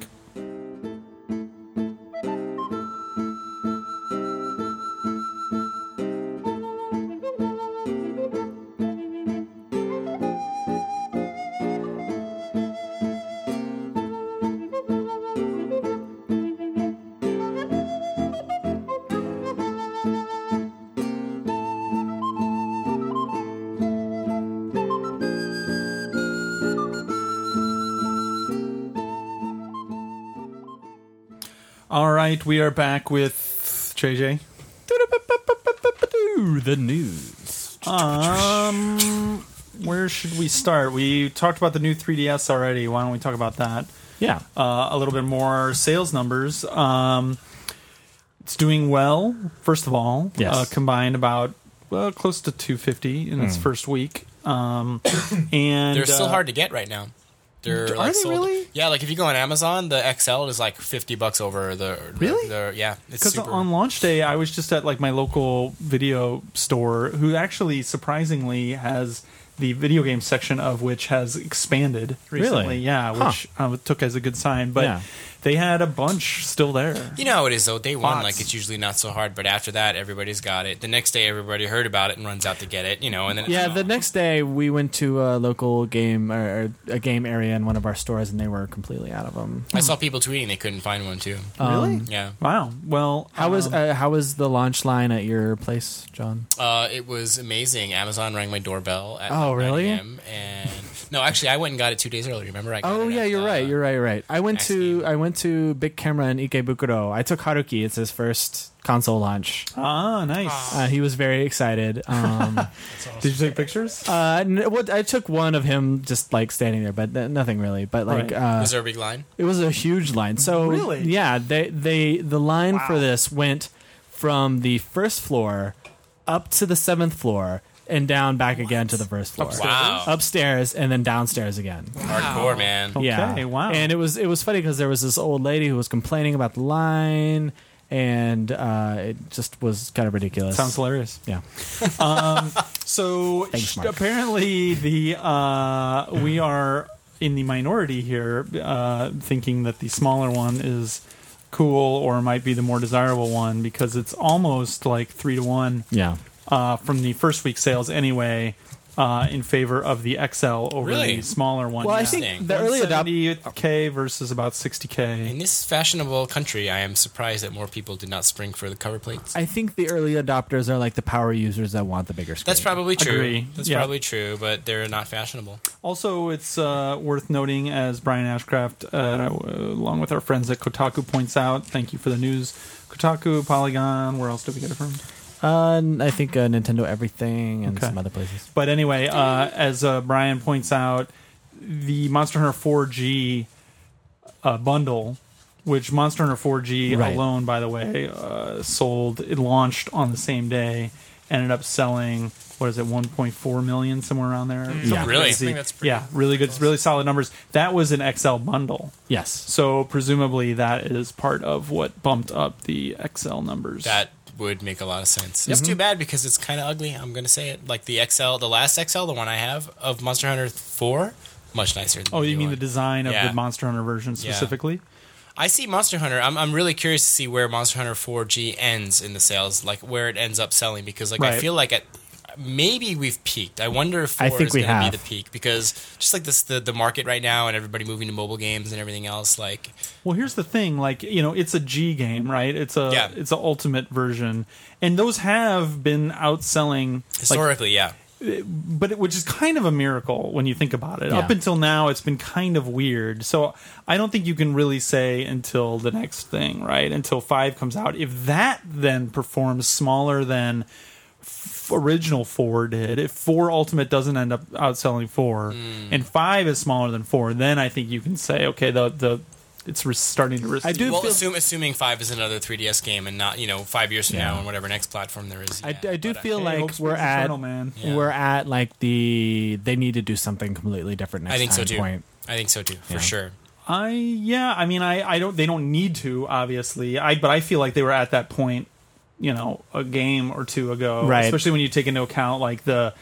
Speaker 1: All right. We are back with JJ.
Speaker 2: Ooh, the news.
Speaker 1: Um, where should we start? We talked about the new 3DS already. Why don't we talk about that?
Speaker 2: Yeah.
Speaker 1: uh, a little bit more sales numbers. Um, it's doing well, first of all.
Speaker 2: Yes. Hmm.
Speaker 1: Uh, combined about well, close to 250 in its first week. Um, and
Speaker 5: They're still
Speaker 1: uh,
Speaker 5: hard to get right now. They're
Speaker 1: Are
Speaker 5: like
Speaker 1: they
Speaker 5: sold-
Speaker 1: really?
Speaker 5: Yeah, like if you go on Amazon, the XL is like fifty bucks over the the-
Speaker 1: Really?
Speaker 5: the- yeah, it's
Speaker 1: because
Speaker 5: super.
Speaker 1: on launch day, I was just at like my local video store, who actually surprisingly has the video game section of which has expanded recently.
Speaker 2: Really?
Speaker 1: Yeah,
Speaker 2: Huh.
Speaker 1: which I took as a good sign. But
Speaker 2: Yeah.
Speaker 1: they had a bunch still there.
Speaker 5: You know how it is though. Day one,
Speaker 1: Lots.
Speaker 5: like it's usually not so hard, but after that, everybody's got it. The next day, everybody heard about it and runs out to get it. You know, and then it's
Speaker 2: Yeah,
Speaker 5: gone.
Speaker 2: the next day we went to a local game or, or a game area in one of our stores, and they were completely out of them.
Speaker 5: I saw people tweeting they couldn't find one too.
Speaker 2: Oh.
Speaker 1: Really?
Speaker 5: yeah,
Speaker 1: Wow. Well,
Speaker 2: Um, How was
Speaker 1: um,
Speaker 2: uh, how was the launch line at your place, John?
Speaker 5: uh, it was amazing. Amazon rang my doorbell at
Speaker 2: Oh,
Speaker 5: like, 9
Speaker 2: really?
Speaker 5: a.m. and no, actually, I went and got it two days early. Remember? I got
Speaker 2: Oh
Speaker 5: it
Speaker 2: yeah,
Speaker 5: at,
Speaker 2: you're right.
Speaker 5: uh,
Speaker 2: You're right. You're right. I went
Speaker 5: Next
Speaker 2: to
Speaker 5: game.
Speaker 2: I went to Big Camera in Ikebukuro. I took Haruki. It's his first console launch.
Speaker 1: ah, nice.
Speaker 2: Uh, he was very excited. Um,
Speaker 1: Did you take pictures?
Speaker 2: uh, n- what I took one of him just like standing there, but n- nothing really. But like
Speaker 1: Right.
Speaker 2: uh,
Speaker 5: Was there a big line?
Speaker 2: It was a huge line. So
Speaker 1: Really?
Speaker 2: yeah, they they the line for this went from the first floor up to the seventh floor and down back again to the first floor.
Speaker 5: Wow,
Speaker 2: Upstairs and then downstairs again.
Speaker 5: hardcore man.
Speaker 1: Okay,
Speaker 2: Oh, yeah.
Speaker 1: wow.
Speaker 2: And it was it was funny because there was this old lady who was complaining about the line, and uh, it just was kind of ridiculous.
Speaker 1: Sounds hilarious.
Speaker 2: yeah.
Speaker 1: So
Speaker 2: Thanks,
Speaker 1: sh-
Speaker 2: Mark.
Speaker 1: apparently, the uh, we are in the minority here, uh, thinking that the smaller one is cool or might be the more desirable one because it's almost like three to one
Speaker 2: Yeah.
Speaker 1: uh, from the first week sales anyway. Uh, in favor of the XL over
Speaker 5: Really?
Speaker 1: the smaller one.
Speaker 2: Well, I
Speaker 1: Yeah.
Speaker 2: think the early adopt.
Speaker 1: 170k versus about 60k.
Speaker 5: In this fashionable country, I am surprised that more people did not spring for the cover plates.
Speaker 2: I think the early adopters are like the power users that want the bigger screen.
Speaker 5: That's probably true.
Speaker 1: Agree.
Speaker 5: That's
Speaker 1: Yeah.
Speaker 5: probably true, but they're not fashionable.
Speaker 1: Also, it's uh, worth noting, as Brian Ashcraft, uh, along with our friends at Kotaku, points out. Thank you for the news. Kotaku, Polygon, where else did we get it from?
Speaker 2: Uh, n- I think uh, Nintendo Everything and
Speaker 1: Okay.
Speaker 2: some other places.
Speaker 1: But anyway, uh, as uh, Brian points out, the Monster Hunter 4G uh, bundle, which Monster Hunter 4G
Speaker 2: Right.
Speaker 1: alone, by the way, uh, sold, it launched on the same day, ended up selling, what is it, 1.4 million, somewhere around there? Something
Speaker 5: Really?
Speaker 1: crazy.
Speaker 4: I think that's pretty
Speaker 1: yeah, really good, really solid numbers. That was an XL bundle.
Speaker 2: Yes.
Speaker 1: So presumably that is part of what bumped up the XL numbers.
Speaker 5: That would make a lot of sense. It's
Speaker 1: Mm-hmm.
Speaker 5: too bad because it's kind of ugly. I'm going to say it. Like the XL, the last XL, the one I have of Monster Hunter 4, much nicer. Than
Speaker 1: oh, you
Speaker 5: new
Speaker 1: mean
Speaker 5: one.
Speaker 1: the design of
Speaker 5: Yeah.
Speaker 1: the Monster Hunter version specifically?
Speaker 5: I see Monster Hunter. I'm, I'm really curious to see where Monster Hunter 4G ends in the sales, like where it ends up selling, because like I
Speaker 1: Right.
Speaker 5: feel like at maybe we've peaked. I wonder if 4
Speaker 2: I think
Speaker 5: is
Speaker 2: we
Speaker 5: going to
Speaker 2: have.
Speaker 5: be the peak because just like this, the the market right now and everybody moving to mobile games and everything else, like
Speaker 1: Well, here's the thing. Like you know, it's a G game, right? It's a
Speaker 5: Yeah.
Speaker 1: it's an ultimate version, and those have been outselling like
Speaker 5: historically, yeah.
Speaker 1: but it, which is kind of a miracle when you think about it.
Speaker 2: Yeah.
Speaker 1: Up until now, it's been kind of weird. So I don't think you can really say until the next thing, right? Until five comes out, if that then performs smaller than f- original four did, if four ultimate doesn't end up outselling four, and five is smaller than four, then I think you can say, okay, the the it's re- starting to. Re-
Speaker 2: I do
Speaker 5: Well,
Speaker 2: feel
Speaker 5: assume, assuming five is another 3DS game and not you know five years from
Speaker 2: Yeah.
Speaker 5: now on whatever next platform there is.
Speaker 2: I, I do
Speaker 5: but uh,
Speaker 2: feel
Speaker 1: uh, Hey,
Speaker 2: like
Speaker 1: hope's
Speaker 2: we're
Speaker 1: pretty
Speaker 2: at
Speaker 1: eternal, man.
Speaker 5: Yeah.
Speaker 2: we're at like the they need to do something completely different next
Speaker 5: I think so
Speaker 2: time
Speaker 5: too.
Speaker 2: point.
Speaker 5: I think so too for
Speaker 2: Yeah.
Speaker 5: sure.
Speaker 1: I yeah, I mean, I I don't they don't need to obviously. I but I feel like they were at that point, you know, a game or two ago,
Speaker 2: Right.
Speaker 1: Especially when you take into account like the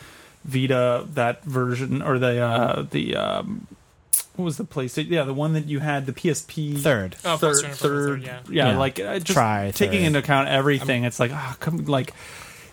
Speaker 1: Vita that version or the uh the um what was the PlayStation? Yeah, the one that you had the PSP
Speaker 2: Third.
Speaker 4: Oh,
Speaker 1: third,
Speaker 4: Monster
Speaker 1: third,
Speaker 4: Hunter World,
Speaker 1: yeah,
Speaker 4: yeah.
Speaker 2: Yeah.
Speaker 1: like uh, just
Speaker 2: Try
Speaker 1: taking
Speaker 2: third.
Speaker 1: into account everything. it's like ah, come like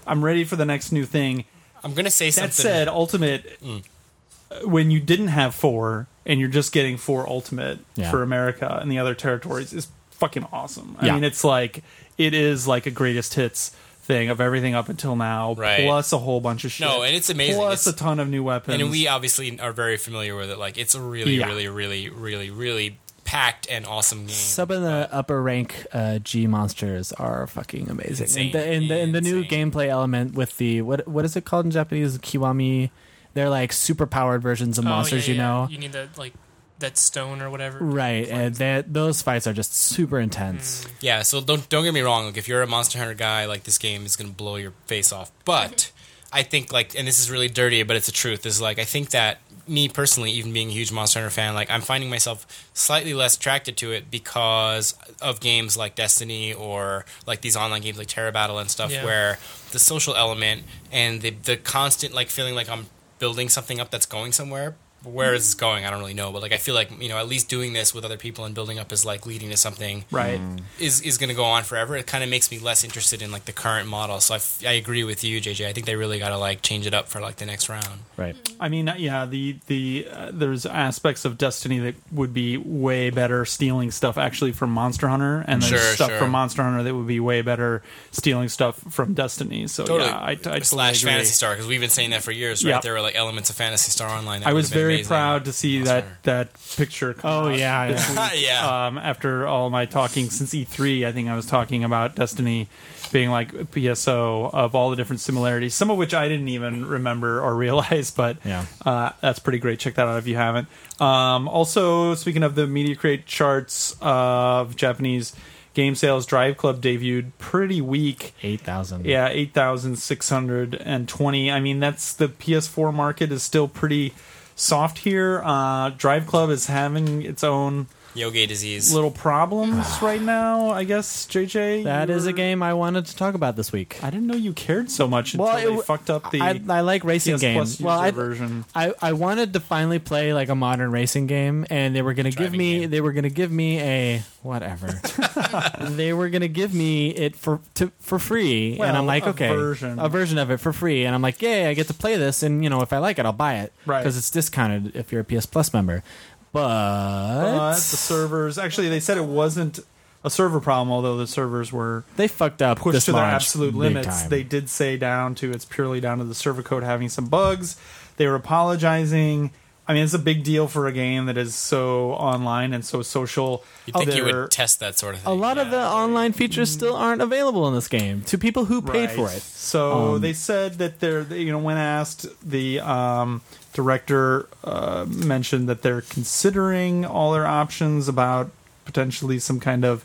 Speaker 1: I'm ready for the next new thing.
Speaker 5: I'm gonna say something. Mm.
Speaker 1: That said, Ultimate, uh, when you didn't have four and you're just getting four Ultimate
Speaker 2: Yeah.
Speaker 1: for America and the other territories is fucking awesome. I
Speaker 2: Yeah.
Speaker 1: mean, it's like it is like a greatest hits thing of everything up until now,
Speaker 5: Right.
Speaker 1: plus a whole bunch of shit.
Speaker 5: No, and it's amazing.
Speaker 1: Plus
Speaker 5: It's-
Speaker 1: a ton of new weapons.
Speaker 2: um,
Speaker 5: and we obviously are very familiar with it. Like it's a really,
Speaker 1: Yeah.
Speaker 5: really, really, really, really packed and awesome game.
Speaker 2: Some of the upper rank uh, G monsters are fucking amazing.
Speaker 5: Insane.
Speaker 2: And the, and the, and the new
Speaker 5: Insane.
Speaker 2: gameplay element with the what what is it called in Japanese? Kiwami. They're like super powered versions of
Speaker 4: Oh, yeah,
Speaker 2: monsters, you
Speaker 4: yeah.
Speaker 2: know.
Speaker 4: You need that like that stone or whatever.
Speaker 2: Right, and that those fights are just super intense.
Speaker 5: yeah, so don't don't get me wrong. Like if you're a Monster Hunter guy, like this game is gonna blow your face off. But I think like, and this is really dirty, but it's the truth. Is like I think that me personally, even being a huge Monster Hunter fan, like I'm finding myself slightly less attracted to it because of games like Destiny or like these online games like Terra Battle and stuff,
Speaker 4: Yeah.
Speaker 5: where the social element and the the constant like feeling like I'm building something up that's going somewhere. Where is this going? I don't really know, but like I feel like you know, at least doing this with other people and building up is like leading to something
Speaker 1: right.
Speaker 2: Mm.
Speaker 5: is is going to go on forever. It kind of makes me less interested in like the current model. So I, f- I agree with you, JJ. I think they really got to like change it up for like the next round.
Speaker 2: Right.
Speaker 1: I mean, uh, yeah, the the uh, there's aspects of Destiny that would be way better stealing stuff actually from Monster Hunter, and there's
Speaker 5: Sure,
Speaker 1: stuff
Speaker 5: sure.
Speaker 1: from Monster Hunter that would be way better stealing stuff from Destiny. So yeah, I, I totally
Speaker 5: slash
Speaker 1: agree.
Speaker 5: Fantasy Star because we've been saying that for years, right?
Speaker 1: Yep.
Speaker 5: There were like elements of Fantasy Star Online. That
Speaker 1: I
Speaker 5: would've
Speaker 1: was
Speaker 5: been
Speaker 1: very
Speaker 5: amazing.
Speaker 1: proud to see
Speaker 5: Monster
Speaker 1: that
Speaker 5: Hunter.
Speaker 1: that picture. Come
Speaker 2: Oh,
Speaker 5: Mm.
Speaker 1: out
Speaker 2: yeah,
Speaker 1: this
Speaker 2: yeah.
Speaker 1: week.
Speaker 5: Yeah.
Speaker 1: Um, after all my talking since E3, I think I was talking about Destiny being like PSO of all the different similarities, some of which I didn't even remember or realize. But
Speaker 2: Yeah.
Speaker 1: uh, that's pretty great. Check that out if you haven't. Um, also, speaking of the media crate charts of Japanese game sales, Drive Club debuted pretty weak.
Speaker 2: Eight thousand.
Speaker 1: Yeah, 8,620. I mean, that's the PS4 market is still pretty soft here. Uh, Drive Club is having its own
Speaker 5: Yogi disease.
Speaker 1: little problems right now. I guess JJ,
Speaker 2: That is a
Speaker 1: you're-
Speaker 2: game I wanted to talk about this week.
Speaker 1: I didn't know you cared so much
Speaker 2: Well,
Speaker 1: until
Speaker 2: it-
Speaker 1: they fucked up the
Speaker 2: I, I like racing
Speaker 1: PS
Speaker 2: games.
Speaker 1: Plus user
Speaker 2: Well, I,
Speaker 1: version.
Speaker 2: I, I wanted to finally play like a modern racing game, and they were gonna give
Speaker 5: Driving
Speaker 2: me
Speaker 5: game.
Speaker 2: they were gonna give me a whatever. they were gonna give me it for to, for free, and
Speaker 1: Well,
Speaker 2: I'm like,
Speaker 1: a
Speaker 2: okay,
Speaker 1: version.
Speaker 2: a version of it for free, and I'm like, yay, I get to play this, and you know, if I like it, I'll buy it,
Speaker 1: Right.
Speaker 2: Because it's discounted if you're a PS Plus member. But,
Speaker 1: Uh, the servers actually they said it wasn't a server problem, although the servers were
Speaker 2: they fucked up
Speaker 1: pushed
Speaker 2: this
Speaker 1: to their
Speaker 2: launch
Speaker 1: absolute
Speaker 2: big
Speaker 1: limits.
Speaker 2: time.
Speaker 1: They did say down to it's purely down to the server code having some bugs. They were apologizing. I mean, it's a big deal for a game that is so online and so social.
Speaker 5: You'd think you
Speaker 1: They're-
Speaker 5: would test that sort of thing.
Speaker 2: a lot of the online features still aren't available in this game to people who paid for
Speaker 1: Right.
Speaker 2: it. Um,
Speaker 1: So they said that they're, they- you know, when asked, the um, director uh, mentioned that they're considering all their options about potentially some kind of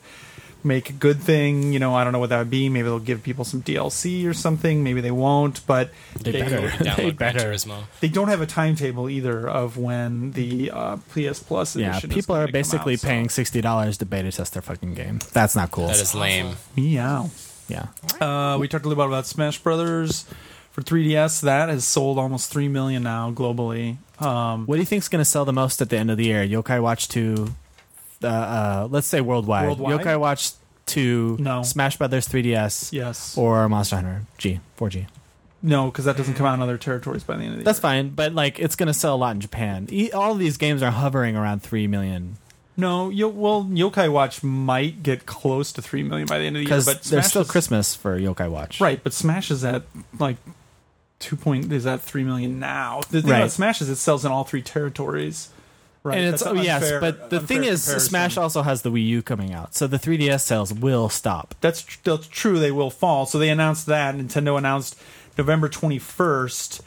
Speaker 1: make a good thing. You know, I don't know what that would be. Maybe they'll give people some DLC or something. Maybe they won't, but
Speaker 2: They better.
Speaker 5: Download
Speaker 2: They
Speaker 5: Gran
Speaker 2: better.
Speaker 5: Turismo.
Speaker 1: they don't have a timetable either of when the uh, PS Plus edition.
Speaker 2: Yeah,
Speaker 1: is
Speaker 2: people
Speaker 1: gonna
Speaker 2: are
Speaker 1: come out,
Speaker 2: basically
Speaker 1: so-
Speaker 2: paying sixty dollars to beta test their fucking game. That's not cool.
Speaker 5: That is lame.
Speaker 1: Meow.
Speaker 2: yeah.
Speaker 1: Uh, we talked a little bit about Smash Brothers for 3DS. That has sold almost three million now globally. Um,
Speaker 2: What do you think's going to sell the most at the end of the year? Yokai Watch Two, uh, uh, let's say worldwide.
Speaker 1: Worldwide?
Speaker 2: Yokai Watch Two,
Speaker 1: No.
Speaker 2: Smash Brothers 3DS,
Speaker 1: Yes.
Speaker 2: or Monster Hunter G, 4G.
Speaker 1: No, because that doesn't come out in other territories by the end of the
Speaker 2: That's
Speaker 1: year.
Speaker 2: fine, but like it's going to sell a lot in Japan. E- all of these games are hovering around three million
Speaker 1: No, yo, well, Yokai Watch might get close to three million by the end of the year,
Speaker 2: because
Speaker 1: but
Speaker 2: there's
Speaker 1: Smash
Speaker 2: still
Speaker 1: is-
Speaker 2: Christmas for Yokai Watch.
Speaker 1: right? But Smash is at like two point is at three million now. The thing
Speaker 2: Right.
Speaker 1: about Smash is it sells in all three territories, right?
Speaker 2: And it's
Speaker 1: That's
Speaker 2: oh,
Speaker 1: an
Speaker 2: yes,
Speaker 1: unfair-
Speaker 2: but the
Speaker 1: unfair
Speaker 2: thing is,
Speaker 1: comparison.
Speaker 2: Smash also has the Wii U coming out, so the 3DS sales will stop.
Speaker 1: that's tr- that's true. They will fall. So they announced that Nintendo announced November twenty first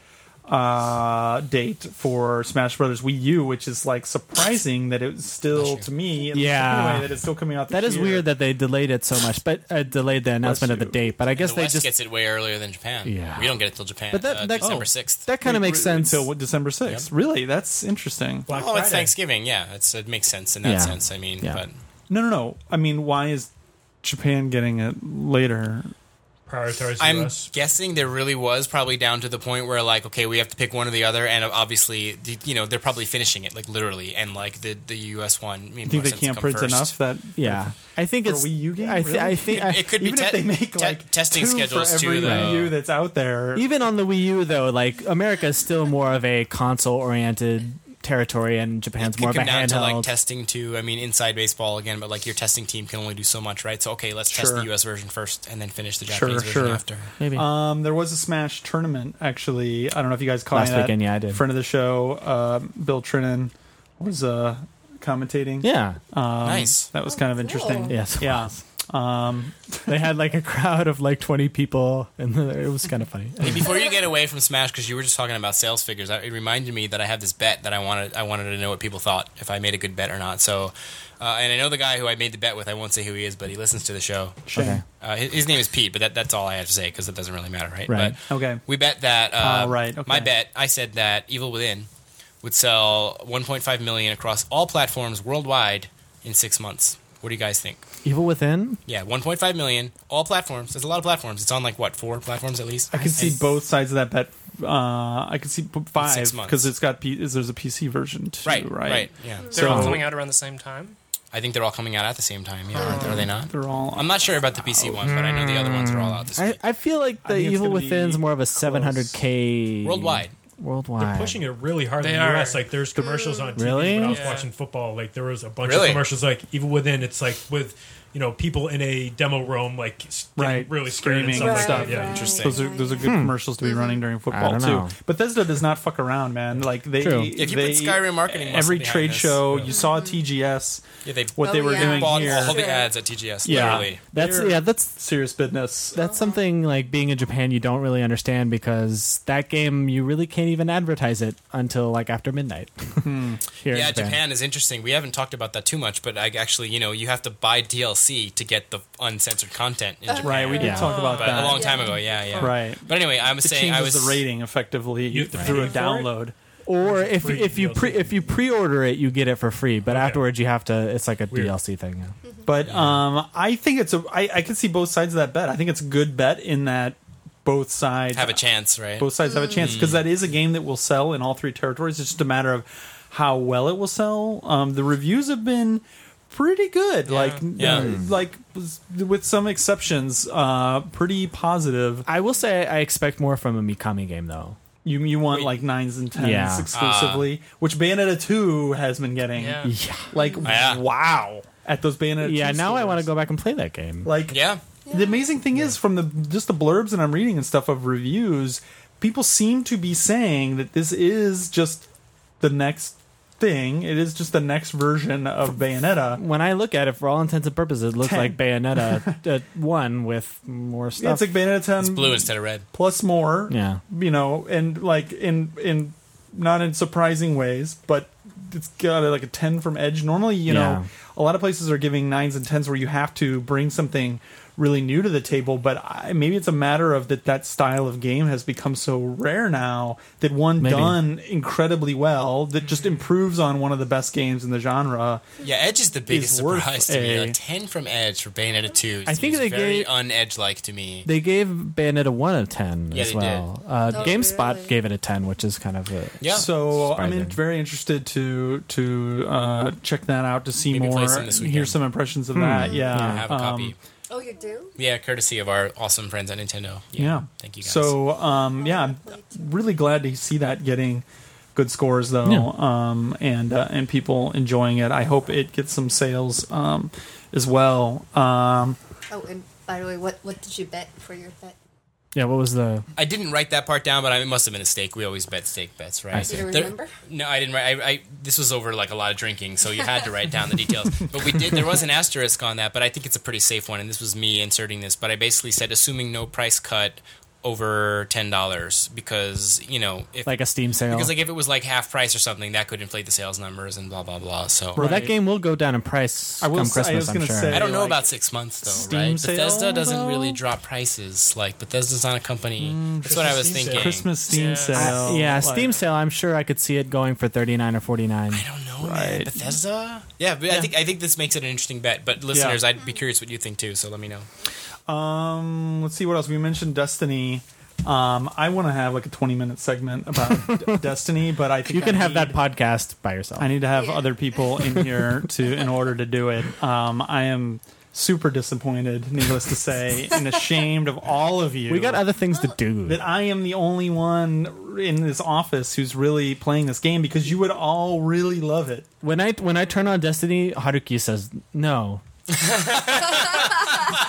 Speaker 1: uh date for Smash Brothers Wii U, which is like surprising that it's still to me at least
Speaker 2: Yeah.
Speaker 1: anyway that it's still coming out. This
Speaker 2: That is
Speaker 1: year.
Speaker 2: weird that they delayed it so much, but uh, delayed the announcement of the
Speaker 1: you.
Speaker 2: date. But I guess
Speaker 5: the
Speaker 2: they
Speaker 5: West
Speaker 2: just
Speaker 5: gets it way earlier than Japan.
Speaker 2: Yeah.
Speaker 5: We don't get it till Japan.
Speaker 2: But that-
Speaker 5: uh,
Speaker 2: that-
Speaker 5: December
Speaker 2: oh.
Speaker 5: sixth.
Speaker 2: that kind of makes sense.
Speaker 1: until what, December sixth. Really, that's interesting.
Speaker 5: oh,
Speaker 6: Black
Speaker 5: it's
Speaker 6: Friday.
Speaker 5: Thanksgiving. Yeah, it's, it makes sense in that
Speaker 2: Yeah.
Speaker 5: sense. I mean,
Speaker 2: Yeah.
Speaker 5: but
Speaker 1: No, no, no. I mean, why is Japan getting it later?
Speaker 6: Prioritize
Speaker 5: I'm
Speaker 6: US.
Speaker 5: guessing there really was probably down to the point where like, okay, we have to pick one or the other, and obviously, the- you know, they're probably finishing it like literally, and like the the U.S. one. I mean,
Speaker 1: You think
Speaker 5: more
Speaker 1: they
Speaker 5: sense to
Speaker 1: can't
Speaker 5: come
Speaker 1: print
Speaker 5: first.
Speaker 1: enough that
Speaker 2: yeah. I think
Speaker 1: For
Speaker 2: it's
Speaker 1: Wii U game,
Speaker 2: I, thi-
Speaker 1: really?
Speaker 2: I think I,
Speaker 5: It could be
Speaker 1: even
Speaker 5: te-
Speaker 1: if they make
Speaker 5: te-
Speaker 1: like
Speaker 5: testing
Speaker 1: two
Speaker 5: schedules
Speaker 1: for every
Speaker 5: too, though.
Speaker 1: Wii U that's out there.
Speaker 2: even on the Wii U though, like America is still more of a console oriented territory, and Japan's more of
Speaker 5: could
Speaker 2: a
Speaker 5: come down
Speaker 2: handheld.
Speaker 5: to like testing too. I mean, inside baseball again, but like your testing team can only do so much, right? So okay, let's test
Speaker 1: Sure.
Speaker 5: the U.S. version first, and then finish the
Speaker 1: Sure,
Speaker 5: Japanese version
Speaker 1: sure.
Speaker 5: after.
Speaker 2: Maybe
Speaker 1: Um, there was a Smash tournament actually. I don't know if you guys caught
Speaker 2: Last
Speaker 1: any of that.
Speaker 2: weekend, yeah, I did.
Speaker 1: Friend of the show, um, Bill Trinan was uh, commentating.
Speaker 2: yeah,
Speaker 1: Um,
Speaker 5: nice.
Speaker 1: that was kind of
Speaker 3: Oh, cool.
Speaker 1: interesting. Um,
Speaker 2: yes,
Speaker 1: Yeah.
Speaker 2: they had like a crowd of like twenty people, and it was kind of funny.
Speaker 5: Before you get away from Smash, because you were just talking about sales figures, I- it reminded me that I had this bet that I wanted. I wanted to know what people thought if I made a good bet or not. So, uh, and I know the guy who I made the bet with. I won't say who he is, but he listens to the show.
Speaker 1: Shame.
Speaker 2: Okay.
Speaker 5: Uh, his, his name is Pete, but that, that's all I have to say because it doesn't really matter, right?
Speaker 2: Right.
Speaker 5: But
Speaker 1: Okay.
Speaker 5: We bet that. Uh,
Speaker 1: Oh, right, okay.
Speaker 5: My bet. I said that Evil Within would sell 1.5 million across all platforms worldwide in six months. What do you guys think?
Speaker 2: Evil Within,
Speaker 5: Yeah, 1.5 million, all platforms. There's a lot of platforms. It's on like what four platforms at least.
Speaker 1: I could see both sides of that bet. Uh, I could see p- five
Speaker 5: months.
Speaker 1: because it's got P- is there's a PC version too,
Speaker 5: Right,
Speaker 1: right?
Speaker 5: right, yeah.
Speaker 4: They're all
Speaker 1: So-
Speaker 4: coming out around the same time.
Speaker 5: I think they're all coming out at the same time. Yeah,
Speaker 1: Uh-huh.
Speaker 5: aren't they- are they not?
Speaker 1: They're all.
Speaker 5: I'm not sure about the PC ones, but I know the other ones are all out this
Speaker 2: I,
Speaker 5: week.
Speaker 2: I feel like the
Speaker 1: think it's
Speaker 2: Evil
Speaker 1: gonna be
Speaker 2: Within's more of a
Speaker 1: close.
Speaker 2: seven hundred k
Speaker 5: Worldwide.
Speaker 2: Worldwide,
Speaker 6: They're pushing it really hard in
Speaker 4: They
Speaker 6: the
Speaker 4: are.
Speaker 6: US. Like there's commercials on TV
Speaker 2: Really?
Speaker 6: when I was
Speaker 4: Yeah.
Speaker 6: watching football. Like there was a bunch
Speaker 5: Really?
Speaker 6: of commercials. Like even within, it's like with you know people in a demo room, like s- getting
Speaker 1: Right.
Speaker 6: really scared and
Speaker 1: Screaming
Speaker 6: stuff.
Speaker 1: and
Speaker 6: like
Speaker 1: stuff.
Speaker 6: that. Yeah,
Speaker 5: interesting.
Speaker 1: Those are those are good commercials to be running during football
Speaker 2: Hmm. don't know.
Speaker 1: too. Bethesda does not fuck around, man. Like they,
Speaker 2: True.
Speaker 5: If you
Speaker 1: they
Speaker 5: put Skyrim marketing muscle
Speaker 1: every
Speaker 5: behind
Speaker 1: trade
Speaker 5: this,
Speaker 1: show, you saw TGS,
Speaker 5: yeah, they
Speaker 1: what they
Speaker 3: Oh,
Speaker 1: were
Speaker 3: yeah.
Speaker 1: doing
Speaker 5: bought
Speaker 1: here.
Speaker 5: all the ads at TGS.
Speaker 1: Yeah.
Speaker 5: Literally.
Speaker 2: That's
Speaker 1: They're-
Speaker 2: yeah. That's
Speaker 1: serious business.
Speaker 2: that's something like being in Japan you don't really understand because that game you really can't even advertise it until like after midnight.
Speaker 1: Hmm.
Speaker 2: Here
Speaker 5: Yeah,
Speaker 2: in Japan.
Speaker 5: Japan. is interesting. We haven't talked about that too much, but I actually, you know, you have to buy DLC to get the uncensored content
Speaker 3: Uh-huh.
Speaker 5: in Japan.
Speaker 1: Right, we did
Speaker 2: Yeah.
Speaker 1: talk about
Speaker 5: But a
Speaker 1: that.
Speaker 5: long time ago, yeah, yeah.
Speaker 1: Right.
Speaker 5: But anyway, I'm
Speaker 1: It
Speaker 5: saying
Speaker 1: changes
Speaker 5: I was
Speaker 1: the rating effectively
Speaker 6: You have to
Speaker 1: through a
Speaker 6: pay for it?
Speaker 1: download.
Speaker 2: Or if
Speaker 6: free
Speaker 2: if you pre
Speaker 6: DLC.
Speaker 2: if you pre-order it, you get it for free. But afterwards, you have to. It's like a
Speaker 6: Weird.
Speaker 2: DLC thing.
Speaker 1: But um, I think it's a. I, I can see both sides of that bet. I think it's a good bet in that both sides
Speaker 5: Have a chance, right?
Speaker 1: both sides have a chance because that is a game that will sell in all three territories. It's just a matter of how well it will sell. Um, the reviews have been pretty good, like
Speaker 5: Yeah.
Speaker 1: uh, like with some exceptions, uh, pretty positive.
Speaker 2: I will say I expect more from a Mikami game though.
Speaker 1: You you want like nines and tens
Speaker 2: Yeah.
Speaker 1: exclusively,
Speaker 5: Ah.
Speaker 1: which Bayonetta two has been getting.
Speaker 4: Yeah.
Speaker 2: Yeah,
Speaker 1: Like
Speaker 5: Yeah.
Speaker 1: wow, at those Bayonetta.
Speaker 2: yeah.
Speaker 1: 2
Speaker 2: Now I
Speaker 1: stores.
Speaker 2: want to go back and play that game.
Speaker 1: Like
Speaker 5: Yeah.
Speaker 1: The amazing thing is from the just the blurbs that I'm reading and stuff of reviews, people seem to be saying that this is just the next thing. It is just the next version of Bayonetta.
Speaker 2: When I look at it, for all intents and purposes, it looks
Speaker 1: Ten.
Speaker 2: like Bayonetta uh, one with more
Speaker 1: Yeah,
Speaker 2: stuff.
Speaker 1: it's like Bayonetta 10
Speaker 5: Blue instead of red.
Speaker 1: plus more.
Speaker 2: Yeah.
Speaker 1: You know, and like in in not in surprising ways, but it's got a, like a 10 from Edge. Normally, you
Speaker 2: Yeah.
Speaker 1: know, a lot of places are giving 9s and 10s where you have to bring something really new to the table, but I, maybe it's a matter of that that style of game has become so rare now that one
Speaker 2: Maybe.
Speaker 1: done incredibly well that just improves on one of the best games in the genre.
Speaker 5: Yeah, Edge is the biggest
Speaker 1: worth
Speaker 5: surprise to me.
Speaker 1: a-
Speaker 5: Like ten from Edge for Bayonetta two.
Speaker 2: I think
Speaker 5: seems
Speaker 2: they
Speaker 5: very
Speaker 2: gave-
Speaker 5: un-Edge like to me.
Speaker 2: They gave Bayonetta one a ten
Speaker 5: Yeah,
Speaker 2: as
Speaker 5: they
Speaker 2: well. Uh,
Speaker 3: Oh,
Speaker 2: GameSpot
Speaker 3: really?
Speaker 2: gave it a ten, which is kind of a
Speaker 5: yeah.
Speaker 1: So I'm in,
Speaker 2: Surprising.
Speaker 1: very interested to to uh, check that out to see
Speaker 5: Maybe play
Speaker 1: more,
Speaker 5: some this
Speaker 1: hear
Speaker 5: weekend.
Speaker 1: some impressions of
Speaker 2: Hmm.
Speaker 1: that. Yeah,
Speaker 5: I have a copy.
Speaker 1: Um,
Speaker 3: Oh, you do?
Speaker 5: yeah, courtesy of our awesome friends at Nintendo.
Speaker 1: Yeah.
Speaker 5: Thank you guys.
Speaker 1: So, um, yeah, I'm really glad to see that getting good scores though,
Speaker 2: Yeah.
Speaker 1: um, and uh, and people enjoying it. I hope it gets some sales um, as well. Um,
Speaker 3: Oh, and by the way, what what did you bet for your bet?
Speaker 2: yeah. What was the
Speaker 5: I didn't write that part down, but I, it must have been a stake. We always bet stake bets, right?
Speaker 2: I see.
Speaker 3: Do you
Speaker 5: There-
Speaker 3: remember?
Speaker 5: no, I didn't write. I, I, this was over like a lot of drinking, so you had to write down the details. But we did. There was an asterisk on that, but I think it's a pretty safe one. And this was me inserting this, but I basically said assuming no price cut over ten dollars because you know if
Speaker 2: like a Steam sale?
Speaker 5: because like if it was like half price or something that could inflate the sales numbers and blah blah blah. So
Speaker 2: well, that
Speaker 1: Right.
Speaker 2: game will go down in price
Speaker 1: I will
Speaker 2: come
Speaker 1: say- I
Speaker 2: Christmas.
Speaker 1: was
Speaker 2: am
Speaker 1: gonna
Speaker 2: sure.
Speaker 1: say-
Speaker 5: I don't know
Speaker 1: like,
Speaker 5: about six months though,
Speaker 1: Steam
Speaker 5: right?
Speaker 1: sale,
Speaker 5: Bethesda doesn't
Speaker 1: though?
Speaker 5: really drop prices. Like Bethesda's not a company. That's what I was
Speaker 6: Steam sale.
Speaker 5: thinking.
Speaker 1: Christmas Steam
Speaker 4: Yeah.
Speaker 1: sale,
Speaker 2: I- Uh, yeah,
Speaker 1: like-
Speaker 2: Steam sale. I'm sure I could see it going for thirty nine or forty nine.
Speaker 5: I don't know, man. Bethesda. Yeah, but I think I think this makes it an interesting bet. But listeners, I'd be curious what you think too. So let me know.
Speaker 1: Um, let's see what else we mentioned. Destiny. Um, I want to have like a 20 minute segment about D- Destiny, but I think
Speaker 2: You can
Speaker 1: I
Speaker 2: have that
Speaker 1: need-
Speaker 2: podcast by yourself.
Speaker 1: I need to have
Speaker 3: Yeah.
Speaker 1: other people in here to in order to do it. Um, I am super disappointed, needless to say, and ashamed of all of you.
Speaker 2: we got other things to do.
Speaker 1: that I am the only one in this office who's really playing this game because you would all really love it.
Speaker 2: When I when I turn on Destiny, Haruki says no.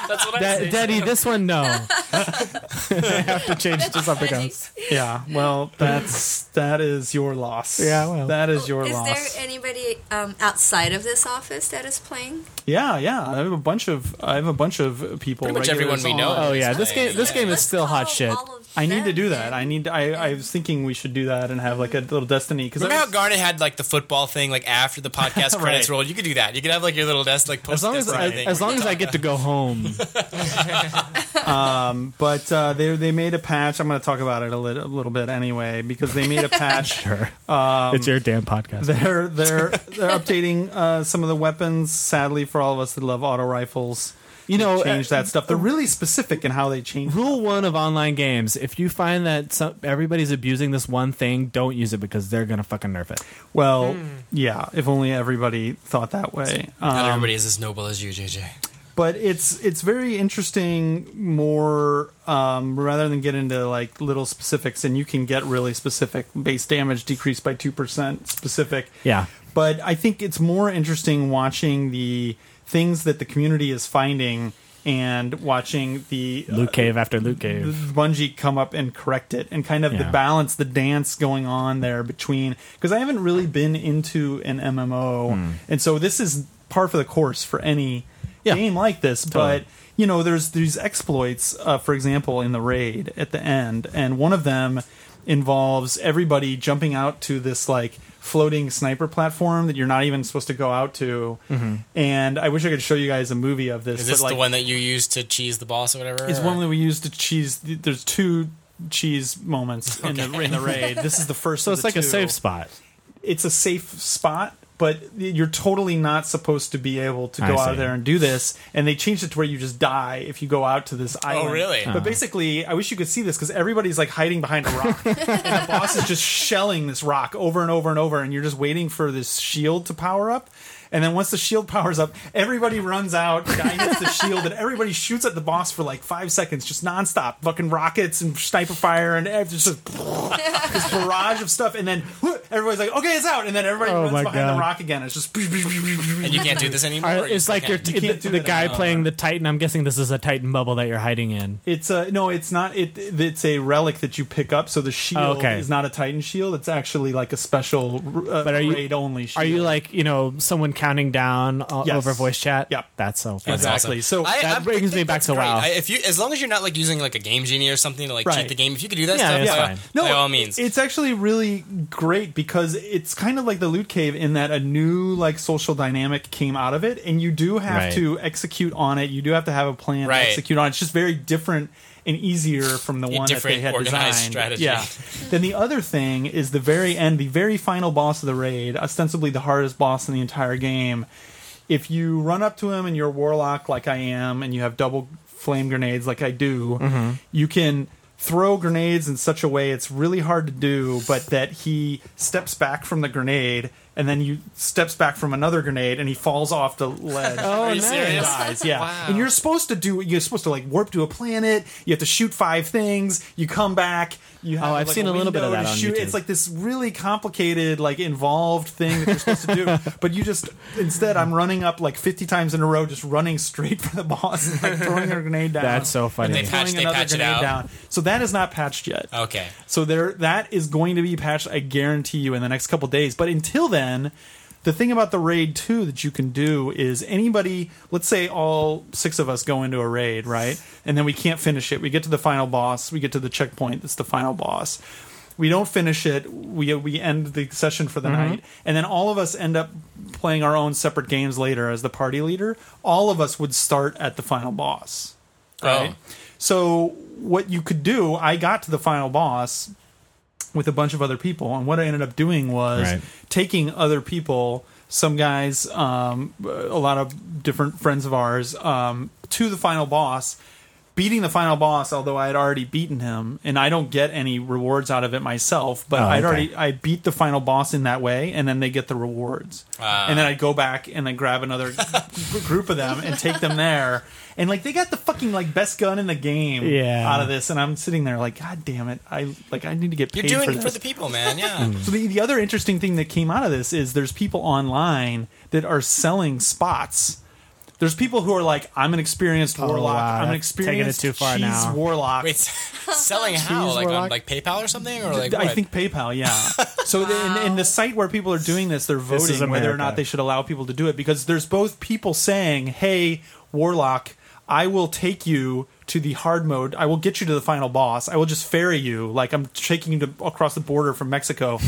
Speaker 4: That's what I
Speaker 2: Da-
Speaker 4: say.
Speaker 2: Daddy, this one no. I have to change to something else.
Speaker 1: Yeah. Well, that's that is your loss.
Speaker 2: Yeah, well.
Speaker 1: that is your
Speaker 3: Is
Speaker 1: loss.
Speaker 3: there anybody um, outside of this office that is playing?
Speaker 1: Yeah, yeah. I have a bunch of I have a bunch of people.
Speaker 5: Pretty much
Speaker 1: regulars
Speaker 5: everyone we
Speaker 1: on.
Speaker 5: know.
Speaker 2: Oh yeah, this game this game is
Speaker 3: Let's
Speaker 2: still hot
Speaker 3: call
Speaker 2: shit.
Speaker 3: all of
Speaker 1: I need to
Speaker 3: them
Speaker 1: do that.
Speaker 3: and-
Speaker 1: I need. I, I was thinking we should do that and have like a little Destiny because
Speaker 5: Remember how Garnet had like the football thing like after the podcast
Speaker 1: Right.
Speaker 5: credits rolled? You could do that. You could have like your little desk like post
Speaker 2: As long as
Speaker 5: Destiny
Speaker 2: as,
Speaker 5: thing.
Speaker 2: as long as I get to go home.
Speaker 1: But uh, they they made a patch. I'm going to talk about it a, lit, a little bit anyway because they made a patch.
Speaker 2: Sure. it's your damn podcast.
Speaker 1: They're they're they're updating uh, some of the weapons. Sadly for all of us that love auto rifles,
Speaker 2: You know, uh,
Speaker 1: change that stuff. They're really specific in how they change.
Speaker 2: Rule one of online games: If you find that some, everybody's abusing this one thing, don't use it because they're gonna fucking nerf it.
Speaker 1: Well,
Speaker 2: Hmm.
Speaker 1: yeah. If only everybody thought that way. Uh,
Speaker 5: Not everybody is as noble as you, JJ.
Speaker 1: but it's it's very interesting more um, rather than get into like little specifics and you can get really specific base damage decreased by 2% specific
Speaker 2: Yeah.
Speaker 1: but i think it's more interesting watching the things that the community is finding and watching the
Speaker 2: Luke Cave after Luke
Speaker 1: the
Speaker 2: Cave.
Speaker 1: Bungie come up and correct it, and kind of the
Speaker 2: Yeah.
Speaker 1: balance, the dance going on there between. Because I haven't really been into an MMO,
Speaker 2: Hmm.
Speaker 1: and so this is par for the course for any
Speaker 2: Yeah.
Speaker 1: game like this.
Speaker 2: Totally.
Speaker 1: But you know, there's these exploits, uh, for example, in the raid at the end, and one of them involves everybody jumping out to this like floating sniper platform that you're not even supposed to go out to.
Speaker 2: Mm-hmm.
Speaker 1: And I wish I could show you guys a movie of this.
Speaker 5: Is
Speaker 1: but,
Speaker 5: this
Speaker 1: like,
Speaker 5: the one that you ususe to cheese the boss or whatever?
Speaker 1: it's
Speaker 5: or-
Speaker 1: one that we use to cheese. There's two cheese moments in the in the raid. This is the first.
Speaker 2: So
Speaker 1: of
Speaker 2: it's
Speaker 1: the
Speaker 2: like a
Speaker 1: two.
Speaker 2: safe spot.
Speaker 1: It's a safe spot, but you're totally not supposed to be able to
Speaker 2: I
Speaker 1: go out
Speaker 2: see.
Speaker 1: there and do this. And they changed it to where you just die if you go out to this island.
Speaker 5: really?
Speaker 2: Oh.
Speaker 1: But basically, I wish you could see this because everybody's like hiding behind a rock, and the boss is just shelling this rock over and over and over, and you're just waiting for this shield to power up. And then once the shield powers up, everybody runs out. The guy hits the shield, and everybody shoots at the boss for like five seconds, just nonstop, fucking rockets and sniper fire, and ev- just this barrage of stuff. And then whoo, everybody's like, "Okay, it's out!" And then everybody
Speaker 2: Oh
Speaker 1: runs
Speaker 2: my
Speaker 1: behind
Speaker 2: God.
Speaker 1: the rock again. It's just
Speaker 5: and you can't do this anymore.
Speaker 2: Or it's like
Speaker 5: Okay.
Speaker 2: your
Speaker 1: you can't do
Speaker 2: the, the
Speaker 1: it
Speaker 2: guy
Speaker 1: anymore.
Speaker 2: playing the Titan. I'm guessing this is a Titan bubble that you're hiding in.
Speaker 1: It's a no. It's not. It it's a relic that you pick up. So the shield
Speaker 2: Oh, okay.
Speaker 1: is not a Titan shield. It's actually like a special uh,
Speaker 2: But are you-
Speaker 1: raid only. Shield.
Speaker 2: Are you like you know someone counting down uh,
Speaker 1: Yes.
Speaker 2: over voice chat?
Speaker 1: Yep.
Speaker 2: That's so funny.
Speaker 5: That's
Speaker 1: Exactly. So
Speaker 5: I-
Speaker 2: that
Speaker 5: I- I
Speaker 2: brings me
Speaker 5: think
Speaker 2: back
Speaker 5: that's
Speaker 2: to
Speaker 5: great.
Speaker 2: WoW.
Speaker 5: I, if you, as long as you're not like using like a game genie or something to like
Speaker 1: Right.
Speaker 5: cheat the game, if you could do that
Speaker 2: Yeah,
Speaker 5: stuff,
Speaker 2: that's
Speaker 5: by,
Speaker 2: fine.
Speaker 5: by all means.
Speaker 1: It's actually really great because it's kind of like the loot cave in that a new like social dynamic came out of it, and you do have
Speaker 2: Right.
Speaker 1: to execute on it. You do have to have a plan
Speaker 5: Right.
Speaker 1: to execute on it. It's just very different and easier from the one that they
Speaker 5: different
Speaker 1: had
Speaker 5: organized
Speaker 1: designed.
Speaker 5: strategy.
Speaker 1: Yeah. then the other thing is the very end, the very final boss of the raid, ostensibly the hardest boss in the entire game. If you run up to him and you're a warlock like I am, and you have double flame grenades like I do,
Speaker 5: Mm-hmm.
Speaker 1: you can throw grenades in such a way it's really hard to do, but that he steps back from the grenade and then you steps back from another grenade and he falls off the ledge.
Speaker 2: Oh,
Speaker 5: you
Speaker 2: nice.
Speaker 5: serious?
Speaker 1: dies, Yeah,
Speaker 5: Wow.
Speaker 1: and you're supposed to do. You're supposed to like warp to a planet. You have to shoot five things. You come back. You have,
Speaker 2: Oh, I've
Speaker 1: like,
Speaker 2: seen a little bit of
Speaker 1: window
Speaker 2: that
Speaker 1: to
Speaker 2: on
Speaker 1: shoot.
Speaker 2: YouTube.
Speaker 1: It's like this really complicated, like involved thing that you're supposed to do. But you just instead, I'm running up like 50 times in a row, just running straight for the boss and like throwing a grenade down.
Speaker 2: That's so funny.
Speaker 1: And then throwing
Speaker 5: Patch- they
Speaker 1: another
Speaker 5: patch it
Speaker 1: grenade
Speaker 5: out.
Speaker 1: down. So that is not patched yet.
Speaker 5: Okay.
Speaker 1: So there, that is going to be patched. I guarantee you in the next couple days. But until then, the thing about the raid too that you can do is anybody. Let's say all six of us go into a raid, right? And then we can't finish it. We get to the final boss. We get to the checkpoint. That's the final boss. We don't finish it. We we end the session for the night, and then all of us end up playing our own separate games later as the party leader. All of us would start at the final boss.
Speaker 2: Oh.
Speaker 5: Right.
Speaker 1: So what you could do, I got to the final boss with a bunch of other people, and what I ended up doing was
Speaker 2: Right.
Speaker 1: taking other people, some guys, um, a lot of different friends of ours, um, to the final boss. Beating the final boss, although I had already beaten him, and I don't get any rewards out of it myself, but
Speaker 2: Oh,
Speaker 1: I'd
Speaker 2: okay.
Speaker 1: already I beat the final boss in that way, and then they get the rewards,
Speaker 5: Ah.
Speaker 1: and then I go back and then grab another gr- group of them and take them there, and like they got the fucking like best gun in the game
Speaker 2: Yeah.
Speaker 1: out of this, and I'm sitting there like, God damn it, I like I need to get
Speaker 5: You're
Speaker 1: paid for
Speaker 5: doing it
Speaker 1: this.
Speaker 5: for the people, man. Yeah.
Speaker 2: Hmm.
Speaker 1: So the, the other interesting thing that came out of this is there's people online that are selling spots. There's people who are like, I'm an experienced warlock.
Speaker 2: Oh, wow,
Speaker 1: I'm an
Speaker 2: that's taking it
Speaker 1: experienced
Speaker 2: too far
Speaker 1: cheese
Speaker 2: now."
Speaker 1: warlock.
Speaker 5: Wait, selling how?
Speaker 2: Cheese
Speaker 5: Like on
Speaker 2: warlock?
Speaker 5: like PayPal or something, or like
Speaker 1: I
Speaker 5: what?
Speaker 1: think PayPal, yeah. So the, and, and the site where people are doing this, they're
Speaker 2: This is
Speaker 1: voting whether or
Speaker 2: America.
Speaker 1: not they should allow people to do it because there's both people saying, "Hey, Warlock, I will take you to the hard mode. I will get you to the final boss. I will just ferry you like I'm taking you to, across the border from Mexico.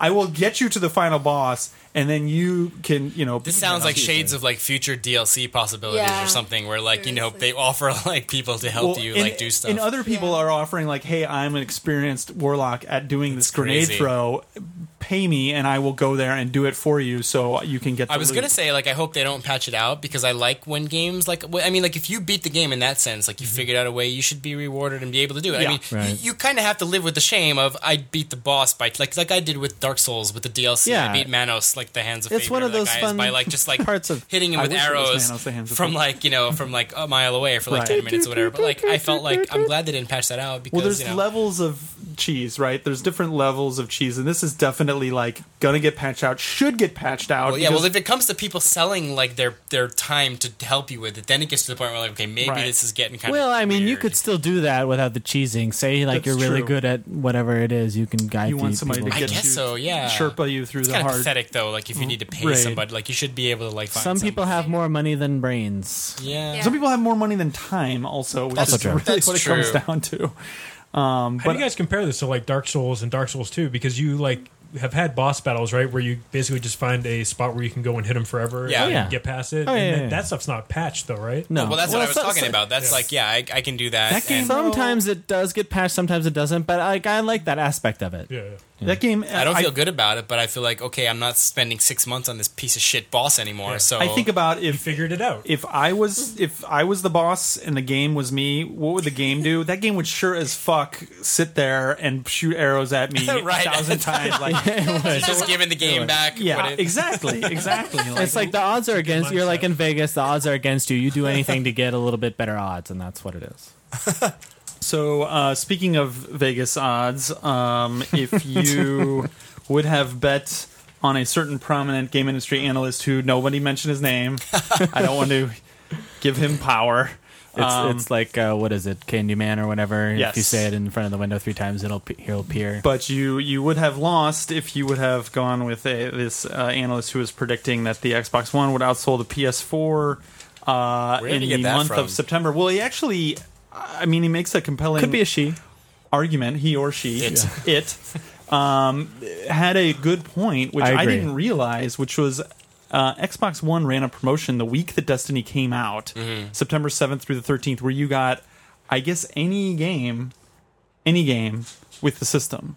Speaker 1: I will get you to the final boss, and then you can, you know."
Speaker 5: This sounds like shades of like future DLC possibilities
Speaker 3: Yeah.
Speaker 5: or something, where like you know
Speaker 3: Seriously.
Speaker 5: they offer like people to help
Speaker 1: Well,
Speaker 5: you
Speaker 1: and-
Speaker 5: like do stuff.
Speaker 1: And other people
Speaker 3: Yeah.
Speaker 1: are offering like, "Hey, I'm an experienced warlock at doing this grenade
Speaker 5: crazy.
Speaker 1: throw. Pay me, and I will go there and do it for you, so you can get." The
Speaker 5: I was
Speaker 1: loot."
Speaker 5: gonna say like I hope they don't patch it out because I like when games like wh- I mean like if you beat the game in that sense like you figured out a way you should be rewarded and be able to do it.
Speaker 1: Mm-hmm. Yeah.
Speaker 5: I mean
Speaker 2: Right.
Speaker 5: you, you kind of have to live with the shame of I beat the boss by like like I did with Dark Souls with the DLC.
Speaker 2: Yeah.
Speaker 5: I beat Manos like the hands of
Speaker 2: It's
Speaker 5: Fate,
Speaker 2: one of
Speaker 5: whatever that
Speaker 2: those
Speaker 5: guy is,
Speaker 2: fun
Speaker 5: by like just like
Speaker 2: parts of-
Speaker 5: hitting him
Speaker 1: I
Speaker 5: with
Speaker 1: wish it was
Speaker 5: arrows
Speaker 1: Manos, the hands of
Speaker 5: from
Speaker 1: Fate.
Speaker 5: like you know from like a mile away for like
Speaker 1: Right.
Speaker 5: ten minutes or whatever. But like I felt like I'm glad they didn't patch that out because
Speaker 1: Well, there's
Speaker 5: you know,
Speaker 1: levels of cheese, right? There's different levels of cheese, and this is definitely like gonna get patched out. Should get patched out.
Speaker 5: Well, yeah, well,
Speaker 1: because-
Speaker 5: if it comes to people selling like their their time to help you with it, then it gets to the point where like, okay, maybe
Speaker 1: Right.
Speaker 5: this is getting kind of.
Speaker 2: Well, I mean, you
Speaker 5: weird.
Speaker 2: could still do that without the cheesing. Say like
Speaker 1: That's
Speaker 2: you're really
Speaker 1: true.
Speaker 2: good at whatever it is, you can guide
Speaker 1: you want
Speaker 2: the
Speaker 1: somebody to
Speaker 2: people.
Speaker 5: I
Speaker 1: get
Speaker 5: guess
Speaker 1: you,
Speaker 5: so, yeah.
Speaker 1: Sherpa you through
Speaker 5: It's
Speaker 1: the
Speaker 5: kind of
Speaker 1: hard.
Speaker 5: pathetic though. Like if you need to pay
Speaker 1: Raid.
Speaker 5: somebody, like you should be able to like find
Speaker 2: Some people have more money than brains.
Speaker 5: somebody. Yeah.
Speaker 1: Some people have more money than time, also. Which
Speaker 2: Also
Speaker 1: is
Speaker 2: true.
Speaker 1: Really
Speaker 5: That's
Speaker 1: what
Speaker 5: true.
Speaker 1: it comes down to. Um,
Speaker 6: How do you guys compare this to like Dark Souls and Dark Souls 2? Because you like have had boss battles, right, where you basically just find a spot where you can go and hit him forever.
Speaker 5: Yeah.
Speaker 6: and
Speaker 2: Yeah.
Speaker 6: get past it.
Speaker 2: Oh,
Speaker 6: and
Speaker 2: yeah,
Speaker 6: that,
Speaker 2: yeah,
Speaker 6: that
Speaker 2: yeah.
Speaker 6: stuff's not patched though, right?
Speaker 2: No,
Speaker 5: Well, that's what I was
Speaker 2: so-
Speaker 5: talking
Speaker 2: so-
Speaker 5: about. That's like, yeah, I, I can do that.
Speaker 1: That game-
Speaker 5: and
Speaker 2: Sometimes it does get patched. Sometimes it doesn't. But like, I like that aspect of it.
Speaker 6: Yeah, yeah.
Speaker 1: That game,
Speaker 5: I don't feel good about it, but I feel like okay, I'm not spending six months on this piece of shit boss anymore.
Speaker 6: Yeah.
Speaker 5: So
Speaker 1: I think about if
Speaker 6: figured it out.
Speaker 1: if I was if I was the boss and the game was me, what would the game do? That game would sure as fuck sit there and shoot arrows at me
Speaker 5: Right.
Speaker 1: a thousand times. Like,
Speaker 5: it's just giving the game back.
Speaker 1: yeah,
Speaker 5: what it-
Speaker 1: exactly, exactly.
Speaker 2: It's like the odds are against you're like in Vegas, the odds are against you. You do anything to get a little bit better odds, and that's what it is.
Speaker 1: So, uh, speaking of Vegas odds, um, if you would have bet on a certain prominent game industry analyst who nobody mentioned his name, I don't want to give him power.
Speaker 2: It's
Speaker 1: Um,
Speaker 2: it's like uh, what is it, Candyman or whatever.
Speaker 1: Yes.
Speaker 2: If you say it in front of the window three times, it'll pe- he'll appear.
Speaker 1: But you you would have lost if you would have gone with a, this uh, analyst who was predicting that the Xbox One would outsold the PS4 uh,
Speaker 5: Where did
Speaker 1: in
Speaker 5: he get
Speaker 1: the
Speaker 5: that
Speaker 1: month
Speaker 5: from?
Speaker 1: of September. Well, he actually, I mean, he makes a compelling
Speaker 2: could be a she.
Speaker 1: argument. He or she,
Speaker 5: It.
Speaker 1: it um, had a good point, which
Speaker 2: I
Speaker 1: I,
Speaker 2: agree.
Speaker 1: didn't realize, which was. Uh, Xbox One ran a promotion the week that Destiny came out,
Speaker 5: Mm-hmm.
Speaker 1: September 7th through the 13th, where you got, I guess, any game any game with the system.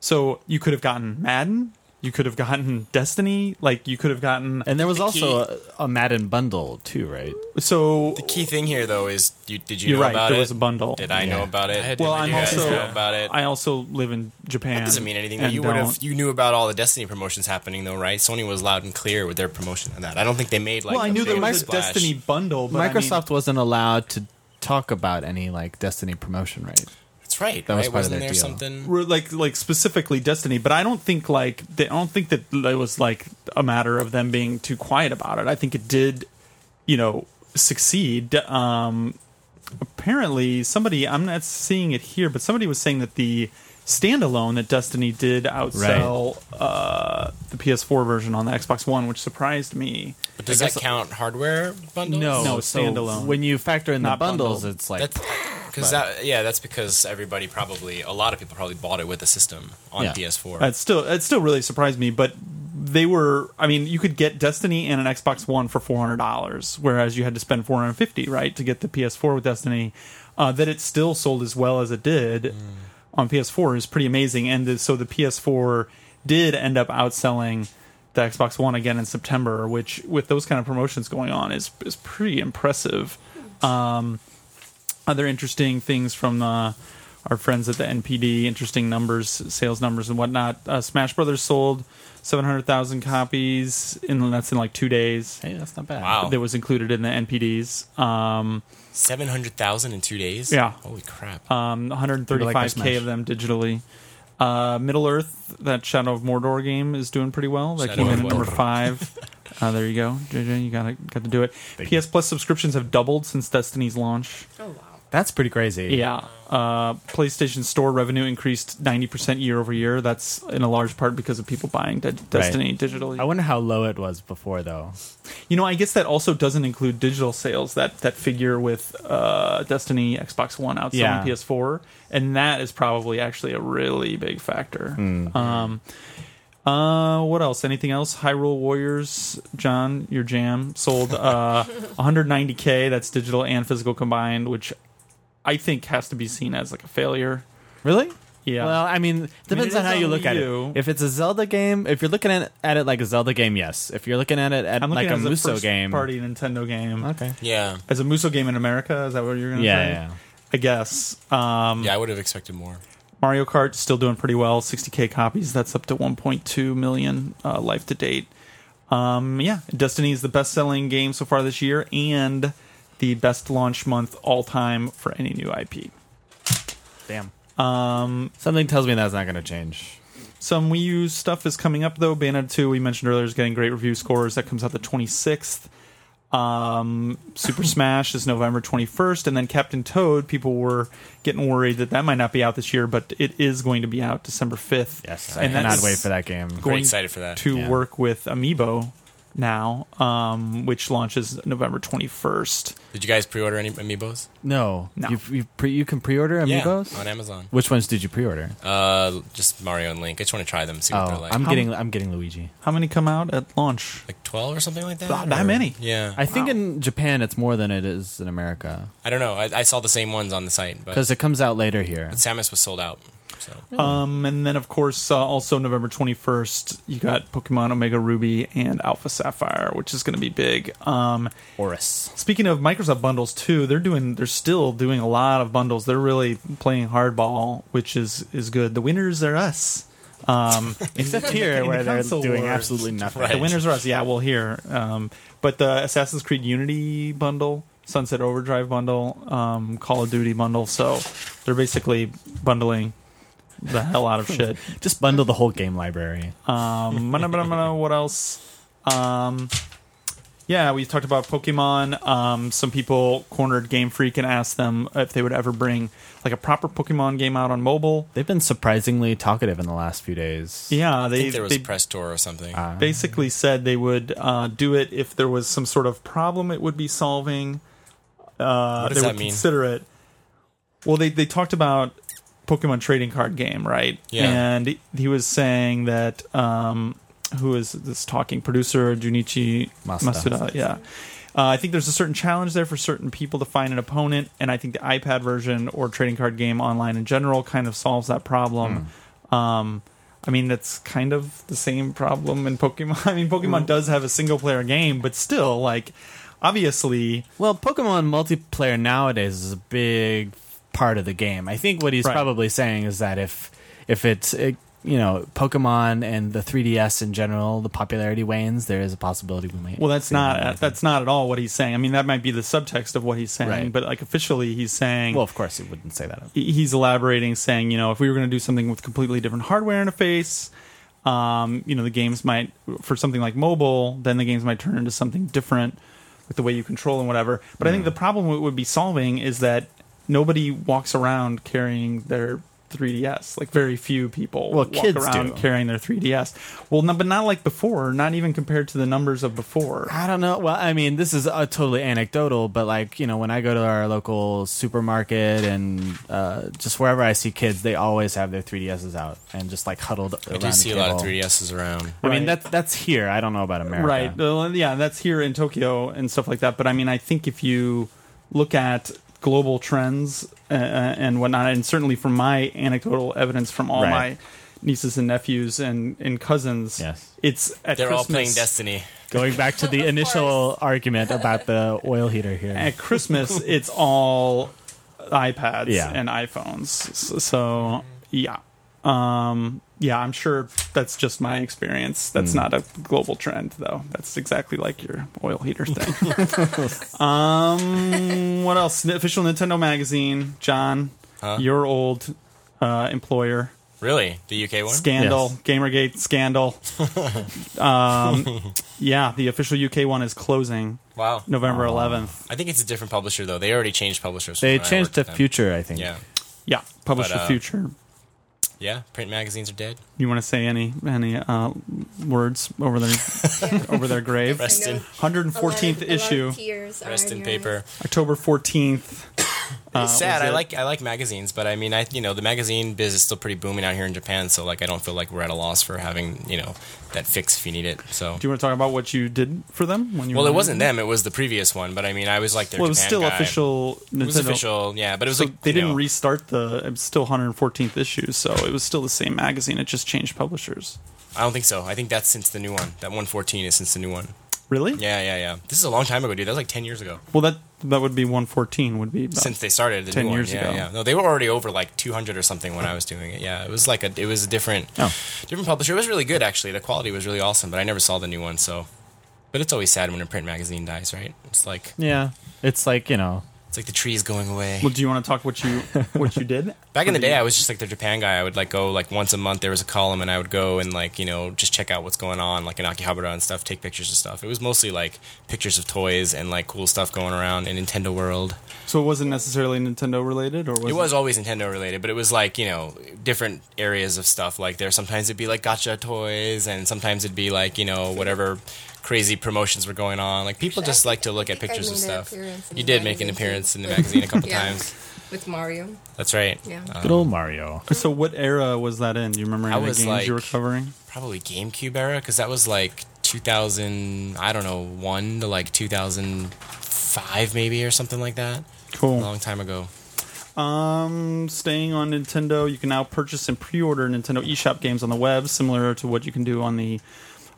Speaker 1: So you could have gotten Madden, you could have gotten Destiny, like you could have gotten
Speaker 2: And there was
Speaker 5: The key-
Speaker 2: also a, a Madden bundle too, right?
Speaker 1: so
Speaker 5: The key thing here, though, is you, did you
Speaker 1: you're
Speaker 5: know
Speaker 1: right,
Speaker 5: about
Speaker 1: there
Speaker 5: it?
Speaker 1: was a bundle.
Speaker 5: Did I know
Speaker 2: Yeah.
Speaker 5: about
Speaker 4: I had
Speaker 5: it?
Speaker 4: no
Speaker 1: Well,
Speaker 5: Did
Speaker 1: I'm
Speaker 5: you guys
Speaker 1: also
Speaker 5: know about it.
Speaker 1: I also live in Japan.
Speaker 5: That doesn't mean anything.
Speaker 1: and
Speaker 5: You would have
Speaker 1: don't-
Speaker 5: you knew about all the Destiny promotions happening though, right? Sony was loud and clear with their promotion on that. I don't think they made like.
Speaker 1: well, I
Speaker 5: a
Speaker 1: knew there
Speaker 5: big
Speaker 1: was a
Speaker 5: splash.
Speaker 1: Destiny bundle, but I mean-
Speaker 2: Microsoft wasn't allowed to talk about any like Destiny promotion, right?
Speaker 5: That's right.
Speaker 2: That was
Speaker 5: right?
Speaker 2: part of
Speaker 5: Wasn't
Speaker 2: their
Speaker 5: there
Speaker 2: deal.
Speaker 5: something?
Speaker 1: were like like specifically Destiny, but I don't think like they, I don't think that it was like a matter of them being too quiet about it. I think it did, you know, succeed. Um, apparently, somebody I'm not seeing it here, but somebody was saying that the standalone that Destiny did outsell uh, the PS4 version on the Xbox One, which surprised me.
Speaker 5: But does that count hardware bundles?
Speaker 1: No,
Speaker 2: so
Speaker 1: standalone.
Speaker 2: When you factor in
Speaker 1: Not
Speaker 2: the bundles,
Speaker 1: bundled.
Speaker 2: it's like
Speaker 5: That's because that yeah, that's because everybody probably a lot of people probably bought it with the system on
Speaker 2: Yeah.
Speaker 5: PS4.
Speaker 1: That still it still really surprised me, but they were I mean, you could get Destiny and an Xbox One for four hundred dollars, whereas you had to spend four hundred and fifty, right, to get the PS4 with Destiny. Uh, that it still sold as well as it did on PS4 is pretty amazing. And the, so the PS4 did end up outselling the Xbox One again in September, which with those kind of promotions going on is is pretty impressive other interesting things from uh, our friends at the NPD, interesting numbers, sales numbers, and whatnot. Uh, Smash Brothers sold 700,000 copies, in that's in like two days.
Speaker 2: hey, that's not bad.
Speaker 5: Wow.
Speaker 1: That was included in the NPDs. Um,
Speaker 5: Seven hundred thousand in two days.
Speaker 1: Yeah.
Speaker 5: Holy crap.
Speaker 1: um, 135k
Speaker 2: Smash.
Speaker 1: of them digitally. Uh, Middle Earth, that Shadow of Mordor game is doing pretty well. That
Speaker 5: Shadow
Speaker 1: came in
Speaker 5: of
Speaker 1: at number
Speaker 5: Mordor.
Speaker 1: five. Uh, there you go, JJ. You gotta got to do it. PS Plus subscriptions have doubled since Destiny's launch.
Speaker 3: Oh wow.
Speaker 2: That's pretty crazy.
Speaker 1: Yeah. Uh, PlayStation Store revenue increased 90% year over year. That's in a large part because of people buying De- Destiny digitally.
Speaker 2: I wonder how low it was before though.
Speaker 1: you know, I guess that also doesn't include digital sales, that, that figure with uh, Destiny, Xbox One outselling
Speaker 2: Yeah.
Speaker 1: PS4. And that is probably actually a really big factor.
Speaker 2: Hmm.
Speaker 1: Um, uh, what else? Anything else? Hyrule Warriors, John, your jam, sold uh, 190K. That's digital and physical combined, which I think has to be seen as like a failure.
Speaker 2: Really?
Speaker 1: Yeah.
Speaker 2: Well, I mean, depends
Speaker 1: it
Speaker 2: on
Speaker 1: is
Speaker 2: how you
Speaker 1: on
Speaker 2: look
Speaker 1: Wii
Speaker 2: at
Speaker 1: U.
Speaker 2: it. If it's a Zelda game, if you're looking at, at it like a Zelda game, yes. If you're looking at it at
Speaker 1: I'm
Speaker 2: like
Speaker 1: looking
Speaker 2: a
Speaker 1: at it as
Speaker 2: Muso
Speaker 1: first
Speaker 2: game,
Speaker 1: party Nintendo game.
Speaker 2: okay.
Speaker 5: yeah.
Speaker 1: As a Muso game in America, is that what you're going to
Speaker 2: Yeah,
Speaker 1: say?
Speaker 2: yeah.
Speaker 1: I guess. Um,
Speaker 5: Yeah, I would have expected more.
Speaker 1: Mario Kart still doing pretty well, 60k copies. That's up to 1.2 million uh, life to date. Um, yeah, Destiny is the best-selling game so far this year and the best launch month all time for any new IP.
Speaker 2: Damn. Um, something tells me that's not going to change.
Speaker 1: Some Wii U stuff is coming up though. Bayonetta 2, we mentioned earlier, is getting great review scores. That comes out the 26th. Um, Super Smash is November 21st, and then Captain Toad. People were getting worried that that might not be out this year, but it is going to be out December 5th.
Speaker 2: Yes, I
Speaker 1: and
Speaker 2: cannot
Speaker 1: that's
Speaker 2: wait for that game.
Speaker 5: Very
Speaker 1: Going
Speaker 5: excited for that.
Speaker 1: to
Speaker 2: Yeah.
Speaker 1: work with Amiibo, now, um, which launches November 21st.
Speaker 5: Did you guys pre-order any amiibos?
Speaker 2: No,
Speaker 1: No.
Speaker 2: You, you, pre, you can pre-order Amiibos.
Speaker 5: Yeah, on Amazon.
Speaker 2: Which ones did you pre-order?
Speaker 5: Uh, just Mario and Link. I just want to try them, see what they're
Speaker 2: oh,
Speaker 5: like.
Speaker 2: I'm getting I'm getting Luigi.
Speaker 1: How many come out at launch?
Speaker 5: like twelve or something like that.
Speaker 1: Not that
Speaker 5: or-
Speaker 1: many.
Speaker 5: Yeah,
Speaker 2: I think
Speaker 1: Wow.
Speaker 2: in Japan it's more than it is in America
Speaker 5: I don't know. I, I saw the same ones on the site, but
Speaker 2: because it comes out later here.
Speaker 5: Samus was sold out. So
Speaker 1: Um, and then, of course, uh, also November 21st, you got Pokemon Omega Ruby and Alpha Sapphire, which is going to be big. Um,
Speaker 2: Oris.
Speaker 1: speaking of Microsoft bundles too, they're doing they're still doing a lot of bundles. They're really playing hardball, which is is good. The winners are us. Um,
Speaker 2: Except
Speaker 1: in
Speaker 2: here
Speaker 1: the
Speaker 2: where they're
Speaker 1: console
Speaker 2: doing
Speaker 1: wars.
Speaker 2: absolutely nothing.
Speaker 5: Right.
Speaker 1: The winners are us. Yeah, well, here. Um, but the Assassin's Creed Unity bundle, Sunset Overdrive bundle, um, Call of Duty bundle. So they're basically bundling the hell out of shit.
Speaker 2: Just bundle the whole game library.
Speaker 1: Um, mana, mana, mana, what else? Um, yeah, we talked about Pokemon. Um, some people cornered Game Freak and asked them if they would ever bring like a proper Pokemon game out on mobile.
Speaker 2: They've been surprisingly talkative in the last few days.
Speaker 1: Yeah,
Speaker 5: I
Speaker 1: they
Speaker 5: think there was
Speaker 1: they
Speaker 5: a press tour or something.
Speaker 1: Uh, basically said they would uh, do it if there was some sort of problem it would be solving. Uh,
Speaker 5: What does
Speaker 1: they
Speaker 5: that
Speaker 1: would
Speaker 5: mean?
Speaker 1: consider it. Well, they they talked about Pokemon trading card game, right?
Speaker 5: Yeah.
Speaker 1: And he was saying that um, who is this talking producer Junichi
Speaker 2: Masuda.
Speaker 1: Masuda yeah. Uh, I think there's a certain challenge there for certain people to find an opponent, and I think the iPad version or trading card game online in general kind of solves that problem. Um, I mean, that's kind of the same problem in Pokemon. I mean,
Speaker 5: Hmm.
Speaker 1: Pokemon does have a single player game, but still, like, obviously,
Speaker 2: Well, Pokemon multiplayer nowadays is a big part of the game. I think what he's
Speaker 1: Right.
Speaker 2: probably saying is that if if it's it, you know Pokemon and the 3DS in general, the popularity wanes, there is a possibility we might.
Speaker 1: well, that's
Speaker 2: see
Speaker 1: not
Speaker 2: another thing.
Speaker 1: that's not at all what he's saying. I mean, that might be the subtext of what he's saying,
Speaker 2: Right.
Speaker 1: but like officially, he's saying
Speaker 2: well, of course, he wouldn't say that.
Speaker 1: he- he's elaborating, saying, you know, if we were going to do something with completely different hardware interface, um, you know, the games might, for something like mobile, then the games might turn into something different with the way you control and whatever. But I think the problem it would be solving is that nobody walks around carrying their 3DS. Like very few people
Speaker 2: Well,
Speaker 1: walk
Speaker 2: kids
Speaker 1: around
Speaker 2: do.
Speaker 1: carrying their 3DS. Well, no, but not like before. Not even compared to the numbers of before.
Speaker 2: I don't know. Well, I mean, this is uh, totally anecdotal, but like you know, when I go to our local supermarket and uh, just wherever I see kids, they always have their 3DSs out and just like huddled.
Speaker 5: I
Speaker 2: around
Speaker 5: do
Speaker 2: the
Speaker 5: see a lot of
Speaker 2: table.
Speaker 5: 3DSs around.
Speaker 2: I mean,
Speaker 1: Right.
Speaker 2: that's that's here. I don't know about America.
Speaker 1: Right. Well, yeah, that's here in Tokyo and stuff like that. But I mean, I think if you look at global trends uh, and whatnot, and certainly from my anecdotal evidence from all
Speaker 2: Right.
Speaker 1: my nieces and nephews and, and cousins,
Speaker 2: Yes.
Speaker 1: it's at
Speaker 5: They're all
Speaker 1: Christmas.
Speaker 5: playing Destiny.
Speaker 2: Going back to the
Speaker 3: Of
Speaker 2: initial argument about the oil heater here.
Speaker 1: at Christmas, it's all iPads
Speaker 2: Yeah.
Speaker 1: and iPhones. S- So yeah, um, yeah, I'm sure that's just my experience. That's not a global trend, though. That's exactly like your oil heater thing. um, what else? The official Nintendo magazine, John, your old uh, employer
Speaker 5: Really, the UK one.
Speaker 1: scandal, GamerGate scandal. um, yeah, the official UK one is closing
Speaker 5: wow.
Speaker 1: November 11th.
Speaker 5: I think it's a different publisher though. They already changed publishers. from
Speaker 2: They
Speaker 5: when I
Speaker 2: changed
Speaker 5: worked
Speaker 2: to
Speaker 5: with them.
Speaker 2: future, I think.
Speaker 5: Yeah,
Speaker 1: Yeah, publisher
Speaker 5: But, uh,
Speaker 1: future.
Speaker 5: yeah. Print magazines are dead.
Speaker 1: You want to say any any uh, words over their over their grave?
Speaker 5: Rest in
Speaker 3: A
Speaker 1: 114th
Speaker 3: lot of
Speaker 1: issue,
Speaker 3: tears are
Speaker 5: rest in
Speaker 3: your
Speaker 5: paper.
Speaker 1: October 14th.
Speaker 5: It's sad.
Speaker 1: was
Speaker 5: I
Speaker 1: it-
Speaker 5: like I like magazines, but I mean, I you know the magazine biz is still pretty booming out here in Japan. So like, I don't feel like we're at a loss for having you know that fix if you need it. So
Speaker 1: Do you want to talk about what you did for them when you?
Speaker 5: well,
Speaker 1: were
Speaker 5: it
Speaker 1: on
Speaker 5: wasn't them. It was the previous one. But I mean, I was like their
Speaker 1: Well, it was
Speaker 5: Japan
Speaker 1: still
Speaker 5: guy.
Speaker 1: official. Nintendo.
Speaker 5: It was official. Yeah, but it was
Speaker 1: So
Speaker 5: like
Speaker 1: they
Speaker 5: you
Speaker 1: didn't
Speaker 5: know,
Speaker 1: restart the. It was still 114th issue, so it was still the same magazine. It just changed publishers.
Speaker 5: I don't think so. I think that's since the new one. That 114 is since the new one.
Speaker 1: Really?
Speaker 5: Yeah, yeah, yeah. This is a long time ago, dude. That was like 10 years ago.
Speaker 1: Well, that that would be 114. Would be about,
Speaker 5: since they started the
Speaker 1: 10
Speaker 5: new
Speaker 1: years
Speaker 5: one.
Speaker 1: ago.
Speaker 5: Yeah, yeah. No, they were already over like 200 or something when I was doing it. Yeah, it was like a it was a different
Speaker 2: Oh.
Speaker 5: different publisher. It was really good actually. The quality was really awesome, but I never saw the new one. So, but it's always sad when a print magazine dies, right? It's like
Speaker 2: Yeah. It's like, you know,
Speaker 5: it's like the trees going away.
Speaker 1: Well, do you want to talk what you what you did?
Speaker 5: Back in the day, I was just like the Japan guy. I would like go like once a month. There was a column, and I would go and like you know just check out what's going on, like in Akihabara and stuff, take pictures and stuff. It was mostly like pictures of toys and like cool stuff going around in Nintendo World.
Speaker 1: So it wasn't necessarily Nintendo related, or was
Speaker 5: It was always Nintendo related, but it was like, you know, different areas of stuff. Like there sometimes it'd be like gotcha toys and sometimes it'd be like, you know, whatever crazy promotions were going on. Like people just like to look at
Speaker 3: I think I
Speaker 5: pictures of
Speaker 3: made an
Speaker 5: stuff.
Speaker 3: appearance in
Speaker 5: You
Speaker 3: the
Speaker 5: did make
Speaker 3: magazine,
Speaker 5: an
Speaker 3: too.
Speaker 5: appearance in the magazine a couple
Speaker 3: Yeah.
Speaker 5: times.
Speaker 3: with Mario.
Speaker 5: That's right.
Speaker 3: Yeah.
Speaker 2: Good old Mario.
Speaker 1: So, what era was that in? Do you remember any
Speaker 5: I
Speaker 1: of the
Speaker 5: was,
Speaker 1: games
Speaker 5: like-
Speaker 1: you were covering?
Speaker 5: Probably GameCube era because that was like 2000. I don't know one to like 2005 maybe or something like that. A
Speaker 1: Cool.
Speaker 5: long time ago.
Speaker 1: Um, staying on Nintendo, you can now purchase and pre-order Nintendo eShop games on the web, similar to what you can do on the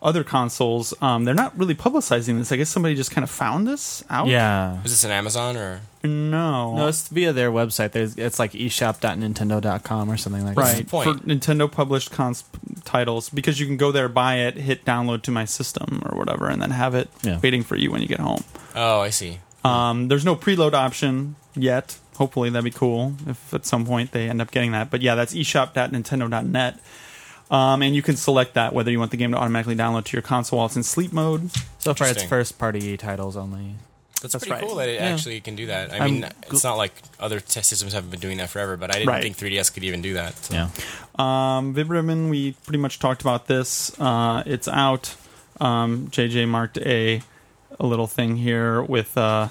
Speaker 1: other consoles. Um, they're not really publicizing this. I guess somebody just kind of found this out.
Speaker 2: Yeah.
Speaker 5: Was this an Amazon or?
Speaker 1: No.
Speaker 2: No, it's via their website. There's, it's like e eshop.nintendo.com or something like
Speaker 1: right.
Speaker 2: that.
Speaker 5: point.
Speaker 1: For Nintendo published cons- titles, because you can go there, buy it, hit download to my system or whatever, and then have it
Speaker 2: Yeah.
Speaker 1: waiting for you when you get home.
Speaker 5: Oh, I see.
Speaker 1: Um, there's no preload option yet. Hopefully that'd be cool if at some point they end up getting that. But yeah, that's e eShop.nintendo.net. Um, and you can select that whether you want the game to automatically download to your console while it's in sleep mode.
Speaker 2: So far, it's
Speaker 5: Interesting.
Speaker 2: first party titles only.
Speaker 5: That's,
Speaker 1: That's
Speaker 5: pretty
Speaker 1: right.
Speaker 5: cool that it
Speaker 2: Yeah.
Speaker 5: actually can do that. I
Speaker 2: I'm
Speaker 5: mean, it's not like other test systems haven't been doing that forever, but I didn't
Speaker 1: Right.
Speaker 5: think 3DS could even do that. So.
Speaker 2: Yeah.
Speaker 1: Um, Vibrimin, we pretty much talked about this. Uh, it's out. Um, JJ marked a a little thing here with uh,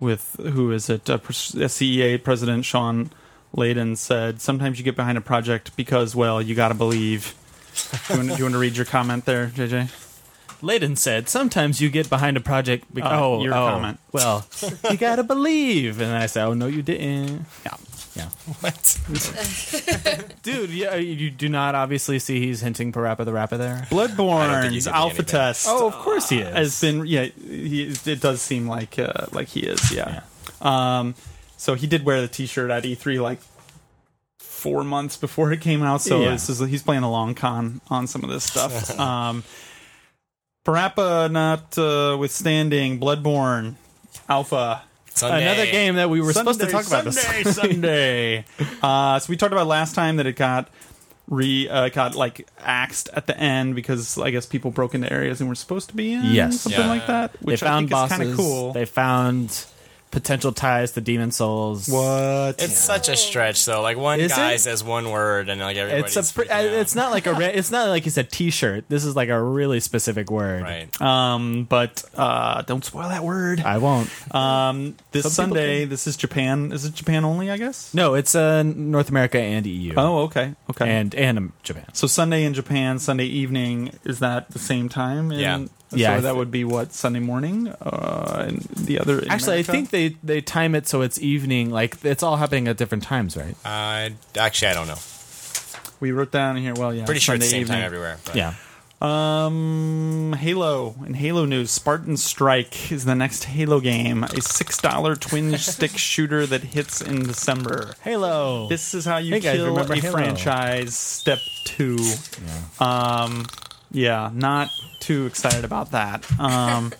Speaker 1: with who is it? Uh, pres- uh, CEA president Sean Layden said, "Sometimes you get behind a project because, well, you got to believe." do, you want, do you want to read your comment there, JJ?
Speaker 2: Layden said, "Sometimes you get behind a project because
Speaker 1: Uh,
Speaker 2: oh,
Speaker 1: your
Speaker 2: oh,
Speaker 1: comment.
Speaker 2: well, you gotta believe." And I said, "Oh no, you didn't,
Speaker 1: Yeah.
Speaker 2: yeah,
Speaker 5: What?
Speaker 2: dude. Yeah, you do not obviously see he's hinting Parappa the Rapper there.
Speaker 5: don't think he's
Speaker 1: Bloodborne's
Speaker 5: doing
Speaker 1: alpha
Speaker 5: anything.
Speaker 1: test.
Speaker 2: Oh, of course he is.
Speaker 1: has been yeah he, it does seem like uh, like he is yeah. um so he did wear the t-shirt at e3 like four months before it came out so
Speaker 2: Yeah.
Speaker 1: this is he's playing a long con on some of this stuff um parappa not uh, withstanding bloodborne alpha
Speaker 5: Sunday.
Speaker 2: Another game that we were
Speaker 1: Sunday,
Speaker 2: supposed to talk about this.
Speaker 1: Sunday, Sunday. Uh, so we talked about last time that it got re uh, got like axed at the end because I guess people broke into areas and were supposed to be in.
Speaker 2: Yes.
Speaker 1: something
Speaker 5: Yeah.
Speaker 1: like that. Which
Speaker 2: they found
Speaker 1: I think
Speaker 2: bosses.
Speaker 1: is kind of cool.
Speaker 2: They found potential ties to Demon Souls.
Speaker 1: what?
Speaker 5: It's such a stretch, though. Like one
Speaker 2: Is
Speaker 5: guy
Speaker 2: it?
Speaker 5: says one word, and like everybody's.
Speaker 2: It's a. Pre-
Speaker 5: freaking out.
Speaker 2: it's not like a. Ra- it's not like it's a T-shirt. This is like a really specific word.
Speaker 5: right.
Speaker 1: um, but uh, don't spoil that word.
Speaker 2: I won't.
Speaker 1: Um, this
Speaker 2: Some people
Speaker 1: Sunday, this is Japan. Is it Japan only? I guess.
Speaker 2: No, it's uh, North America and EU.
Speaker 1: Oh, okay, okay.
Speaker 2: and and um, Japan.
Speaker 1: so Sunday in Japan, Sunday evening is that the same time? In,
Speaker 5: Yeah.
Speaker 2: Yeah, I
Speaker 1: So that
Speaker 2: th-
Speaker 1: would be what Sunday morning, uh, and the other. in
Speaker 2: Actually,
Speaker 1: America?
Speaker 2: I think they they time it so it's evening. Like it's all happening at different times, right?
Speaker 5: Uh, actually, I don't know.
Speaker 1: We wrote down here. Well, yeah,
Speaker 5: Pretty sure it's
Speaker 1: Sunday
Speaker 5: the
Speaker 1: evening.
Speaker 5: same time everywhere. But
Speaker 2: yeah.
Speaker 1: Um, Halo and Halo news. Spartan Strike is the next Halo game, a six dollar twin stick shooter that hits in December.
Speaker 2: Halo.
Speaker 1: This is how you
Speaker 2: Hey, guys,
Speaker 1: kill
Speaker 2: remember
Speaker 1: a
Speaker 2: Halo.
Speaker 1: franchise. Step two. Um, yeah, not too excited about that. Um,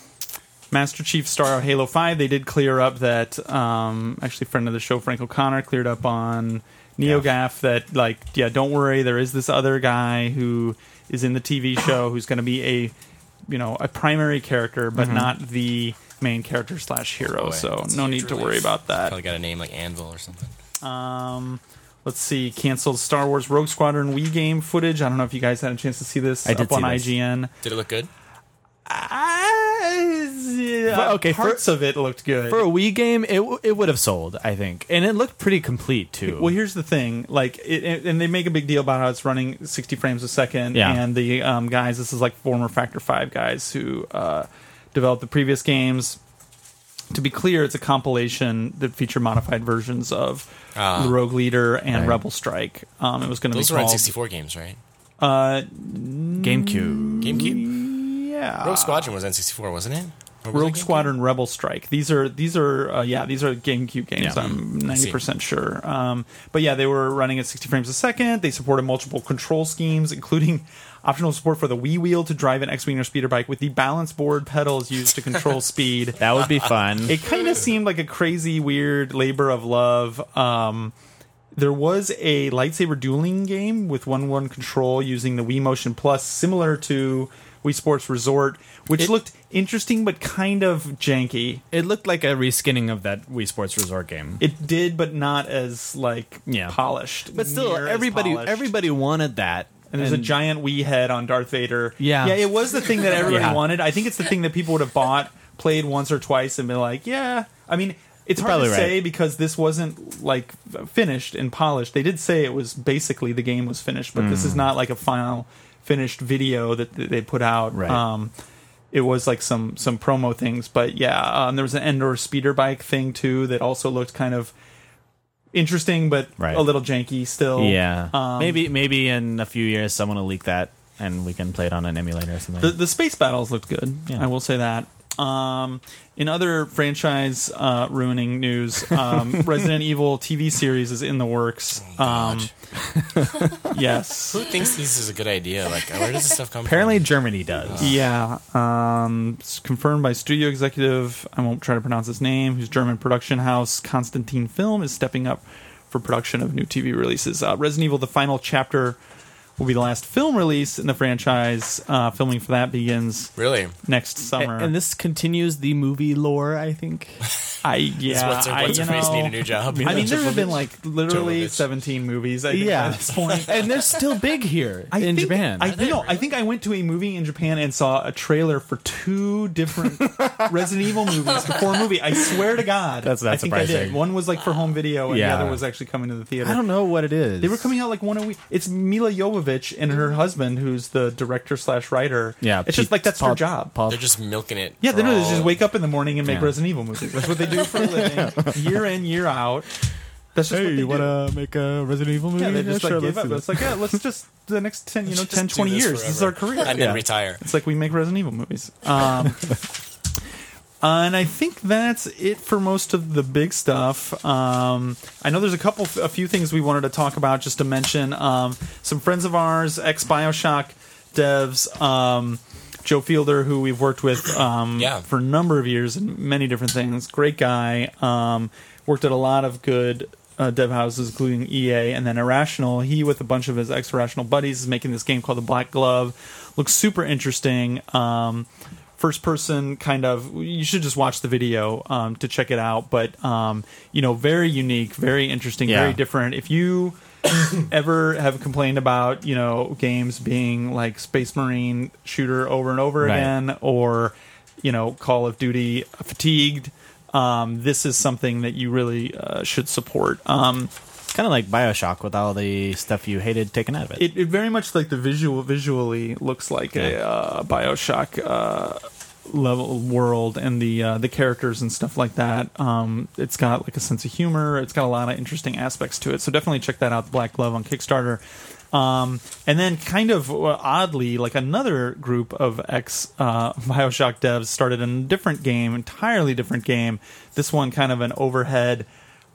Speaker 1: Master Chief Star of Halo Five. They did clear up that um, actually friend of the show Frank O'Connor cleared up on NeoGaf that like yeah, don't worry, there is this other guy who is in the TV show who's going to be a you know a primary character but
Speaker 2: Mm-hmm.
Speaker 1: not the main character slash hero.
Speaker 5: boy.
Speaker 1: so
Speaker 5: It's
Speaker 1: no
Speaker 5: huge
Speaker 1: need to
Speaker 5: relief.
Speaker 1: worry about that.
Speaker 5: Probably got a name like Anvil or something.
Speaker 1: Um, let's see. Canceled Star Wars Rogue Squadron Wii game footage. I don't know if you guys had a chance to see this
Speaker 2: I did
Speaker 1: up on
Speaker 2: see this.
Speaker 1: IGN.
Speaker 5: Did it look good?
Speaker 1: Ah, yeah,
Speaker 2: For- okay, for-
Speaker 1: parts of it looked good.
Speaker 2: for a Wii game, it w- it would have sold, I think, and it looked pretty complete too.
Speaker 1: well, here's the thing. Like, it, it- and they make a big deal about how it's running 60 frames a second.
Speaker 2: Yeah.
Speaker 1: And the um, guys, this is like former Factor Five guys who uh, developed the previous games. To be clear, it's a compilation that feature modified versions of
Speaker 5: Ah.
Speaker 1: Rogue Leader and
Speaker 2: Right.
Speaker 1: Rebel Strike. Um, it was going to be
Speaker 5: Those were on
Speaker 1: called
Speaker 5: 64 games, right?
Speaker 1: uh,
Speaker 2: GameCube.
Speaker 5: GameCube.
Speaker 1: Yeah.
Speaker 5: Rogue Squadron was N64, wasn't it? Or was it
Speaker 1: Rogue
Speaker 5: GameCube?
Speaker 1: Squadron Rebel Strike. These are these are uh, yeah these are GameCube games.
Speaker 2: Yeah.
Speaker 1: I'm ninety percent sure. Um, but yeah, they were running at sixty frames a second. They supported multiple control schemes, including optional support for the Wii wheel to drive an X-wing or speeder bike with the balance board pedals used to control speed.
Speaker 2: That would be fun.
Speaker 1: It kind of seemed like a crazy, weird labor of love. Um, there was a lightsaber dueling game with one-one control using the Wii Motion Plus, similar to Wii Sports Resort, which
Speaker 2: It-
Speaker 1: looked interesting but kind of janky.
Speaker 2: it looked like a reskinning of that Wii Sports Resort game.
Speaker 1: It did, but not as like
Speaker 2: Yeah.
Speaker 1: polished.
Speaker 2: But still,
Speaker 1: Near as
Speaker 2: everybody
Speaker 1: polished.
Speaker 2: everybody wanted that.
Speaker 1: and there's a
Speaker 2: And-
Speaker 1: giant Wii head on Darth Vader.
Speaker 2: Yeah.
Speaker 1: yeah, it was the thing that everybody
Speaker 2: Yeah.
Speaker 1: wanted. I think it's the thing that people would have bought, played once or twice, and been like, "Yeah." I mean, it's hard
Speaker 2: probably
Speaker 1: to
Speaker 2: right.
Speaker 1: say because this wasn't like f- finished and polished. They did say it was basically the game was finished, but
Speaker 2: Mm.
Speaker 1: this is not like a final finished video that th- they put out.
Speaker 2: Right.
Speaker 1: Um, it was like some some promo things, but yeah, um, there was an Endor speeder bike thing too that also looked kind of interesting, but
Speaker 2: Right.
Speaker 1: a little janky still.
Speaker 2: Yeah.
Speaker 1: Um,
Speaker 2: maybe maybe in a few years someone will leak that and we can play it on an emulator or something.
Speaker 1: The, the space battles looked good.
Speaker 2: Yeah.
Speaker 1: I will say that. Um, in other franchise uh, ruining news, um, Resident Evil TV series is in the works. Um,
Speaker 5: God.
Speaker 1: yes.
Speaker 5: Who thinks this is a good idea? Like, where does this stuff come
Speaker 2: Apparently
Speaker 5: from?
Speaker 2: Germany does.
Speaker 1: Yeah. Um, it's confirmed by studio executive, I won't try to pronounce his name, whose German production house, Constantine Film, is stepping up for production of new TV releases. Uh, Resident Evil, the final chapter, will be the last film release in the franchise. Uh, filming for that begins
Speaker 5: Really?
Speaker 1: next summer.
Speaker 2: And this continues the movie lore, I think.
Speaker 1: I, yeah,
Speaker 5: Is what's her,
Speaker 1: I,
Speaker 5: what's
Speaker 1: you
Speaker 5: her face
Speaker 1: know,
Speaker 5: need a new job?
Speaker 1: I mean, there have been like literally
Speaker 5: Jovovich.
Speaker 1: 17 movies. I think,
Speaker 2: Yeah.
Speaker 1: yeah, at this point.
Speaker 2: and they're still big here
Speaker 1: I
Speaker 2: in
Speaker 1: think-
Speaker 2: Japan.
Speaker 1: I, you know, I think I went to a movie in Japan and saw a trailer for two different Resident Evil movies before a movie. I swear to God,
Speaker 2: That's not
Speaker 1: I think I did.
Speaker 2: surprising.
Speaker 1: One was like for home video, and
Speaker 2: Yeah.
Speaker 1: the other was actually coming to the theater.
Speaker 2: I don't know what it is.
Speaker 1: They were coming out like one a week. It's Mila Jovovich and her husband, who's the director slash writer.
Speaker 2: Yeah,
Speaker 1: it's just like that's her
Speaker 2: Paul-
Speaker 1: job.
Speaker 2: Paul-
Speaker 5: They're just milking it.
Speaker 1: Yeah, they
Speaker 5: for
Speaker 1: know they just
Speaker 5: all-
Speaker 1: wake up in the morning and make
Speaker 2: Yeah.
Speaker 1: Resident Evil movies. That's what they do for a living, year in year out. That's just what they do.
Speaker 2: make a Resident Evil movie?
Speaker 1: Yeah, they just like gave up. It's like, yeah, let's just the next ten, you know,
Speaker 5: Just
Speaker 1: 10,
Speaker 5: do
Speaker 1: 20
Speaker 5: this
Speaker 1: years. This is our
Speaker 5: forever.
Speaker 1: career.
Speaker 5: And
Speaker 1: Yeah.
Speaker 5: then retire.
Speaker 1: It's like we make Resident Evil movies. Um, and I think that's it for most of the big stuff. Um, I know there's a couple, a few things we wanted to talk about just to mention. Um, some friends of ours, ex Bioshock devs, um, Joe Fielder, who we've worked with um,
Speaker 5: Yeah.
Speaker 1: for a number of years and many different things. Great guy. Um, worked at a lot of good uh, dev houses, including EA and then Irrational. He, with a bunch of his ex Irrational buddies, is making this game called The Black Glove. Looks super interesting. Um, first person kind of you should just watch the video um, to check it out but um, you know very unique very interesting very
Speaker 2: Yeah.
Speaker 1: different if you ever have complained about you know games being like space marine shooter over and over
Speaker 2: Right.
Speaker 1: again or you know call of duty fatigued um, this is something that you really uh, should support um,
Speaker 2: kind of like Bioshock with all the stuff you hated taken out of it.
Speaker 1: it, it very much like the visual visually looks like a uh, Bioshock uh, level world and the uh, the characters and stuff like that. Um, it's got like a sense of humor. It's got a lot of interesting aspects to it. So definitely check that out. The Black Glove on Kickstarter. Um, and then, kind of uh, oddly, like another group of ex uh, Bioshock devs started a different game, entirely different game. This one, kind of an overhead.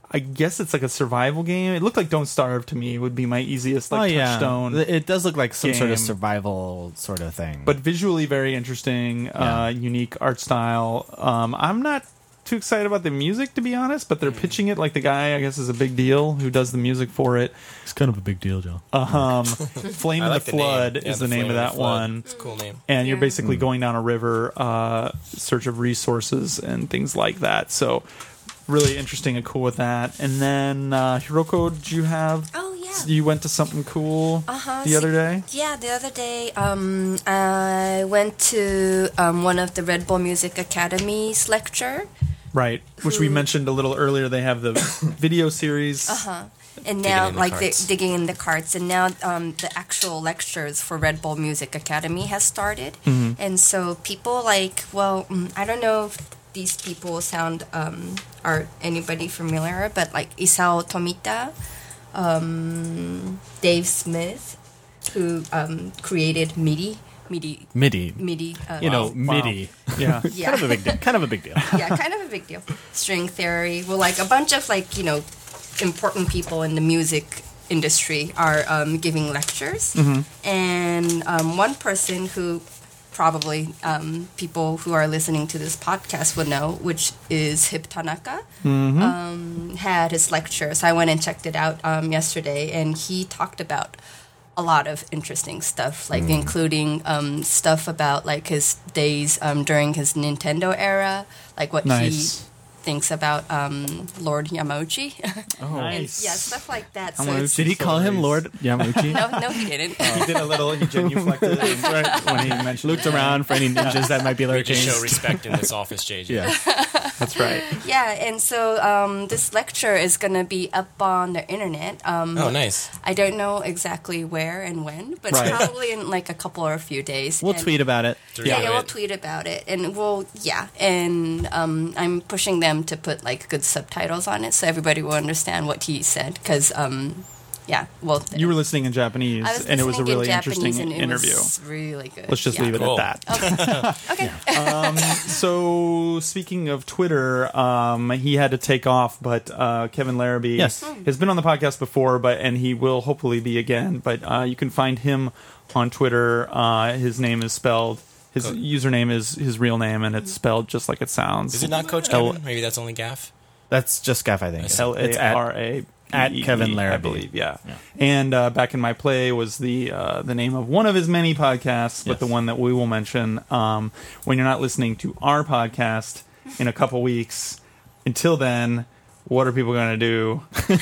Speaker 1: I guess it's like a survival game. It looked like Don't Starve to me would be my easiest like touchstone.
Speaker 2: Oh, Th- It does look like some sort of
Speaker 1: game.
Speaker 2: survival sort of thing.
Speaker 1: but visually very interesting, uh, unique art style. Um, I'm not too excited about the music to be honest, but they're
Speaker 2: Mm.
Speaker 1: pitching it like the guy I guess is a big deal who does the music for it.
Speaker 2: it's kind of a big deal, Joe.
Speaker 1: Um, Flame
Speaker 5: I
Speaker 1: in
Speaker 5: like
Speaker 1: the
Speaker 5: name.
Speaker 1: Flood
Speaker 5: Yeah,
Speaker 1: is the, name of
Speaker 5: Flame in
Speaker 1: that
Speaker 5: Flood.
Speaker 1: one
Speaker 5: It's a cool name.
Speaker 1: and you're basically
Speaker 2: Mm.
Speaker 1: going down a river uh, search of resources and things like that so really interesting and cool with that and then uh, hiroko did you have
Speaker 3: Oh, yeah.
Speaker 1: you went to something cool
Speaker 3: Uh-huh,
Speaker 1: the
Speaker 3: so-
Speaker 1: other day
Speaker 3: Yeah, the other day, um, I went to um, one of the Red Bull Music Academy's lecture,
Speaker 1: right which we mentioned a little earlier they have the video series
Speaker 3: Uh-huh. and now
Speaker 5: in the
Speaker 3: like
Speaker 5: carts.
Speaker 3: they're digging in the carts, and now um, the actual lectures for Red Bull Music Academy has started, and so people like, well, mm, I don't know if these people sound um, are anybody familiar, but like Isao Tomita, um, Dave Smith, who um, created MIDI, MIDI,
Speaker 2: MIDI.
Speaker 3: MIDI, uh,
Speaker 2: You know,
Speaker 1: Wow.
Speaker 2: MIDI.
Speaker 1: yeah
Speaker 3: yeah.
Speaker 2: Kind of a big deal. Kind of a big deal.
Speaker 3: yeah, kind of a big deal. String theory. Well, like a bunch of like you know important people in the music industry are um, giving lectures, and um, one person who probably um, people who are listening to this podcast would know, which is Hip Tanaka, um, had his lecture. So I went and checked it out um, yesterday, and he talked about a lot of interesting stuff, like including um, stuff about like his days um, during his Nintendo era, like what
Speaker 1: Nice.
Speaker 3: he thinks about um, Lord Yamauchi.
Speaker 1: Oh. Nice.
Speaker 3: yeah, stuff like that.
Speaker 1: How
Speaker 3: So
Speaker 1: much- Oh.
Speaker 3: it's,
Speaker 2: Did he call him
Speaker 1: Celebrities.
Speaker 2: Lord Yamuchi?
Speaker 3: no, no, he didn't.
Speaker 1: He did a little. He genuflected and- when he mentioned
Speaker 2: Looked around for any ninjas that might be
Speaker 5: We
Speaker 2: lurking.
Speaker 5: just show respect in this office, JJ.
Speaker 2: Yeah, that's right.
Speaker 3: yeah, and so um, this lecture is going to be up on the internet. Um,
Speaker 5: Oh, nice.
Speaker 3: I don't know exactly where and when, but
Speaker 2: Right.
Speaker 3: probably in like a couple or a few days.
Speaker 2: We'll
Speaker 3: And-
Speaker 2: tweet about it.
Speaker 3: Yeah,
Speaker 5: Throughout
Speaker 3: yeah, we'll
Speaker 5: it.
Speaker 3: tweet about it, and we'll yeah, and um, I'm pushing them to put like good subtitles on it so everybody will understand what he said because um, yeah, well,
Speaker 1: You were listening in Japanese,
Speaker 3: I was
Speaker 1: and it was a
Speaker 3: listening in
Speaker 1: really
Speaker 3: Japanese,
Speaker 1: interesting
Speaker 3: and it
Speaker 1: interview.
Speaker 3: was really good.
Speaker 1: Let's just
Speaker 3: Yeah.
Speaker 1: leave it
Speaker 5: Cool.
Speaker 1: at that.
Speaker 3: Okay.
Speaker 1: So speaking of Twitter, um, he had to take off, but uh, Kevin Larrabee
Speaker 2: Yes.
Speaker 1: has been on the podcast before, but and he will hopefully be again. But uh, you can find him on Twitter. Uh, his name is spelled. His
Speaker 5: Cool.
Speaker 1: username is his real name, and it's spelled just like it sounds.
Speaker 5: Mm-hmm. Is it not Coach
Speaker 1: L-
Speaker 5: Kevin? Maybe that's only Gaff.
Speaker 2: That's just Gaff, I think.
Speaker 1: L A
Speaker 2: It's at-
Speaker 1: R A
Speaker 2: at
Speaker 1: B E E,
Speaker 2: Kevin
Speaker 1: I
Speaker 2: Larrabee.
Speaker 1: believe. Yeah.
Speaker 2: Yeah.
Speaker 1: And uh, back in my play was the uh, the name of one of his many podcasts, but
Speaker 2: Yes.
Speaker 1: the one that we will mention um, when you're not listening to our podcast in a couple weeks. Until then, what are people going to do?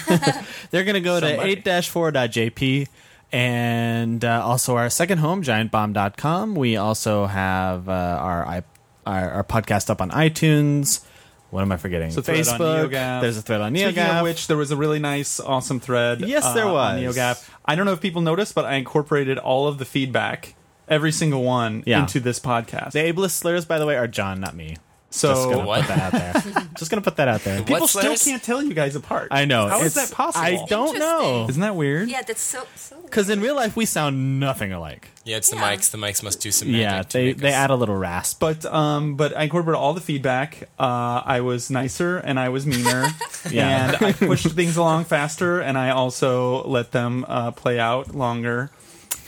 Speaker 2: They're going to go
Speaker 1: Somebody.
Speaker 2: to 8-4.jp and uh, also our second home, giantbomb.com. We also have uh, our, i- our our podcast up on iTunes. What am I forgetting?
Speaker 1: So thread on
Speaker 2: Facebook.
Speaker 1: NeoGAF.
Speaker 2: There's a thread on
Speaker 1: Speaking
Speaker 2: NeoGAF.
Speaker 1: of which, there was a really nice, awesome thread. uh,
Speaker 2: Yes, there
Speaker 1: on
Speaker 2: was.
Speaker 1: NeoGAF. I don't know if people noticed, but I incorporated all of the feedback, every single one,
Speaker 2: Yeah.
Speaker 1: into this podcast.
Speaker 2: the ableist slurs, by the way, are John, not me. Just
Speaker 1: so
Speaker 2: gonna
Speaker 5: What?
Speaker 2: put that out there. Just gonna put that out there.
Speaker 1: people
Speaker 5: What
Speaker 1: still
Speaker 5: slurs?
Speaker 1: can't tell you guys apart.
Speaker 2: I know.
Speaker 1: How is
Speaker 2: It's-
Speaker 1: that possible?
Speaker 2: I don't know.
Speaker 1: Isn't that weird?
Speaker 3: yeah, that's so so. weird.
Speaker 2: Because in real life, we sound nothing alike.
Speaker 5: Yeah, it's the
Speaker 3: Yeah.
Speaker 5: mics. The mics must do some magic.
Speaker 2: Yeah,
Speaker 5: to
Speaker 2: they
Speaker 5: make
Speaker 2: they
Speaker 5: us-
Speaker 2: add a little rasp.
Speaker 1: But um, but I incorporated all the feedback. Uh, I was nicer and I was meaner,
Speaker 2: Yeah.
Speaker 1: and I pushed things along faster, and I also let them uh, play out longer.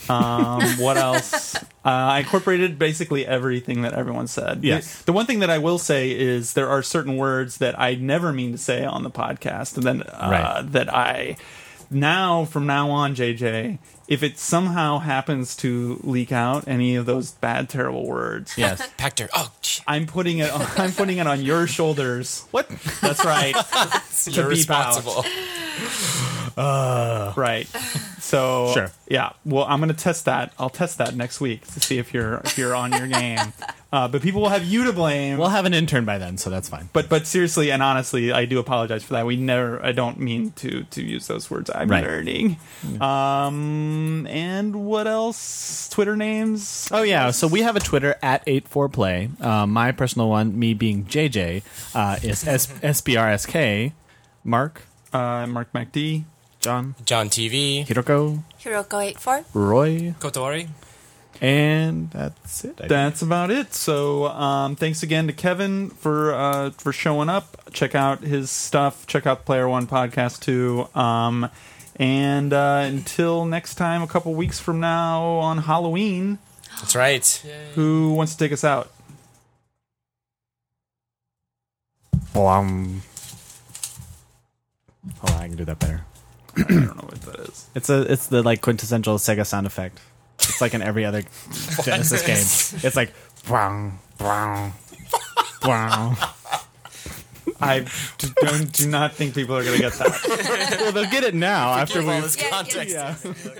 Speaker 1: Um, what else? Uh, I incorporated basically everything that everyone said.
Speaker 2: Yes.
Speaker 1: The, the one thing that I will say is there are certain words that I never mean to say on the podcast, and then uh,
Speaker 2: Right.
Speaker 1: that I now from now on, JJ, if it somehow happens to leak out any of those bad, terrible words,
Speaker 2: Yes.
Speaker 5: Pactor. Oh, shit.
Speaker 1: I'm putting it. On, I'm putting it on your shoulders. What? That's right.
Speaker 5: you're
Speaker 1: beep out.
Speaker 5: responsible.
Speaker 1: right. So
Speaker 2: Sure.
Speaker 1: Yeah. Well, I'm gonna test that. I'll test that next week to see if you're if you're on your game. Uh, but people will have you to blame.
Speaker 2: We'll have an intern by then, so that's fine.
Speaker 1: but but seriously and honestly, I do apologize for that. We never. I don't mean to to use those words. I'm
Speaker 2: Right. Mm.
Speaker 1: learning. Um. And what else? Twitter names.
Speaker 2: Oh yeah, so we have a Twitter at 84play. Uh, my personal one, me being JJ, uh, is S- SBRSK. Mark,
Speaker 1: Uh, Mark MacD.
Speaker 2: John,
Speaker 5: John TV.
Speaker 2: Hiroko,
Speaker 3: Hiroko eight four.
Speaker 2: Roy,
Speaker 5: Kotori.
Speaker 2: and that's it. I think.
Speaker 1: That's about it. So um, thanks again to Kevin for uh, for showing up. Check out his stuff. Check out Player One Podcast too. Um, and uh, until next time, a couple weeks from now on Halloween,
Speaker 5: That's right.
Speaker 1: who wants to take us out?
Speaker 2: Blum. Hold on, I can do that better.
Speaker 1: I don't know what that is.
Speaker 2: It's a it's the like quintessential Sega sound effect. It's like in every other Genesis game. It's like wow, wow, wow.
Speaker 1: I d- don't do not think people are going to get that.
Speaker 2: Well, they'll get it now after we.
Speaker 5: All this context.
Speaker 3: All of this.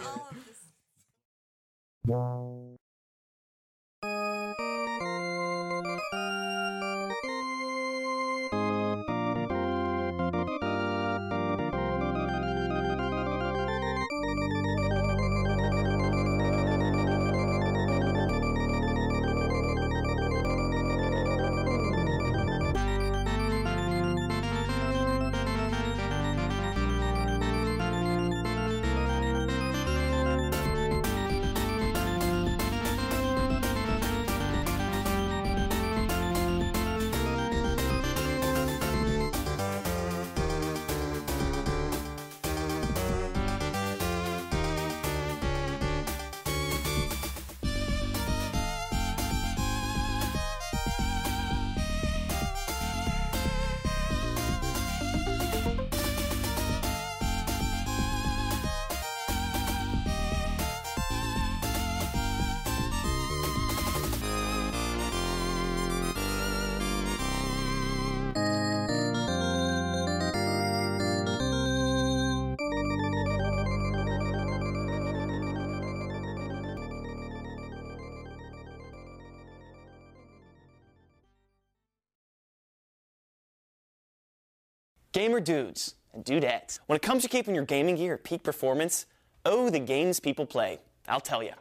Speaker 7: Gamer dudes and dudettes. When it comes to keeping your gaming gear at peak performance, oh, the games people play. I'll tell you.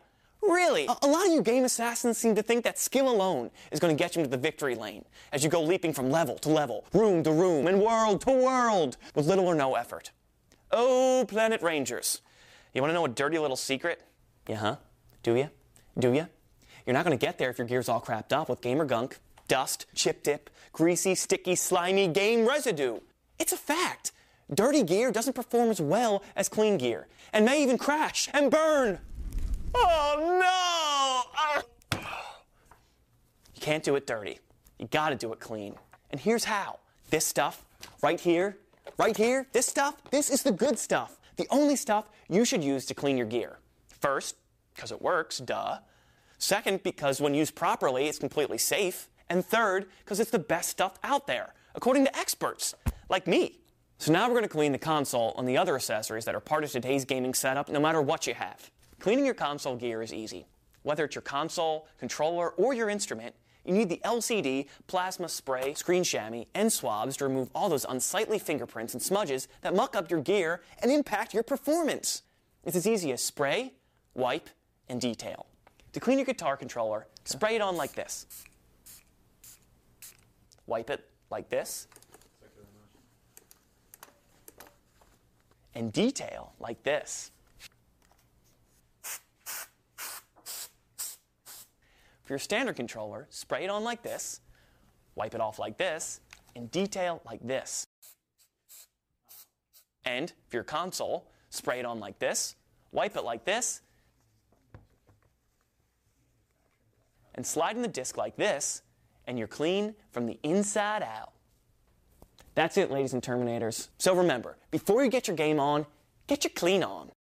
Speaker 7: Really, a, a lot of you game assassins seem to think that skill alone is going to get you into the victory lane as you go leaping from level to level, room to room, and world to world with little or no effort. Oh, Planet Rangers. You want to know a dirty little secret? Yeah, huh? Do ya? Do ya? You're not going to get there if your gear's all crapped up with gamer gunk, dust, chip dip, greasy, sticky, slimy game residue. It's a fact. Dirty gear doesn't perform as well as clean gear and may even crash and burn. Oh no! Ah. You can't do it dirty. You gotta do it clean. And here's how this stuff, right here, right here, this stuff, this is the good stuff. The only stuff you should use to clean your gear. First, because it works, duh. Second, because when used properly, it's completely safe. And third, because it's the best stuff out there, according to experts like me. So now we're going to clean the console and the other accessories that are part of today's gaming setup, no matter what you have. Cleaning your console gear is easy. Whether it's your console, controller, or your instrument, you need the LCD, plasma spray, screen chamois, and swabs to remove all those unsightly fingerprints and smudges that muck up your gear and impact your performance. It's as easy as spray, wipe, and detail. To clean your guitar controller, spray it on like this. Wipe it like this. And detail like this. For your standard controller, spray it on like this, wipe it off like this, and detail like this. And for your console, spray it on like this, wipe it like this, and slide in the disc like this, and you're clean from the inside out. That's it, ladies and Terminators. So remember, before you get your game on, get your clean on.